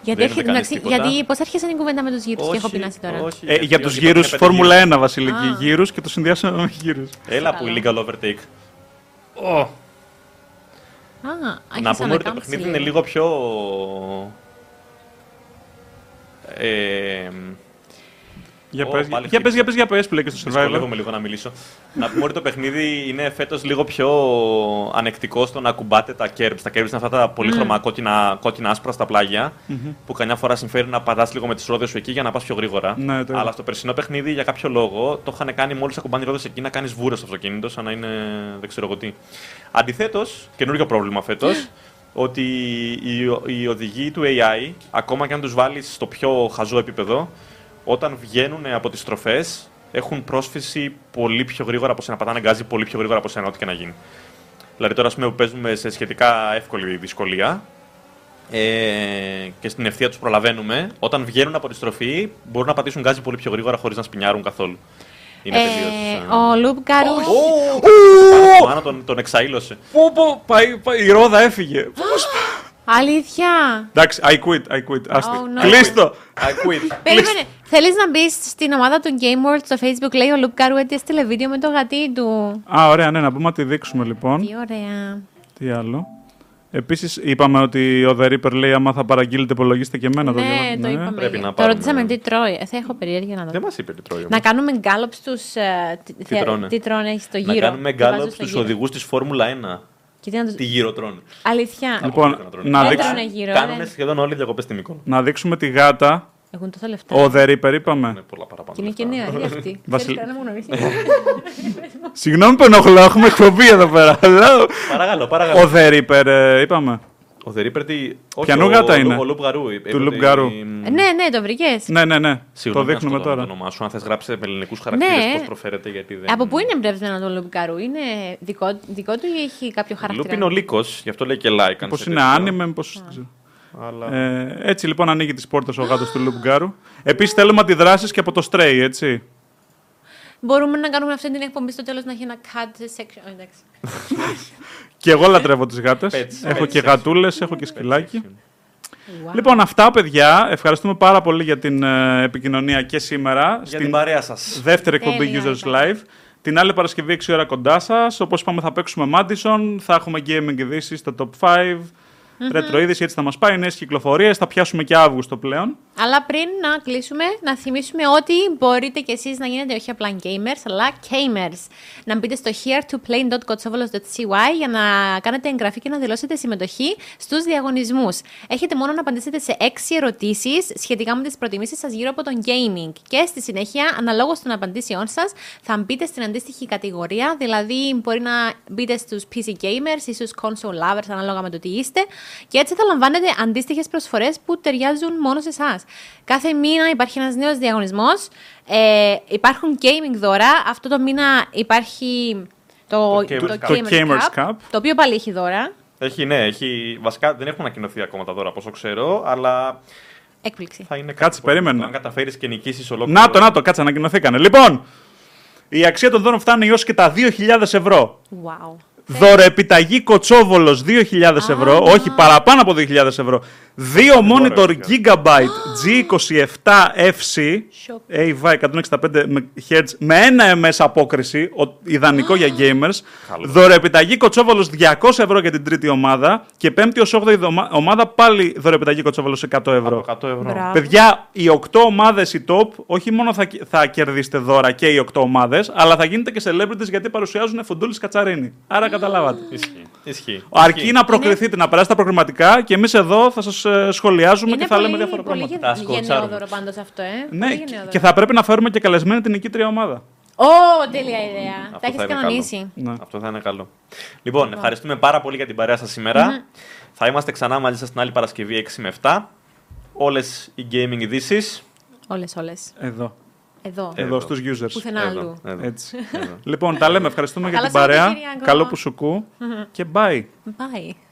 [SPEAKER 3] γιατί
[SPEAKER 2] δεν
[SPEAKER 3] έχει,
[SPEAKER 2] είναι κανείς
[SPEAKER 3] εντάξει,
[SPEAKER 2] τίποτα.
[SPEAKER 3] γιατί πώς άρχισε η κουβέντα με τους γύρους και έχω πεινάσει τώρα.
[SPEAKER 2] όχι,
[SPEAKER 1] Ε, για
[SPEAKER 2] γιατί
[SPEAKER 1] του
[SPEAKER 2] είπα,
[SPEAKER 1] γύρου
[SPEAKER 2] είναι πέντε γύροι.
[SPEAKER 1] Φόρμουλα 1 Βασιλική.
[SPEAKER 3] Α.
[SPEAKER 1] Γύρους και το συνδυάσαμε με γύρους.
[SPEAKER 2] Έλα που
[SPEAKER 3] Καλά.
[SPEAKER 2] legal overtake.
[SPEAKER 3] Α,
[SPEAKER 2] Να
[SPEAKER 3] άρχισα
[SPEAKER 2] πούμε ότι το
[SPEAKER 3] κάμψει
[SPEAKER 2] παιχνίδι είναι λίγο πιο. Ε,
[SPEAKER 1] Για
[SPEAKER 2] Ω,
[SPEAKER 1] πες,
[SPEAKER 2] πάλι
[SPEAKER 1] για πες,
[SPEAKER 2] χτύπησε.
[SPEAKER 1] για πες, για πες που λέει και στο survival.
[SPEAKER 2] Δυσκολεύομαι λίγο να μιλήσω. να πούμε ότι το παιχνίδι είναι φέτος λίγο πιο ανεκτικό στο να ακουμπάτε τα curbs. Τα curbs είναι αυτά τα
[SPEAKER 1] Mm.
[SPEAKER 2] πολύχρωμα κόκκινα, κόκκινα άσπρα στα πλαγια
[SPEAKER 1] Mm-hmm.
[SPEAKER 2] που καμιά φορά συμφέρει να πατάς λίγο με τις ρόδες σου εκεί για να πας πιο γρήγορα.
[SPEAKER 1] Ναι, το-
[SPEAKER 2] Αλλά στο περσινό παιχνίδι για κάποιο λόγο το είχαν κάνει μόλις ακουμπάνε οι ρόδες εκεί να κάνεις βούρα στο αυτοκίνητο, σαν να είναι δεν ξέρω εγώ τι. Αντιθέτως, καινούριο πρόβλημα φέτος, ότι οι, οι οδηγοί του AI, ακόμα και αν τους βάλεις στο πιο χαζό επίπεδο, όταν βγαίνουν από τις στροφές, έχουν πρόσφυση πολύ πιο γρήγορα από σένα. Πατάνε γκάζι πολύ πιο γρήγορα από σένα, ό,τι και να γίνει. Δηλαδή, τώρα, ας πούμε, που παίζουμε σε σχετικά εύκολη δυσκολία ε, και στην ευθεία τους προλαβαίνουμε, όταν βγαίνουν από τη στροφή, μπορούν να πατήσουν γκάζι πολύ πιο γρήγορα χωρίς να σπινιάρουν καθόλου. Είναι
[SPEAKER 3] Ε,
[SPEAKER 2] τελείως, ε,
[SPEAKER 3] Ο Λουπ Γκαρού.
[SPEAKER 2] Μάνα τον, τον εξαήλωσε.
[SPEAKER 1] Πού, πού, πάει, πάει- η ρόδα έφυγε.
[SPEAKER 3] Αλήθεια.
[SPEAKER 1] Εντάξει, I quit, I quit. Άστε.
[SPEAKER 3] Oh, no.
[SPEAKER 1] Κλείστο.
[SPEAKER 2] I quit.
[SPEAKER 3] Περίμενε. Θέλεις να μπεις στην ομάδα του Game World στο Facebook, λέει ο Λουπ Γκαρού έτσι έστειλε βίντεο με το γατί του.
[SPEAKER 1] Α, ωραία, ναι, να πούμε να τη δείξουμε λοιπόν.
[SPEAKER 3] Τι ωραία.
[SPEAKER 1] Τι άλλο. Επίσης, είπαμε ότι ο The Reaper λέει: Άμα θα παραγγείλετε, υπολογίστε και εμένα το
[SPEAKER 3] Ναι,
[SPEAKER 1] γεύμα.
[SPEAKER 3] το είπαμε.
[SPEAKER 2] Πρέπει να
[SPEAKER 3] Το
[SPEAKER 2] πάρουμε. ναι.
[SPEAKER 3] ρωτήσαμε τι τρώει. Ε, Θα έχω περιέργεια να
[SPEAKER 2] Δεν
[SPEAKER 3] δω.
[SPEAKER 2] μας είπε τι τρώει.
[SPEAKER 3] Να
[SPEAKER 2] όμως.
[SPEAKER 3] κάνουμε γκάλωπ στους... ε, Τι θε-
[SPEAKER 2] τρώνε.
[SPEAKER 3] Τι τρώνε στο γύρο.
[SPEAKER 2] να κάνουμε
[SPEAKER 3] Τι βάζουν
[SPEAKER 2] γκάλωπ
[SPEAKER 3] στο
[SPEAKER 2] στου
[SPEAKER 3] γύρο.
[SPEAKER 2] οδηγούς της Φόρμουλα 1.
[SPEAKER 3] Και τι να τους-
[SPEAKER 2] Τι γύρω τρώνε.
[SPEAKER 3] Αλήθεια.
[SPEAKER 1] Λοιπόν,
[SPEAKER 2] Άκουσα τρώνε.
[SPEAKER 1] να,
[SPEAKER 3] Δεν
[SPEAKER 1] δείξουμε,
[SPEAKER 3] τρώνε γύρω,
[SPEAKER 2] Κάνουν
[SPEAKER 3] δεν.
[SPEAKER 2] σχεδόν όλοι διακοπές στη Μύκονο.
[SPEAKER 1] να δείξουμε τη γάτα.
[SPEAKER 3] Έχουν τόσα λεφτά.
[SPEAKER 1] Ο The Reaper, είπαμε.
[SPEAKER 2] Είναι Ναι, πολλά παραπάνω.
[SPEAKER 3] Και είναι και
[SPEAKER 2] λεφτά.
[SPEAKER 3] νέα, είναι αυτή.
[SPEAKER 1] Βασιλ-
[SPEAKER 3] Ξέρεις, κανένα μου γνωρίζει.
[SPEAKER 1] Συγγνώμη που ενοχλώ, έχουμε εκπομπή εδώ πέρα. αλλά
[SPEAKER 2] Παρακαλώ, παρακαλώ.
[SPEAKER 1] Ο The Reaper, ε, είπαμε.
[SPEAKER 2] Ο The Reaper τι. όχι,
[SPEAKER 1] Ποιανού
[SPEAKER 2] ο-
[SPEAKER 1] γάτα
[SPEAKER 2] ο-
[SPEAKER 1] είναι?
[SPEAKER 2] Ο Λουπ Γαρού. είπε
[SPEAKER 1] Του
[SPEAKER 2] ότι-
[SPEAKER 1] Λουπ Γαρού.
[SPEAKER 3] Ε, Ναι, ναι, το βρήκες.
[SPEAKER 1] Ναι, ναι, ναι. το
[SPEAKER 2] Συγγνώμη,
[SPEAKER 1] δείχνουμε
[SPEAKER 2] άσχετα με
[SPEAKER 1] τώρα.
[SPEAKER 2] Το όνομά σου, αν θες γράψε με ελληνικούς χαρακτήρες,
[SPEAKER 3] Ναι.
[SPEAKER 2] πώς προφέρεται. Γιατί δεν...
[SPEAKER 3] Από πού είναι εμπνευσμένο το Λουμπικαρού, είναι δικό, δικό του ή έχει κάποιο
[SPEAKER 2] Λουπ
[SPEAKER 3] χαρακτήρα.
[SPEAKER 2] είναι ο Λύκος, γι' αυτό λέει και like. αν
[SPEAKER 1] Πώ
[SPEAKER 2] σε
[SPEAKER 1] είναι
[SPEAKER 2] τέτοιο.
[SPEAKER 1] άνιμε, πώ.
[SPEAKER 2] Αλλά-
[SPEAKER 1] Ε, έτσι λοιπόν ανοίγει τις πόρτες ο γάτος του Λουμπγκάρου. Επίσης θέλουμε αντιδράσεις και από το Stray, έτσι.
[SPEAKER 3] Μπορούμε να κάνουμε αυτή την εκπομπή στο τέλος να έχει ένα cut section. Ω, εντάξει.
[SPEAKER 1] Και εγώ λατρεύω τι γάτες.
[SPEAKER 2] Pets,
[SPEAKER 1] Έχω
[SPEAKER 2] pets
[SPEAKER 1] και
[SPEAKER 2] section.
[SPEAKER 1] γατούλες, έχω και σκυλάκι.
[SPEAKER 3] Wow.
[SPEAKER 1] Λοιπόν, αυτά παιδιά. Ευχαριστούμε πάρα πολύ για την ε, επικοινωνία και σήμερα.
[SPEAKER 2] Για την παρέα σας.
[SPEAKER 1] δεύτερη εκπομπή
[SPEAKER 3] Τέλεια
[SPEAKER 1] Users
[SPEAKER 3] ήταν.
[SPEAKER 1] Live. Την άλλη Παρασκευή 6 ώρα κοντά σας. Όπως είπαμε, θα παίξουμε Madison, θα έχουμε gaming ειδήσεις στα top 5. Ρετροείδηση, έτσι θα μας πάει. Νέες κυκλοφορίες. Θα πιάσουμε και Αύγουστο πλέον.
[SPEAKER 3] Αλλά πριν να κλείσουμε, να θυμίσουμε ότι μπορείτε κι εσείς να γίνετε όχι απλά gamers, αλλά gamers. Να μπείτε στο here2play.kotsovolos.cy για να κάνετε εγγραφή και να δηλώσετε συμμετοχή στους διαγωνισμούς. Έχετε μόνο να απαντήσετε σε 6 ερωτήσεις σχετικά με τις προτιμήσεις σας γύρω από τον gaming. Και στη συνέχεια, αναλόγως των απαντήσεών σας, θα μπείτε στην αντίστοιχη κατηγορία, δηλαδή μπορεί να μπείτε στους PC gamers ή στους console lovers, ανάλογα με το τι είστε, και έτσι θα λαμβάνετε αντίστοιχες προσφορές που ταιριάζουν μόνο σε εσάς. Κάθε μήνα υπάρχει ένας νέος διαγωνισμός. Ε, υπάρχουν gaming δώρα. Αυτό το μήνα υπάρχει το,
[SPEAKER 2] Το Gamers
[SPEAKER 1] Το
[SPEAKER 2] Cup.
[SPEAKER 1] Gamers Cup.
[SPEAKER 3] το οποίο πάλι έχει δώρα.
[SPEAKER 2] Έχει, ναι, έχει. Βασικά δεν έχουν ανακοινωθεί ακόμα τα δώρα, από όσο ξέρω, αλλά
[SPEAKER 3] Έκπληξη.
[SPEAKER 2] θα είναι κάτι.
[SPEAKER 1] Κάτσε,
[SPEAKER 2] πολύ
[SPEAKER 1] περίμενε.
[SPEAKER 2] καλό. Αν καταφέρεις και νικήσεις ολόκληρο.
[SPEAKER 1] Να το, να το, κάτσε, ανακοινωθήκανε. Λοιπόν, η αξία των δώρων φτάνει έως και τα 2.000 ευρώ.
[SPEAKER 3] Wow.
[SPEAKER 1] Δωρεπιταγή Κοτσόβολος 2.000 ευρώ, όχι παραπάνω από 2.000 ευρώ. Δύο monitor
[SPEAKER 2] ωραία.
[SPEAKER 1] Gigabyte G27FC
[SPEAKER 3] Σοκ.
[SPEAKER 1] AVI 165 Hz με ένα MS απόκριση, ο- ιδανικό για gamers.
[SPEAKER 2] Καλό.
[SPEAKER 1] Δωρεπιταγή κοτσόβολος 200 ευρώ για την τρίτη ομάδα και πέμπτη ως όγδοη δομα- ομάδα πάλι δωρεπιταγή κοτσόβολος 100 ευρώ.
[SPEAKER 2] 100 ευρώ.
[SPEAKER 3] Μπράβο.
[SPEAKER 1] Παιδιά, οι 8 ομάδες οι top, όχι μόνο θα, θα κερδίσετε δώρα και οι 8 ομάδες, αλλά θα γίνετε και celebrities γιατί παρουσιάζουν φουντούλη κατσαρίνη. Άρα καταλάβατε.
[SPEAKER 2] Ισχύει. Ισχύει.
[SPEAKER 1] Αρκεί να προκριθείτε, να περάσετε τα προκριματικά και εμείς εδώ θα σας σχολιάζουμε
[SPEAKER 3] Είναι
[SPEAKER 1] και θα
[SPEAKER 3] πολύ,
[SPEAKER 1] λέμε διάφορα
[SPEAKER 3] πολύ
[SPEAKER 1] πράγματα.
[SPEAKER 3] γεν-
[SPEAKER 2] Τα
[SPEAKER 3] γενναιόδωρο
[SPEAKER 2] σκοτσάρουμε.
[SPEAKER 3] πάντως αυτό, ε.
[SPEAKER 1] Ναι,
[SPEAKER 3] Πολύ
[SPEAKER 1] και-
[SPEAKER 3] γενναιόδωρο.
[SPEAKER 1] και θα πρέπει να φέρουμε και καλεσμένη την νικήτρια ομάδα.
[SPEAKER 3] Ω, τέλεια ιδέα.
[SPEAKER 2] Αυτό
[SPEAKER 3] Τα έχεις
[SPEAKER 2] θα είναι
[SPEAKER 3] κανονίσει.
[SPEAKER 2] καλό.
[SPEAKER 1] Ναι.
[SPEAKER 2] Αυτό θα είναι καλό. Λοιπόν, ευχαριστούμε πάρα πολύ για την παρέα σας σήμερα. Θα είμαστε ξανά μαζί σας την άλλη Παρασκευή 6 με 7. Όλες οι gaming ειδήσεις.
[SPEAKER 3] Όλες, όλες.
[SPEAKER 1] Εδώ.
[SPEAKER 3] Εδώ.
[SPEAKER 1] Εδώ,
[SPEAKER 2] Εδώ.
[SPEAKER 1] στους users.
[SPEAKER 3] Πουθενά αλλού.
[SPEAKER 1] Έτσι. λοιπόν, τα λέμε. Ευχαριστούμε για
[SPEAKER 3] Καλό
[SPEAKER 1] την παρέα.
[SPEAKER 3] Σαββατοκύριακο.
[SPEAKER 1] Καλό που σου κού. Και bye.
[SPEAKER 3] Bye.